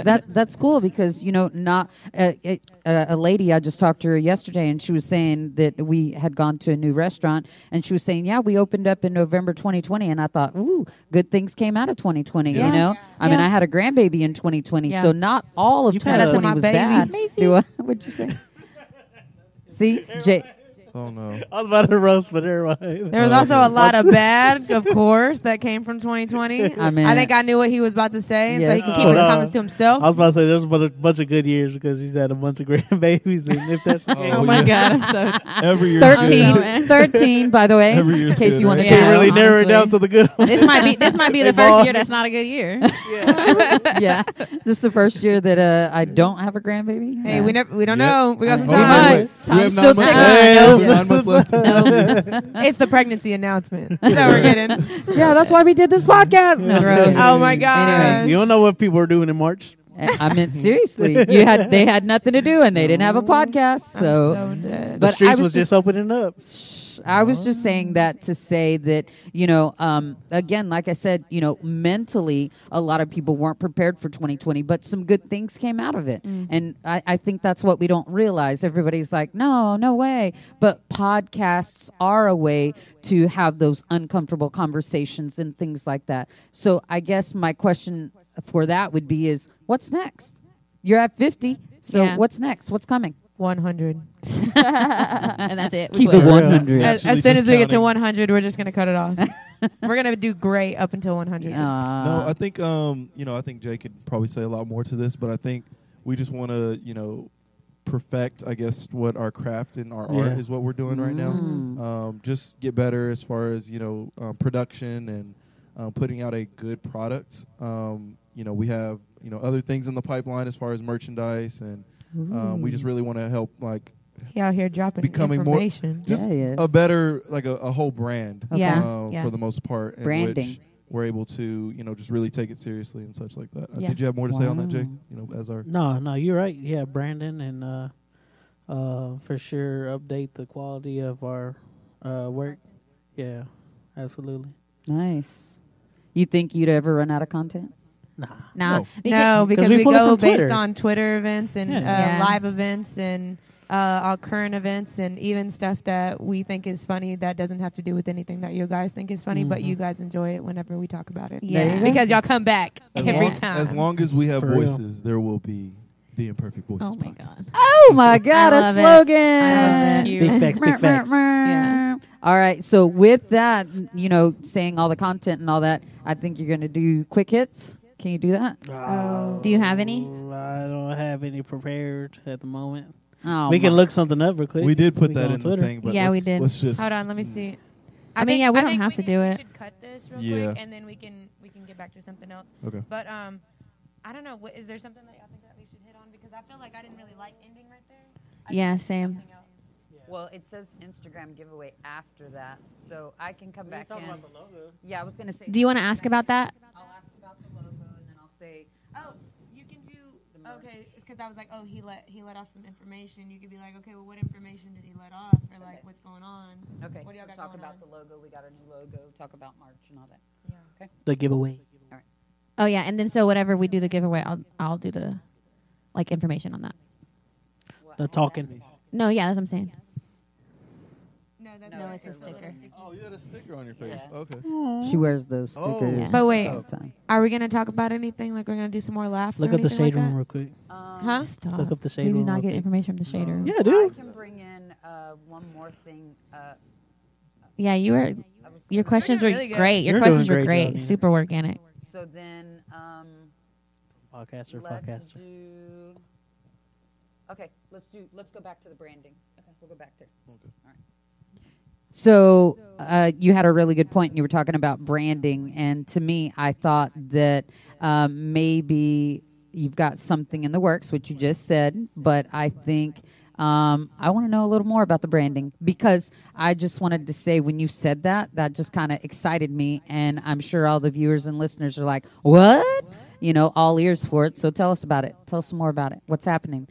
Speaker 4: that that's cool because you know not uh, it, uh, a lady I just talked to her yesterday and she was saying that we had gone to a new restaurant and she was saying yeah we opened up in November 2020 and I thought ooh good things came out of 2020
Speaker 2: Yeah.
Speaker 4: you know I mean
Speaker 3: Yeah.
Speaker 4: I had a grandbaby in 2020
Speaker 3: Yeah.
Speaker 4: so not all of
Speaker 6: You passed
Speaker 4: 2020
Speaker 5: my
Speaker 4: was
Speaker 5: baby.
Speaker 4: bad
Speaker 3: Macy.
Speaker 4: Do I- what'd you say see Jay
Speaker 2: Oh no.
Speaker 6: I was about to roast, but never mind.
Speaker 5: There was
Speaker 2: Oh,
Speaker 5: also
Speaker 2: okay.
Speaker 5: a lot of bad, of course, that came from 2020.
Speaker 4: I mean-
Speaker 5: I think I knew what he was about to say, so he
Speaker 4: Yes,
Speaker 5: can
Speaker 4: of
Speaker 5: keep his
Speaker 6: course.
Speaker 5: comments to
Speaker 6: I
Speaker 5: himself.
Speaker 6: was about to say there's a bu- bunch of good years because he's had a bunch of grandbabies, and if that's the
Speaker 2: Oh,
Speaker 6: case,
Speaker 2: yeah.
Speaker 3: god, I'm so
Speaker 2: Every year.
Speaker 4: 13 13 by the way
Speaker 2: Every year's
Speaker 4: Eh? in case
Speaker 2: good,
Speaker 4: you want
Speaker 3: right?
Speaker 4: to
Speaker 3: Yeah,
Speaker 6: can't really narrow it
Speaker 3: honestly.
Speaker 6: down to the good one.
Speaker 3: this might be this might be the
Speaker 6: They
Speaker 3: first
Speaker 6: ball-
Speaker 3: year that's not a good year.
Speaker 4: yeah this is the first year that uh, I don't have a grandbaby
Speaker 5: Hey,
Speaker 4: Yeah.
Speaker 5: we never, we don't
Speaker 2: Yep.
Speaker 5: know. We got some
Speaker 2: Hold on, wait,
Speaker 5: time.
Speaker 2: wait. Oh, We have
Speaker 4: still
Speaker 2: nine months
Speaker 4: thick.
Speaker 2: left.
Speaker 4: Uh, no.
Speaker 2: We have nine months left.
Speaker 5: It's the pregnancy announcement that we're getting.
Speaker 4: Yeah, that's why we did this podcast. No,
Speaker 3: Gross.
Speaker 5: Oh my gosh.
Speaker 4: Anyways.
Speaker 6: You don't know what people are doing in March.
Speaker 4: I meant seriously. You had they had nothing to do and they didn't have a podcast, so.
Speaker 5: So dead.
Speaker 6: The
Speaker 4: But I
Speaker 6: streets
Speaker 4: was,
Speaker 6: was
Speaker 4: just,
Speaker 6: just opening up.
Speaker 4: I was just saying that to say that you know um, again, like I said, you know, mentally a lot of people weren't prepared for 2020, but some good things came out of it, and I, I think that's what we don't realize. Everybody's like, no, no way, but podcasts are a way to have those uncomfortable conversations and things like that. So I guess my question for that would be is what's next? You're at 50. So
Speaker 3: Yeah.
Speaker 4: what's next? What's coming?
Speaker 5: 100.
Speaker 3: and that's it. We
Speaker 4: Keep
Speaker 3: quit.
Speaker 4: it 100.
Speaker 5: As,
Speaker 2: Actually
Speaker 5: as soon as we get to
Speaker 2: discounting.
Speaker 5: 100, we're just going to cut it off. we're going to do great up until 100. Just-
Speaker 2: No, I think um, you know, I think Jay could probably say a lot more to this, but I think we just want to, you know, perfect, I guess, what our craft and our art
Speaker 6: Yeah.
Speaker 2: is what we're doing right now.
Speaker 4: mm.
Speaker 2: Um, just get better as far as you know, um, production and um, putting out a good product. Um, you know, we have you know other things in the pipeline as far as merchandise, and um, we
Speaker 4: Mm.
Speaker 2: just really want to help like
Speaker 5: He out here dropping
Speaker 2: Becoming more-
Speaker 5: information.
Speaker 2: just
Speaker 4: Yeah, he is.
Speaker 2: a better like a, a whole brand
Speaker 3: Okay. Yeah,
Speaker 2: um,
Speaker 3: yeah.
Speaker 2: for the most part in
Speaker 4: Branding.
Speaker 2: which we're able to you know just really take it seriously and such like that. Uh,
Speaker 3: Yeah.
Speaker 2: did you have more to say on that, Jay?
Speaker 4: Wow.
Speaker 2: You know, as our
Speaker 6: No, no, you're right. Yeah, Brandon, and uh, uh, for sure update the quality of our uh, work. Yeah, absolutely.
Speaker 4: Nice. You think you'd ever run out of content?
Speaker 6: Nah.
Speaker 3: Nah,
Speaker 2: No.
Speaker 1: No, because
Speaker 6: 'Cause we
Speaker 1: we,
Speaker 6: pull it
Speaker 1: go
Speaker 6: from
Speaker 1: based
Speaker 6: Twitter.
Speaker 1: on Twitter events and
Speaker 6: Yeah.
Speaker 1: uh,
Speaker 3: Yeah.
Speaker 1: live events and uh, our current events and even stuff that we think is funny that doesn't have to do with anything that you guys think is funny, but
Speaker 6: Mhm.
Speaker 1: you guys enjoy it whenever we talk about it.
Speaker 3: There you Yeah. go.
Speaker 1: because y'all come back
Speaker 2: as
Speaker 1: every
Speaker 2: long,
Speaker 1: time.
Speaker 2: As long as we have
Speaker 6: For real.
Speaker 2: voices, there will be the imperfect voices.
Speaker 3: Oh my
Speaker 2: podcast.
Speaker 3: god.
Speaker 4: Oh my God, a
Speaker 3: love it.
Speaker 4: slogan.
Speaker 3: I love it.
Speaker 6: Big facts, big facts.
Speaker 1: Yeah.
Speaker 4: All right. So with that, you know, saying all the content and all that, I think you're gonna do quick hits. Can you do that?
Speaker 3: Oh. Do you have any?
Speaker 6: I don't have any prepared at the moment.
Speaker 4: Oh,
Speaker 6: we can
Speaker 4: my-
Speaker 6: look something up real quick.
Speaker 2: We did put
Speaker 6: We
Speaker 2: that
Speaker 6: go
Speaker 2: in
Speaker 6: on Twitter.
Speaker 2: the thing, but
Speaker 3: Yeah, we
Speaker 2: let's-
Speaker 3: did.
Speaker 2: Let's just Mm.
Speaker 1: Hold on, let me see.
Speaker 3: I mean, yeah, we don't
Speaker 7: think
Speaker 3: have to
Speaker 7: need-
Speaker 3: do
Speaker 7: we
Speaker 3: it.
Speaker 7: should cut this real
Speaker 2: Yeah.
Speaker 7: quick, and then we can we can get back to something else.
Speaker 2: Okay.
Speaker 7: But um, I don't know. What, is there something that y'all think that we should hit on? Because I feel like I didn't really like ending right there. I think
Speaker 3: Yeah,
Speaker 7: we should do
Speaker 3: same.
Speaker 7: something else.
Speaker 4: Well, it says Instagram giveaway after that, so I can come back in. Yeah, I was gonna say.
Speaker 3: Do you want to ask about that?
Speaker 4: I'll ask about the logo and then I'll say.
Speaker 7: Oh, you can do okay. Because I was like, oh, he let he let off some information. You could be like, okay, well, what information did he let off, or like, what's going on?
Speaker 4: Okay.
Speaker 7: What do y'all got
Speaker 4: so talk
Speaker 7: going
Speaker 4: about
Speaker 7: on?
Speaker 4: the logo. We got a new logo. Talk about March and all that.
Speaker 6: The giveaway.
Speaker 3: Oh yeah, and then so whatever we do the giveaway, I'll I'll do the like information on that.
Speaker 6: The talking.
Speaker 3: No, yeah, that's what I'm saying.
Speaker 7: No, that's
Speaker 4: No, it's a
Speaker 7: it's little
Speaker 3: sticker.
Speaker 7: sticky.
Speaker 2: Oh, you had a sticker on your face.
Speaker 4: Yeah.
Speaker 2: Okay.
Speaker 4: She wears those
Speaker 2: Oh.
Speaker 4: stickers.
Speaker 3: Yeah.
Speaker 1: But wait.
Speaker 4: all the time.
Speaker 1: Are we gonna talk about anything? Like we're gonna do some more laughs?
Speaker 6: Look
Speaker 1: or
Speaker 6: up the
Speaker 1: anything like
Speaker 6: shade room
Speaker 1: that?
Speaker 6: real quick.
Speaker 1: Huh?
Speaker 3: Stop.
Speaker 6: Look up the shade
Speaker 3: We do
Speaker 6: room
Speaker 3: not
Speaker 6: real
Speaker 3: get
Speaker 6: quick.
Speaker 3: information from the shader.
Speaker 6: Yeah,
Speaker 4: I
Speaker 6: dude.
Speaker 4: can bring in uh, one more thing. Uh,
Speaker 3: Yeah, you were.
Speaker 4: I was
Speaker 3: Your
Speaker 4: gonna-
Speaker 3: questions were
Speaker 7: doing really good.
Speaker 3: great. Your
Speaker 6: You're
Speaker 3: questions
Speaker 6: doing
Speaker 3: were
Speaker 6: great,
Speaker 3: great.
Speaker 6: Johnny.
Speaker 3: Super organic.
Speaker 4: So then, um,
Speaker 6: Podcaster,
Speaker 4: let's
Speaker 6: podcaster.
Speaker 4: do. Okay, let's do. Let's go back to the branding. Okay, we'll go back there. So uh, you had a really good point, and you were talking about branding. And to me, I thought that um, maybe you've got something in the works, which you just said. But I think um, I want to know a little more about the branding because I just wanted to say when you said that, that just kind of excited me, and I'm sure all the viewers and listeners are like, "What?" You know, all ears for it. So tell us about it. Tell us some more about it. What's happening?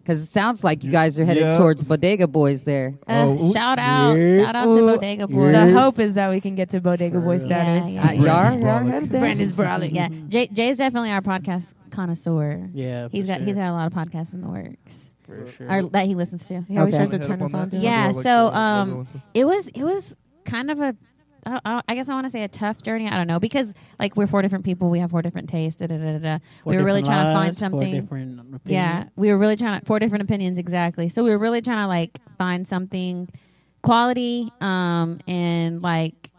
Speaker 4: Because it sounds like you guys are headed
Speaker 2: Yeah.
Speaker 4: towards Bodega Boys there.
Speaker 3: Uh,
Speaker 2: Oh, ooh.
Speaker 3: shout out,
Speaker 6: Yeah.
Speaker 3: shout out to
Speaker 1: Ooh,
Speaker 3: Bodega Boys.
Speaker 1: The
Speaker 6: Yes.
Speaker 1: hope is that we can get to Bodega Boy
Speaker 6: Yeah,
Speaker 1: status.
Speaker 3: yeah.
Speaker 4: Uh, you are, you are
Speaker 2: Brolic.
Speaker 4: headed there.
Speaker 1: is brawling.
Speaker 3: Yeah, Jay, Jay's definitely our podcast connoisseur.
Speaker 6: Yeah.
Speaker 3: He's
Speaker 6: for
Speaker 3: got
Speaker 6: sure.
Speaker 3: he's had a lot of podcasts in the works,
Speaker 6: For sure.
Speaker 3: or that he listens to.
Speaker 1: He always
Speaker 4: Okay.
Speaker 1: tries
Speaker 2: Wanna
Speaker 1: to
Speaker 2: hit
Speaker 1: turn
Speaker 2: up
Speaker 1: us
Speaker 2: on
Speaker 1: on to
Speaker 2: that?
Speaker 1: it.
Speaker 3: Yeah,
Speaker 2: Like the
Speaker 3: so,
Speaker 2: logo
Speaker 3: um,
Speaker 2: and stuff?
Speaker 3: It was it was kind of a I, don't- I guess I want to say a tough journey. I don't know because like we're four different people, we have four different tastes. Da, da, da, da, da.
Speaker 6: Four
Speaker 3: We were really
Speaker 6: different
Speaker 3: trying to find
Speaker 6: lives, four
Speaker 3: something.
Speaker 6: different opinions.
Speaker 3: Yeah, we were really trying to four different opinions exactly. So we were really trying to like find something quality um and like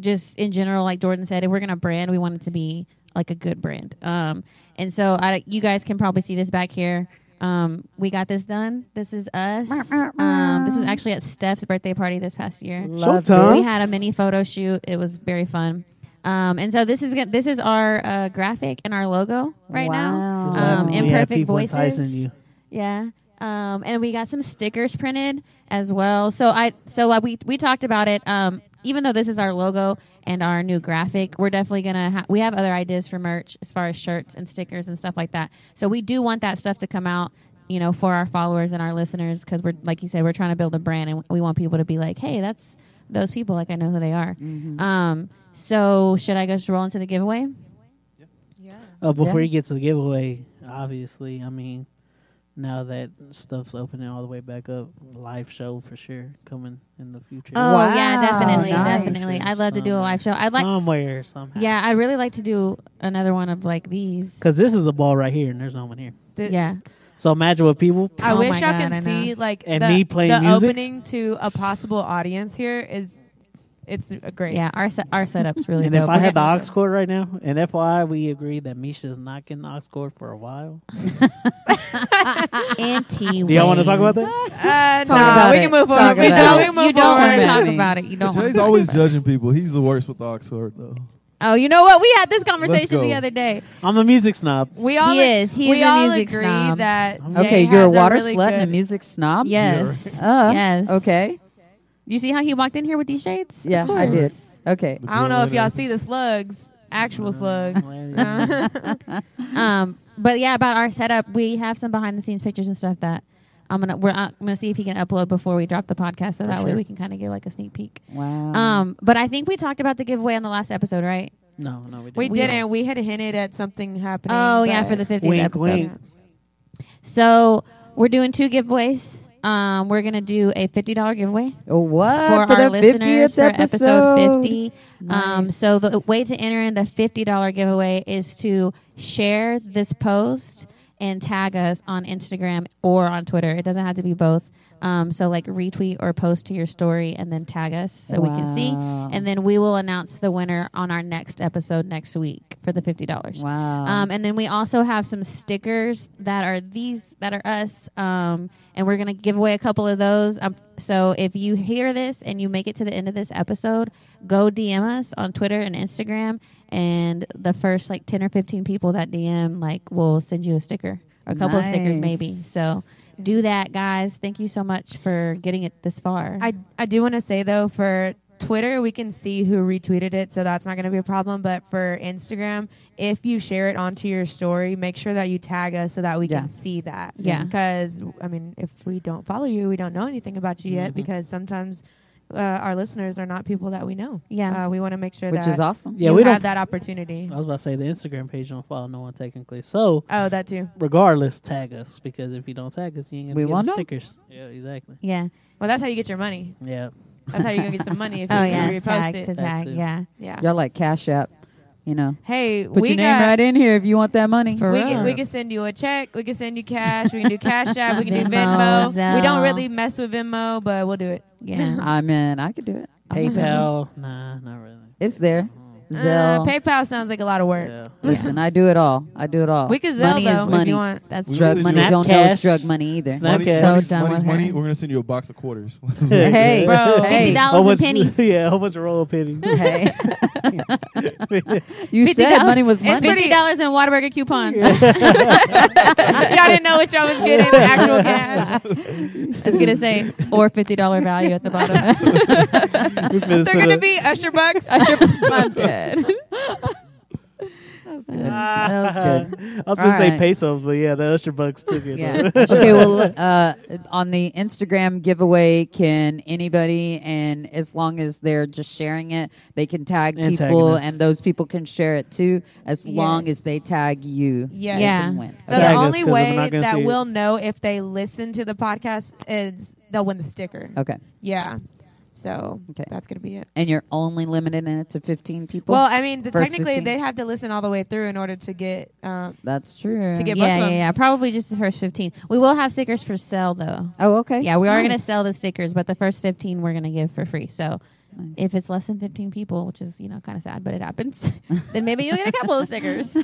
Speaker 3: just in general like Jordan said if we're going to brand we want it to be like a good brand. Um and so I you guys can probably see this back here. Um we got this done. This is us. Um this was actually at Steph's birthday party this past year.
Speaker 4: Love
Speaker 6: Showtime.
Speaker 3: We had a mini photo shoot. It was very fun. Um, and so this is gon- this is our uh, graphic and our logo right now.
Speaker 4: wow.
Speaker 6: This is what happens
Speaker 3: Um,
Speaker 6: when
Speaker 3: and
Speaker 6: you have
Speaker 3: perfect
Speaker 6: people enticing
Speaker 3: voices.
Speaker 6: you.
Speaker 3: Yeah. Um, and we got some stickers printed as well. So I so uh, we we talked about it. Um, even though this is our logo and our new graphic, we're definitely gonna ha- we have other ideas for merch as far as shirts and stickers and stuff like that. So we do want that stuff to come out, you know, for our followers and our listeners because we're like you said, we're trying to build a brand and we want people to be like, hey, that's those people. Like I know who they are.
Speaker 4: Mm-hmm.
Speaker 3: Um, so should I just roll into the giveaway?
Speaker 7: Yeah.
Speaker 6: Uh, before
Speaker 4: Yeah.
Speaker 6: you get to the giveaway, obviously, I mean, now that stuff's opening all the way back up, live show for sure coming in the future.
Speaker 3: Oh yeah,
Speaker 4: Wow,
Speaker 3: definitely,
Speaker 4: nice.
Speaker 3: definitely. I'd love to do a live show. I'd like
Speaker 6: somewhere somehow.
Speaker 3: Yeah, I'd really like to do another one of like these.
Speaker 6: because this is a ball right here, and there's no one here.
Speaker 1: Th-
Speaker 3: Yeah.
Speaker 6: So imagine what people.
Speaker 1: I
Speaker 3: Oh my
Speaker 1: wish y'all
Speaker 3: God, I
Speaker 1: can
Speaker 3: know.
Speaker 1: see like
Speaker 6: And
Speaker 1: the,
Speaker 6: me playing
Speaker 1: the
Speaker 6: music?
Speaker 1: opening to a possible audience here is it's uh, great.
Speaker 3: Yeah, our se- our setup's really
Speaker 6: And
Speaker 3: dope.
Speaker 6: if I had the
Speaker 3: We're-
Speaker 6: ox cord right now, and FYI, we agreed that Misha's not getting ox cord for a while.
Speaker 3: anti
Speaker 6: Do y'all want to talk about that?
Speaker 1: Uh,
Speaker 4: Talk
Speaker 1: nah,
Speaker 4: about
Speaker 1: we
Speaker 4: it.
Speaker 1: can move
Speaker 4: Talk
Speaker 1: forward. We
Speaker 4: about
Speaker 1: don't,
Speaker 4: it.
Speaker 1: we can move
Speaker 3: You don't want
Speaker 1: forward.
Speaker 3: to talk
Speaker 4: Maybe.
Speaker 3: about it. You don't.
Speaker 2: Jay's
Speaker 3: wanna-
Speaker 2: always judging people. He's the worst with the Oxford though.
Speaker 3: Oh, you know what? We had this conversation
Speaker 2: go.
Speaker 3: the other day.
Speaker 6: I'm a music snob.
Speaker 1: We all
Speaker 3: He is. He
Speaker 1: we
Speaker 3: is a
Speaker 1: all
Speaker 3: music
Speaker 1: agree
Speaker 3: snob.
Speaker 1: that Jay
Speaker 4: Okay,
Speaker 1: has
Speaker 4: you're a water
Speaker 1: really
Speaker 4: slut and a
Speaker 1: good-
Speaker 4: music snob.
Speaker 3: Yes.
Speaker 4: Uh,
Speaker 3: Yes.
Speaker 4: Okay.
Speaker 3: You see how he walked in here with these shades?
Speaker 4: Yeah,
Speaker 3: Of
Speaker 4: I did.
Speaker 3: course.
Speaker 4: Okay.
Speaker 1: I don't know if y'all see the slugs
Speaker 6: Mm-hmm.
Speaker 5: actual slug.
Speaker 3: um, but yeah, about our setup, we have some behind the scenes pictures and stuff that I'm gonna we're uh, I'm gonna see if he can upload before we drop the podcast, so that way
Speaker 4: sure.
Speaker 3: we can kind of give like a sneak peek.
Speaker 4: Wow.
Speaker 3: Um, but I think we talked about the giveaway on the last episode, right?
Speaker 6: No, no, we didn't.
Speaker 5: We didn't. We had hinted at something happening.
Speaker 3: Oh yeah,
Speaker 5: but-
Speaker 3: for the 50th
Speaker 6: Wink,
Speaker 3: episode.
Speaker 6: wink.
Speaker 3: So we're doing two giveaways. Um, we're gonna do a fifty dollar giveaway.
Speaker 4: Oh, what
Speaker 3: for,
Speaker 4: the
Speaker 3: our
Speaker 4: 50th
Speaker 3: listeners for episode 50. Um,
Speaker 4: Nice.
Speaker 3: so the way to enter in the $50 giveaway is to share this post and tag us on Instagram or on Twitter. It doesn't have to be both. Um, so like retweet or post to your story and then tag us so we can see.
Speaker 4: Wow.
Speaker 3: And then we will announce the winner on our next episode next week for the $50.
Speaker 4: Wow.
Speaker 3: Um, and then we also have some stickers that are these that are us, um, and we're gonna give away a couple of those. Um, so if you hear this and you make it to the end of this episode, go DM us on Twitter and Instagram, and the first like ten or fifteen people that DM like will send you a sticker or a couple of stickers
Speaker 4: Nice.
Speaker 3: maybe. So do that, guys. Thank you so much for getting it this far.
Speaker 5: I I do want to say though for Twitter we can see who retweeted it, so that's not going to be a problem. But for Instagram, if you share it onto your story, make sure that you tag us so that we
Speaker 4: Yeah.
Speaker 5: can see that.
Speaker 3: Yeah.
Speaker 5: Because I mean, if we don't follow you, we don't know anything about you yet. Because sometimes uh, our listeners are not people that we know.
Speaker 3: Yeah.
Speaker 5: Uh, we want to make sure
Speaker 4: which
Speaker 5: that
Speaker 4: is awesome.
Speaker 6: Yeah,
Speaker 5: you
Speaker 6: we
Speaker 5: have
Speaker 6: don't- Uh,
Speaker 5: that opportunity.
Speaker 6: I was about to say the Instagram page don't follow no one technically. So
Speaker 5: Oh, that too.
Speaker 6: regardless, tag us because if you don't tag us, you ain't gonna
Speaker 4: We
Speaker 6: get
Speaker 4: won't
Speaker 6: the
Speaker 4: know.
Speaker 6: stickers. Yeah, exactly.
Speaker 3: yeah.
Speaker 5: Well, that's how you get your money.
Speaker 6: Yeah,
Speaker 5: That's how you're gonna get some money if you
Speaker 3: Oh
Speaker 5: if you
Speaker 3: yeah. it's
Speaker 5: repost
Speaker 3: Tag
Speaker 5: it.
Speaker 3: to
Speaker 6: That's
Speaker 3: tag.
Speaker 6: it.
Speaker 3: Yeah.
Speaker 5: yeah.
Speaker 4: Y'all like Cash App, you know.
Speaker 5: Hey,
Speaker 4: Put
Speaker 5: we
Speaker 4: your name
Speaker 5: got
Speaker 4: right in here if you want that money.
Speaker 3: For
Speaker 5: we
Speaker 3: real.
Speaker 5: can, we can send you a check. We can send you cash. We can do Cash App. We can do
Speaker 3: Venmo,
Speaker 5: Venmo. We
Speaker 3: Zelle.
Speaker 5: don't really mess with Venmo, but we'll do it.
Speaker 3: Yeah.
Speaker 4: I mean, I could do it.
Speaker 6: PayPal. Nah, not really.
Speaker 4: It's there.
Speaker 5: Uh,
Speaker 4: Zelle.
Speaker 5: PayPal sounds like a lot of work.
Speaker 6: Yeah.
Speaker 4: Listen, I do it all. I do it all.
Speaker 5: We can Zelle
Speaker 4: money
Speaker 5: though
Speaker 4: is
Speaker 5: if
Speaker 4: money.
Speaker 5: you want.
Speaker 3: That's
Speaker 2: We
Speaker 4: Drug
Speaker 2: will
Speaker 4: money.
Speaker 2: send you-
Speaker 4: Don't know it's
Speaker 6: Snapcash.
Speaker 4: drug money either.
Speaker 6: Snap-
Speaker 2: Money's,
Speaker 6: Okay.
Speaker 3: So
Speaker 2: money's,
Speaker 3: done with
Speaker 2: money's money.
Speaker 3: her.
Speaker 2: We're gonna send you a box of quarters. Oh,
Speaker 4: Hey,
Speaker 5: Bro.
Speaker 4: hey,
Speaker 3: $50
Speaker 6: How
Speaker 3: and
Speaker 6: much-
Speaker 3: pennies.
Speaker 6: yeah, how much roll of pennies?
Speaker 4: hey. you said
Speaker 3: $50.
Speaker 4: money was
Speaker 3: It's
Speaker 4: money.
Speaker 3: fifty dollars in a Whataburger coupon.
Speaker 5: y'all didn't know what y'all was getting actual cash.
Speaker 3: I was gonna say or fifty dollar value at the bottom.
Speaker 6: We finna
Speaker 5: They're
Speaker 6: send
Speaker 5: gonna
Speaker 6: a-
Speaker 5: be Usher bucks.
Speaker 3: Usher, I'm dead.
Speaker 4: That was
Speaker 6: I was gonna say
Speaker 4: Alright.
Speaker 6: pesos, but yeah, the Usher bucks took it.
Speaker 4: Yeah. okay. Well, uh, on the Instagram giveaway, can anybody and as long as they're just sharing it, they can tag
Speaker 6: And tagging
Speaker 4: people,
Speaker 6: us.
Speaker 4: and those people can share it too, as
Speaker 5: Yes.
Speaker 4: long as they tag you.
Speaker 5: Yes.
Speaker 4: they
Speaker 3: Yeah.
Speaker 4: can win.
Speaker 5: So
Speaker 6: Tag
Speaker 5: the
Speaker 6: us,
Speaker 5: only
Speaker 6: 'cause I'm
Speaker 5: way
Speaker 6: not gonna
Speaker 5: that
Speaker 6: see it.
Speaker 5: we'll know if they listen to the podcast is they'll win the sticker.
Speaker 4: Okay.
Speaker 5: Yeah. So
Speaker 4: Okay.
Speaker 5: that's gonna be it.
Speaker 4: And you're only limited in it to 15 people.
Speaker 5: Well, I mean, the,
Speaker 4: First
Speaker 5: technically
Speaker 4: 15.
Speaker 5: they have to listen all the way through in order to get. Um,
Speaker 4: that's true.
Speaker 5: To get- both
Speaker 3: yeah,
Speaker 5: of
Speaker 3: yeah,
Speaker 5: them.
Speaker 3: yeah. Probably just the first fifteen. We will have stickers for sale though.
Speaker 4: oh, okay.
Speaker 3: Yeah, we are gonna
Speaker 4: Nice.
Speaker 3: sell the stickers, but the first fifteen we're gonna give for free. So if it's less than fifteen people, which is you know kind of sad, but it happens, then maybe you'll get a couple of stickers.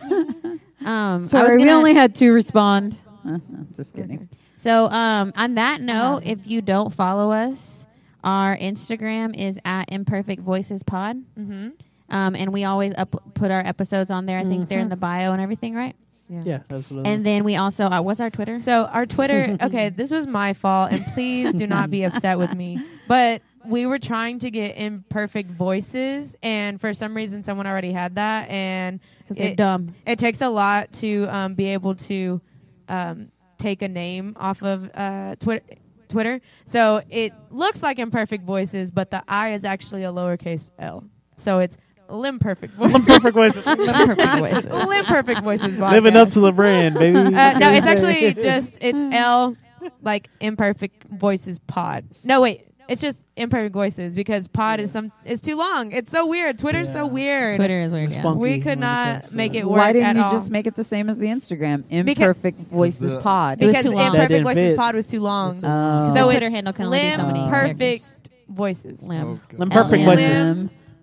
Speaker 3: Um, I was
Speaker 4: Sorry, we
Speaker 3: gonna-
Speaker 4: only had two respond. Uh-huh, just kidding.
Speaker 3: So, um, on that note, if you don't follow us, our Instagram is at Imperfect Voices Pod,
Speaker 5: mhm.
Speaker 3: um, and we always up put our episodes on there. I think they're in
Speaker 5: Mm-hmm.
Speaker 3: the bio and everything, right?
Speaker 6: yeah, absolutely.
Speaker 3: And then we also uh, what's our Twitter?
Speaker 5: So our Twitter, okay, this was my fault, and please do not be upset with me. But we were trying to get imperfect voices, and for some reason, someone already had that, and
Speaker 3: Because they're
Speaker 5: it-
Speaker 3: dumb.
Speaker 5: it takes a lot to um, be able to um, take a name off of uh, Twitter. Twitter. So it looks like imperfect voices, but the I is actually a lowercase L. So it's limperfect
Speaker 6: One
Speaker 5: voices.
Speaker 6: perfect way to
Speaker 3: Imperfect Voices.
Speaker 5: limperfect voices.
Speaker 6: living up
Speaker 5: podcast.
Speaker 6: to the brand, baby.
Speaker 5: Uh, no, it's actually just it's L like imperfect voices pod. No, wait. It's just imperfect voices because pod is some it's too long. It's so weird. Twitter's so
Speaker 6: Yeah.
Speaker 5: weird.
Speaker 3: Twitter is weird. Yeah.
Speaker 6: Spunk-
Speaker 5: We
Speaker 6: Funky when
Speaker 5: could
Speaker 6: it
Speaker 5: not
Speaker 6: comes to
Speaker 5: make
Speaker 6: that.
Speaker 5: it work
Speaker 4: Why didn't
Speaker 5: at
Speaker 4: you
Speaker 5: all.
Speaker 4: just make it the as the Instagram?
Speaker 5: Because-
Speaker 4: Imperfect Voices
Speaker 2: The-
Speaker 4: Pod.
Speaker 3: It was
Speaker 5: because
Speaker 3: too long.
Speaker 6: That
Speaker 5: imperfect
Speaker 6: didn't
Speaker 5: voices
Speaker 6: fit.
Speaker 5: pod was too long.
Speaker 4: Oh.
Speaker 5: So
Speaker 3: The
Speaker 5: it's
Speaker 3: Twitter handle can only do so many
Speaker 5: lim perfect
Speaker 3: characters.
Speaker 5: voices.
Speaker 3: Lim.
Speaker 6: Lim
Speaker 3: L-
Speaker 6: perfect
Speaker 3: Lim.
Speaker 6: voices.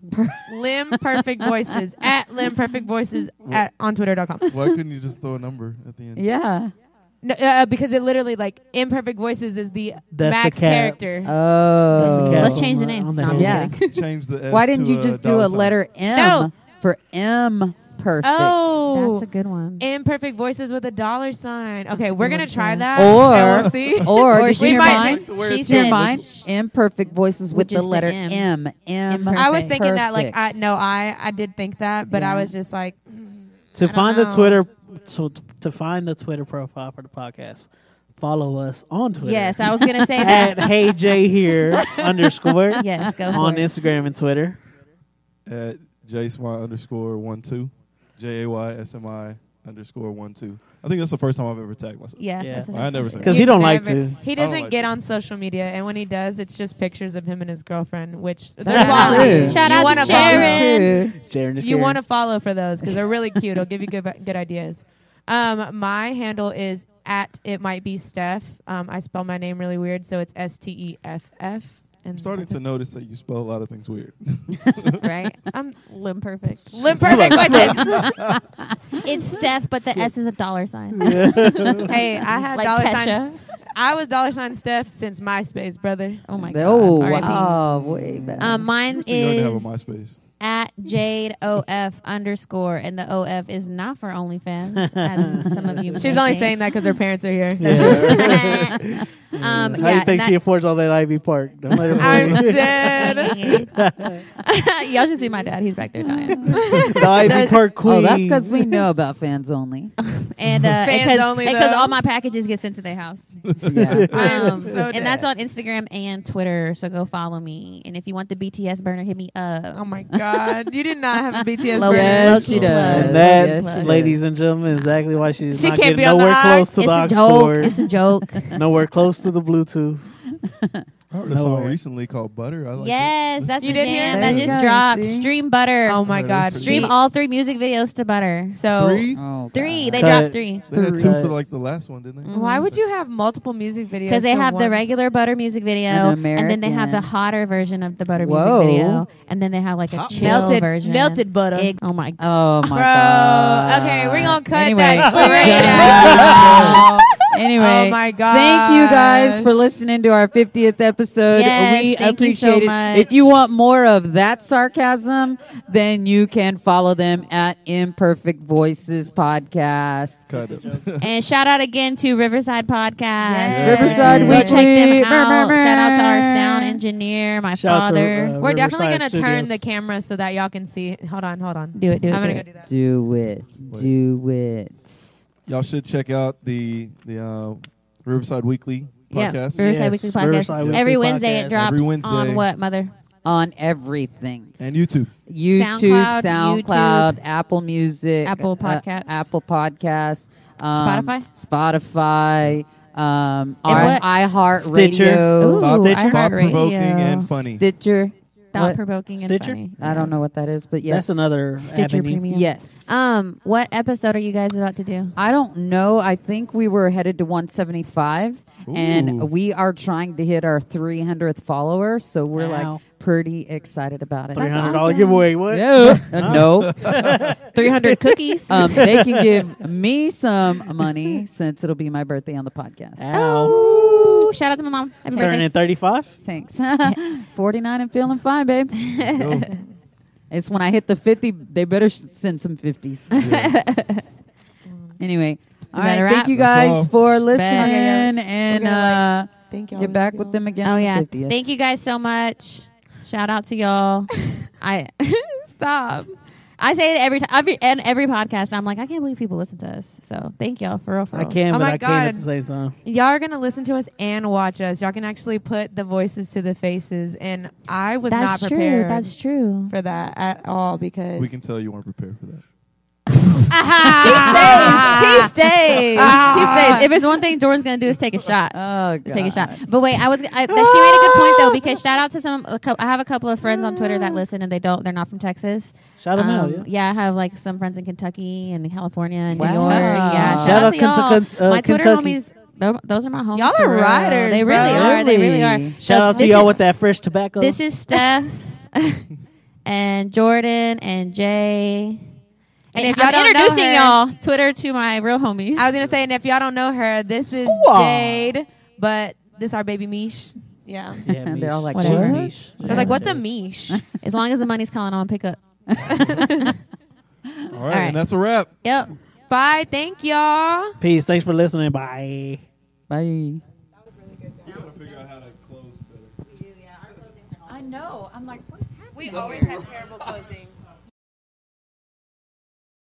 Speaker 4: Um,
Speaker 5: Lim perfect voices at lim perfect voices at on twitter.com.
Speaker 2: Why couldn't you just throw a number at the end?
Speaker 4: yeah.
Speaker 5: No, uh, because it literally like imperfect voices is the
Speaker 6: That's the
Speaker 5: max
Speaker 6: cap.
Speaker 5: character.
Speaker 4: Oh.
Speaker 6: That's a
Speaker 3: Let's
Speaker 6: Oh,
Speaker 3: change the
Speaker 6: my-
Speaker 3: name.
Speaker 6: on
Speaker 3: No,
Speaker 6: the
Speaker 3: I'm
Speaker 4: hill.
Speaker 3: just kidding.
Speaker 2: Change the. S
Speaker 4: Why didn't
Speaker 2: to
Speaker 4: you
Speaker 2: a
Speaker 4: just do
Speaker 2: dollar
Speaker 4: a
Speaker 2: sign.
Speaker 4: letter M
Speaker 5: No.
Speaker 4: for M Perfect.
Speaker 5: Oh,
Speaker 3: That's a good one.
Speaker 5: Imperfect voices with a dollar sign. Okay,
Speaker 3: a
Speaker 5: we're
Speaker 3: good
Speaker 5: gonna
Speaker 3: one,
Speaker 5: try
Speaker 3: too.
Speaker 5: that. and
Speaker 4: Or,
Speaker 5: we'll see.
Speaker 4: or, did you
Speaker 5: we
Speaker 4: hear
Speaker 5: might.
Speaker 4: mine?
Speaker 3: To where She it's
Speaker 4: Did you hear
Speaker 3: said-
Speaker 4: mine? Imperfect voices with
Speaker 3: Which
Speaker 4: the
Speaker 3: is the
Speaker 4: letter
Speaker 3: M.
Speaker 4: M. M.
Speaker 3: Imperfect.
Speaker 5: I was thinking that like I
Speaker 4: Perfect.
Speaker 5: no I I did think that, but
Speaker 4: Yeah.
Speaker 5: I was just like
Speaker 6: To
Speaker 5: don't
Speaker 6: find the
Speaker 5: know.
Speaker 6: Twitter, so t- to find the Twitter profile for the podcast, follow us on Twitter.
Speaker 3: Yes, I was gonna say
Speaker 6: at
Speaker 3: that.
Speaker 6: Hey J here underscore
Speaker 3: yes, go
Speaker 6: on
Speaker 3: for it.
Speaker 6: Instagram and Twitter.
Speaker 2: at jsmi underscore one two, j a y s m i underscore one two. I think that's the first time I've ever tagged myself.
Speaker 3: Yeah,
Speaker 6: Yeah.
Speaker 3: that's what
Speaker 2: I never
Speaker 3: said.
Speaker 2: said
Speaker 6: Because he don't like
Speaker 5: Never.
Speaker 6: to.
Speaker 5: He
Speaker 2: don't
Speaker 5: doesn't
Speaker 2: like
Speaker 5: get
Speaker 2: to.
Speaker 5: on social media, and when he does, it's just pictures of him and his girlfriend. Which they're
Speaker 4: That's
Speaker 5: wild.
Speaker 4: true.
Speaker 3: Shout
Speaker 5: You
Speaker 3: out to
Speaker 5: wanna follow-
Speaker 3: Sharon.
Speaker 6: Sharon is
Speaker 5: You
Speaker 6: Karen.
Speaker 5: want to follow for those because they're really cute. It'll give you good good ideas. Um, my handle is at it might be Steph. Um, I spell my name really weird, so it's S T E F F. And
Speaker 2: I'm starting to notice that you spell a lot of things weird.
Speaker 5: right. I'm
Speaker 3: Limb perfect.
Speaker 5: limp perfect with it.
Speaker 3: It's Steph, but the S is a dollar sign.
Speaker 5: Hey, I had
Speaker 3: Like
Speaker 5: dollar
Speaker 3: Kesha.
Speaker 5: signs. I was dollar sign Steph since MySpace, brother.
Speaker 3: Oh my god.
Speaker 4: Oh,
Speaker 3: R.I.P.
Speaker 4: wow. Way better.
Speaker 3: Um, mine
Speaker 2: Too young to have a
Speaker 3: is
Speaker 2: MySpace.
Speaker 3: at Jade OF underscore, and the OF is not for OnlyFans, as some of you.
Speaker 5: She's
Speaker 3: may
Speaker 5: only
Speaker 3: think.
Speaker 5: saying that because her parents are here.
Speaker 6: Yeah.
Speaker 3: um,
Speaker 6: How
Speaker 3: yeah,
Speaker 6: you think
Speaker 3: that-
Speaker 6: she affords all that Ivy Park? Don't let her
Speaker 5: I'm
Speaker 6: play.
Speaker 5: dead.
Speaker 3: Y'all should see my dad. He's back there dying.
Speaker 6: the Ivy Park queen.
Speaker 4: oh, that's because we know about fans only.
Speaker 3: And uh,
Speaker 5: Fans only,
Speaker 3: because
Speaker 5: though.
Speaker 3: all my packages get sent to their house.
Speaker 4: yeah.
Speaker 3: Um,
Speaker 5: so
Speaker 3: and that's on Instagram and Twitter. So go follow me. And if you want the BTS burner, hit me up.
Speaker 5: Oh my God! You did not have a BTS
Speaker 3: Low-
Speaker 5: burner.
Speaker 4: Yes,
Speaker 3: low-key
Speaker 4: she
Speaker 3: plug,
Speaker 4: does.
Speaker 3: low-key
Speaker 4: Yes,
Speaker 6: And that,
Speaker 3: plug.
Speaker 4: she does.
Speaker 6: ladies and gentlemen, is exactly why she's
Speaker 5: She
Speaker 6: not
Speaker 5: can't
Speaker 6: getting
Speaker 5: be on the
Speaker 6: nowhere close
Speaker 5: Ox.
Speaker 6: to the
Speaker 3: it's a
Speaker 6: Ox
Speaker 3: joke.
Speaker 6: cord,
Speaker 3: It's a joke.
Speaker 6: nowhere close to the Bluetooth.
Speaker 2: I heard a
Speaker 6: No
Speaker 2: song
Speaker 6: way.
Speaker 2: recently called Butter. I like
Speaker 3: yes,
Speaker 2: it.
Speaker 3: that's
Speaker 5: You
Speaker 3: the
Speaker 5: did hear
Speaker 3: jam
Speaker 5: it?
Speaker 4: There
Speaker 3: that
Speaker 4: you
Speaker 3: just
Speaker 4: go,
Speaker 3: dropped.
Speaker 4: see?
Speaker 3: Stream Butter.
Speaker 5: Oh my
Speaker 2: That is
Speaker 5: God!
Speaker 2: pretty
Speaker 3: Stream
Speaker 2: neat.
Speaker 3: all three music videos to Butter.
Speaker 5: So
Speaker 2: three.
Speaker 4: Oh,
Speaker 3: Three. They
Speaker 4: God.
Speaker 6: Cut.
Speaker 3: dropped three. Mm.
Speaker 2: They had two
Speaker 6: Right.
Speaker 2: for like the last one, didn't they?
Speaker 5: why would you have multiple music videos?
Speaker 3: Mm-hmm. Because Mm-hmm. they
Speaker 5: to
Speaker 3: have the
Speaker 5: one-
Speaker 3: regular butter music video,
Speaker 4: An
Speaker 3: and then they have the
Speaker 4: American.
Speaker 3: hotter version of the butter
Speaker 4: Whoa.
Speaker 3: music video, and then they have like a
Speaker 2: Hot
Speaker 3: chill
Speaker 1: melted
Speaker 3: version.
Speaker 1: melted butter.
Speaker 3: Egg- oh my god!
Speaker 4: Oh my
Speaker 5: Bro,
Speaker 4: god.
Speaker 5: okay, we're gonna cut
Speaker 4: anyway,
Speaker 5: that straight
Speaker 4: Yeah.
Speaker 5: out.
Speaker 4: anyway,
Speaker 5: Oh my
Speaker 4: Thank you guys
Speaker 5: gosh.
Speaker 4: for listening to our 50th episode.
Speaker 3: Yes,
Speaker 4: we
Speaker 3: thank you so
Speaker 4: appreciate it.
Speaker 3: much.
Speaker 4: If you want more of that sarcasm, then you can follow them at Imperfect Voices Podcast.
Speaker 2: Kind of.
Speaker 3: And shout out again to Riverside Podcast,
Speaker 5: Yes.
Speaker 4: Riverside
Speaker 3: Go
Speaker 4: Weekly.
Speaker 3: check them
Speaker 4: Brr,
Speaker 3: out.
Speaker 4: brr,
Speaker 3: Shout out to our
Speaker 4: brr.
Speaker 3: sound engineer, my
Speaker 6: Shout out
Speaker 3: father.
Speaker 6: to, uh,
Speaker 5: We're definitely
Speaker 6: Riverside
Speaker 5: gonna turn
Speaker 6: Studios.
Speaker 5: the camera so that y'all can see. Hold on, hold on.
Speaker 3: do it, do it.
Speaker 5: I'm
Speaker 3: do
Speaker 5: gonna go
Speaker 3: it.
Speaker 5: do that.
Speaker 4: Do it. Do it.
Speaker 2: Y'all should check out the the uh, Riverside Weekly
Speaker 3: Yeah,
Speaker 2: podcast.
Speaker 3: Riverside
Speaker 6: Yes,
Speaker 3: Weekly Podcast.
Speaker 6: Riverside Weekly
Speaker 3: Every Wednesday
Speaker 6: Podcast.
Speaker 3: it drops
Speaker 2: Every Wednesday.
Speaker 3: on what mother?
Speaker 4: On everything.
Speaker 2: And YouTube.
Speaker 4: YouTube,
Speaker 3: SoundCloud,
Speaker 4: SoundCloud, Apple Music, uh,
Speaker 3: Apple Podcasts.
Speaker 4: Apple Podcasts, um,
Speaker 3: Spotify?
Speaker 4: Spotify, um,
Speaker 3: And
Speaker 4: I-
Speaker 3: what-
Speaker 4: iHeart
Speaker 6: Stitcher. Oh,
Speaker 4: Radio,
Speaker 3: Ooh,
Speaker 2: Thought-
Speaker 3: I heard radio.
Speaker 2: thought-provoking and funny.
Speaker 4: Stitcher.
Speaker 3: Thought
Speaker 4: What?
Speaker 3: provoking and
Speaker 6: Stitcher?
Speaker 3: funny.
Speaker 4: I don't know what that is, but yes,
Speaker 6: That's another
Speaker 3: Stitcher
Speaker 6: avenue.
Speaker 3: Premium.
Speaker 4: yes.
Speaker 3: Um, what episode are you guys about to do?
Speaker 4: I don't know. I think we were headed to 175,
Speaker 2: Ooh.
Speaker 4: and we are trying to hit our 300th follower. So we're
Speaker 6: Wow.
Speaker 4: like pretty excited about it.
Speaker 6: Three hundred dollar
Speaker 3: awesome.
Speaker 6: giveaway. What?
Speaker 4: No, no.
Speaker 3: 300 cookies.
Speaker 4: um, they can give me some money since it'll be my birthday on the podcast.
Speaker 3: Oh,
Speaker 6: Ow.
Speaker 3: Ooh, shout out to my mom. Happy
Speaker 6: Turning
Speaker 3: birthday.
Speaker 6: thirty-five.
Speaker 4: Thanks. 49 and feeling fine, babe.
Speaker 2: Go.
Speaker 4: It's when I hit the 50, they better sh- send some 50s. anyway, all
Speaker 3: that
Speaker 4: right.
Speaker 3: a
Speaker 4: Thank
Speaker 3: wrap?
Speaker 4: you
Speaker 2: That's all.
Speaker 4: guys for listening
Speaker 3: Okay,
Speaker 4: and uh, get back with them again.
Speaker 3: Oh
Speaker 4: on the
Speaker 3: yeah.
Speaker 4: 50th.
Speaker 3: Thank you guys so much. Shout out to y'all. I stop. I say it every time every and every podcast. I'm like, I can't believe people listen to us. So thank y'all for real. For
Speaker 6: I
Speaker 3: real.
Speaker 6: can,
Speaker 5: Oh
Speaker 6: but
Speaker 5: my
Speaker 6: I can't at
Speaker 5: God.
Speaker 6: the same time.
Speaker 5: Y'all are gonna listen to us and watch us. Y'all can actually put the voices to the faces, and I was
Speaker 3: That's
Speaker 5: not
Speaker 3: true.
Speaker 5: prepared
Speaker 3: That's true.
Speaker 5: for that at all because
Speaker 2: we can tell you weren't prepared for that.
Speaker 3: He stays. He stays. He stays. If it's one thing Jordan's gonna do is take a shot.
Speaker 4: Oh, God.
Speaker 3: Let's take a shot. But wait, I was I, that she made a good point though because shout out to some. A cou- I have a couple of friends on Twitter that listen and they don't. They're not from Texas.
Speaker 6: Shout them out.
Speaker 3: Um,
Speaker 6: Yeah.
Speaker 3: I have like some friends in Kentucky and California and
Speaker 4: Wow.
Speaker 3: New York. Yeah, shout,
Speaker 4: Shout
Speaker 3: out
Speaker 6: out
Speaker 3: to y'all.
Speaker 6: Kentu- uh,
Speaker 3: my Twitter
Speaker 6: Kentucky.
Speaker 3: homies, tho- those are my homies.
Speaker 5: Y'all are
Speaker 3: for real.
Speaker 5: riders,
Speaker 3: They
Speaker 5: bro.
Speaker 3: really are. They really are.
Speaker 4: Really?
Speaker 6: Shout out to
Speaker 3: this
Speaker 6: y'all
Speaker 3: is-
Speaker 6: with that fresh tobacco.
Speaker 3: This is Steph and Jordan and Jay. And,
Speaker 5: if y'all
Speaker 3: I'm
Speaker 5: don't know
Speaker 3: introducing
Speaker 5: her-
Speaker 3: y'all Twitter to my real homies.
Speaker 5: I was gonna say, and if y'all don't know her, this is
Speaker 4: Squaw.
Speaker 5: Jade, but this our baby Mish. Yeah,
Speaker 6: yeah,
Speaker 4: And
Speaker 6: Mish.
Speaker 4: they're all like,
Speaker 3: Whatever.
Speaker 6: Mish.
Speaker 5: they're like, "What's a Mish?"
Speaker 3: as long as the money's calling, I'll pick up.
Speaker 2: All right, and that's a wrap.
Speaker 3: Yep.
Speaker 5: Bye. Thank y'all.
Speaker 6: Peace. Thanks for listening. Bye.
Speaker 4: Bye.
Speaker 7: We
Speaker 4: know. I'm like, what's happening?
Speaker 7: always have terrible clothing.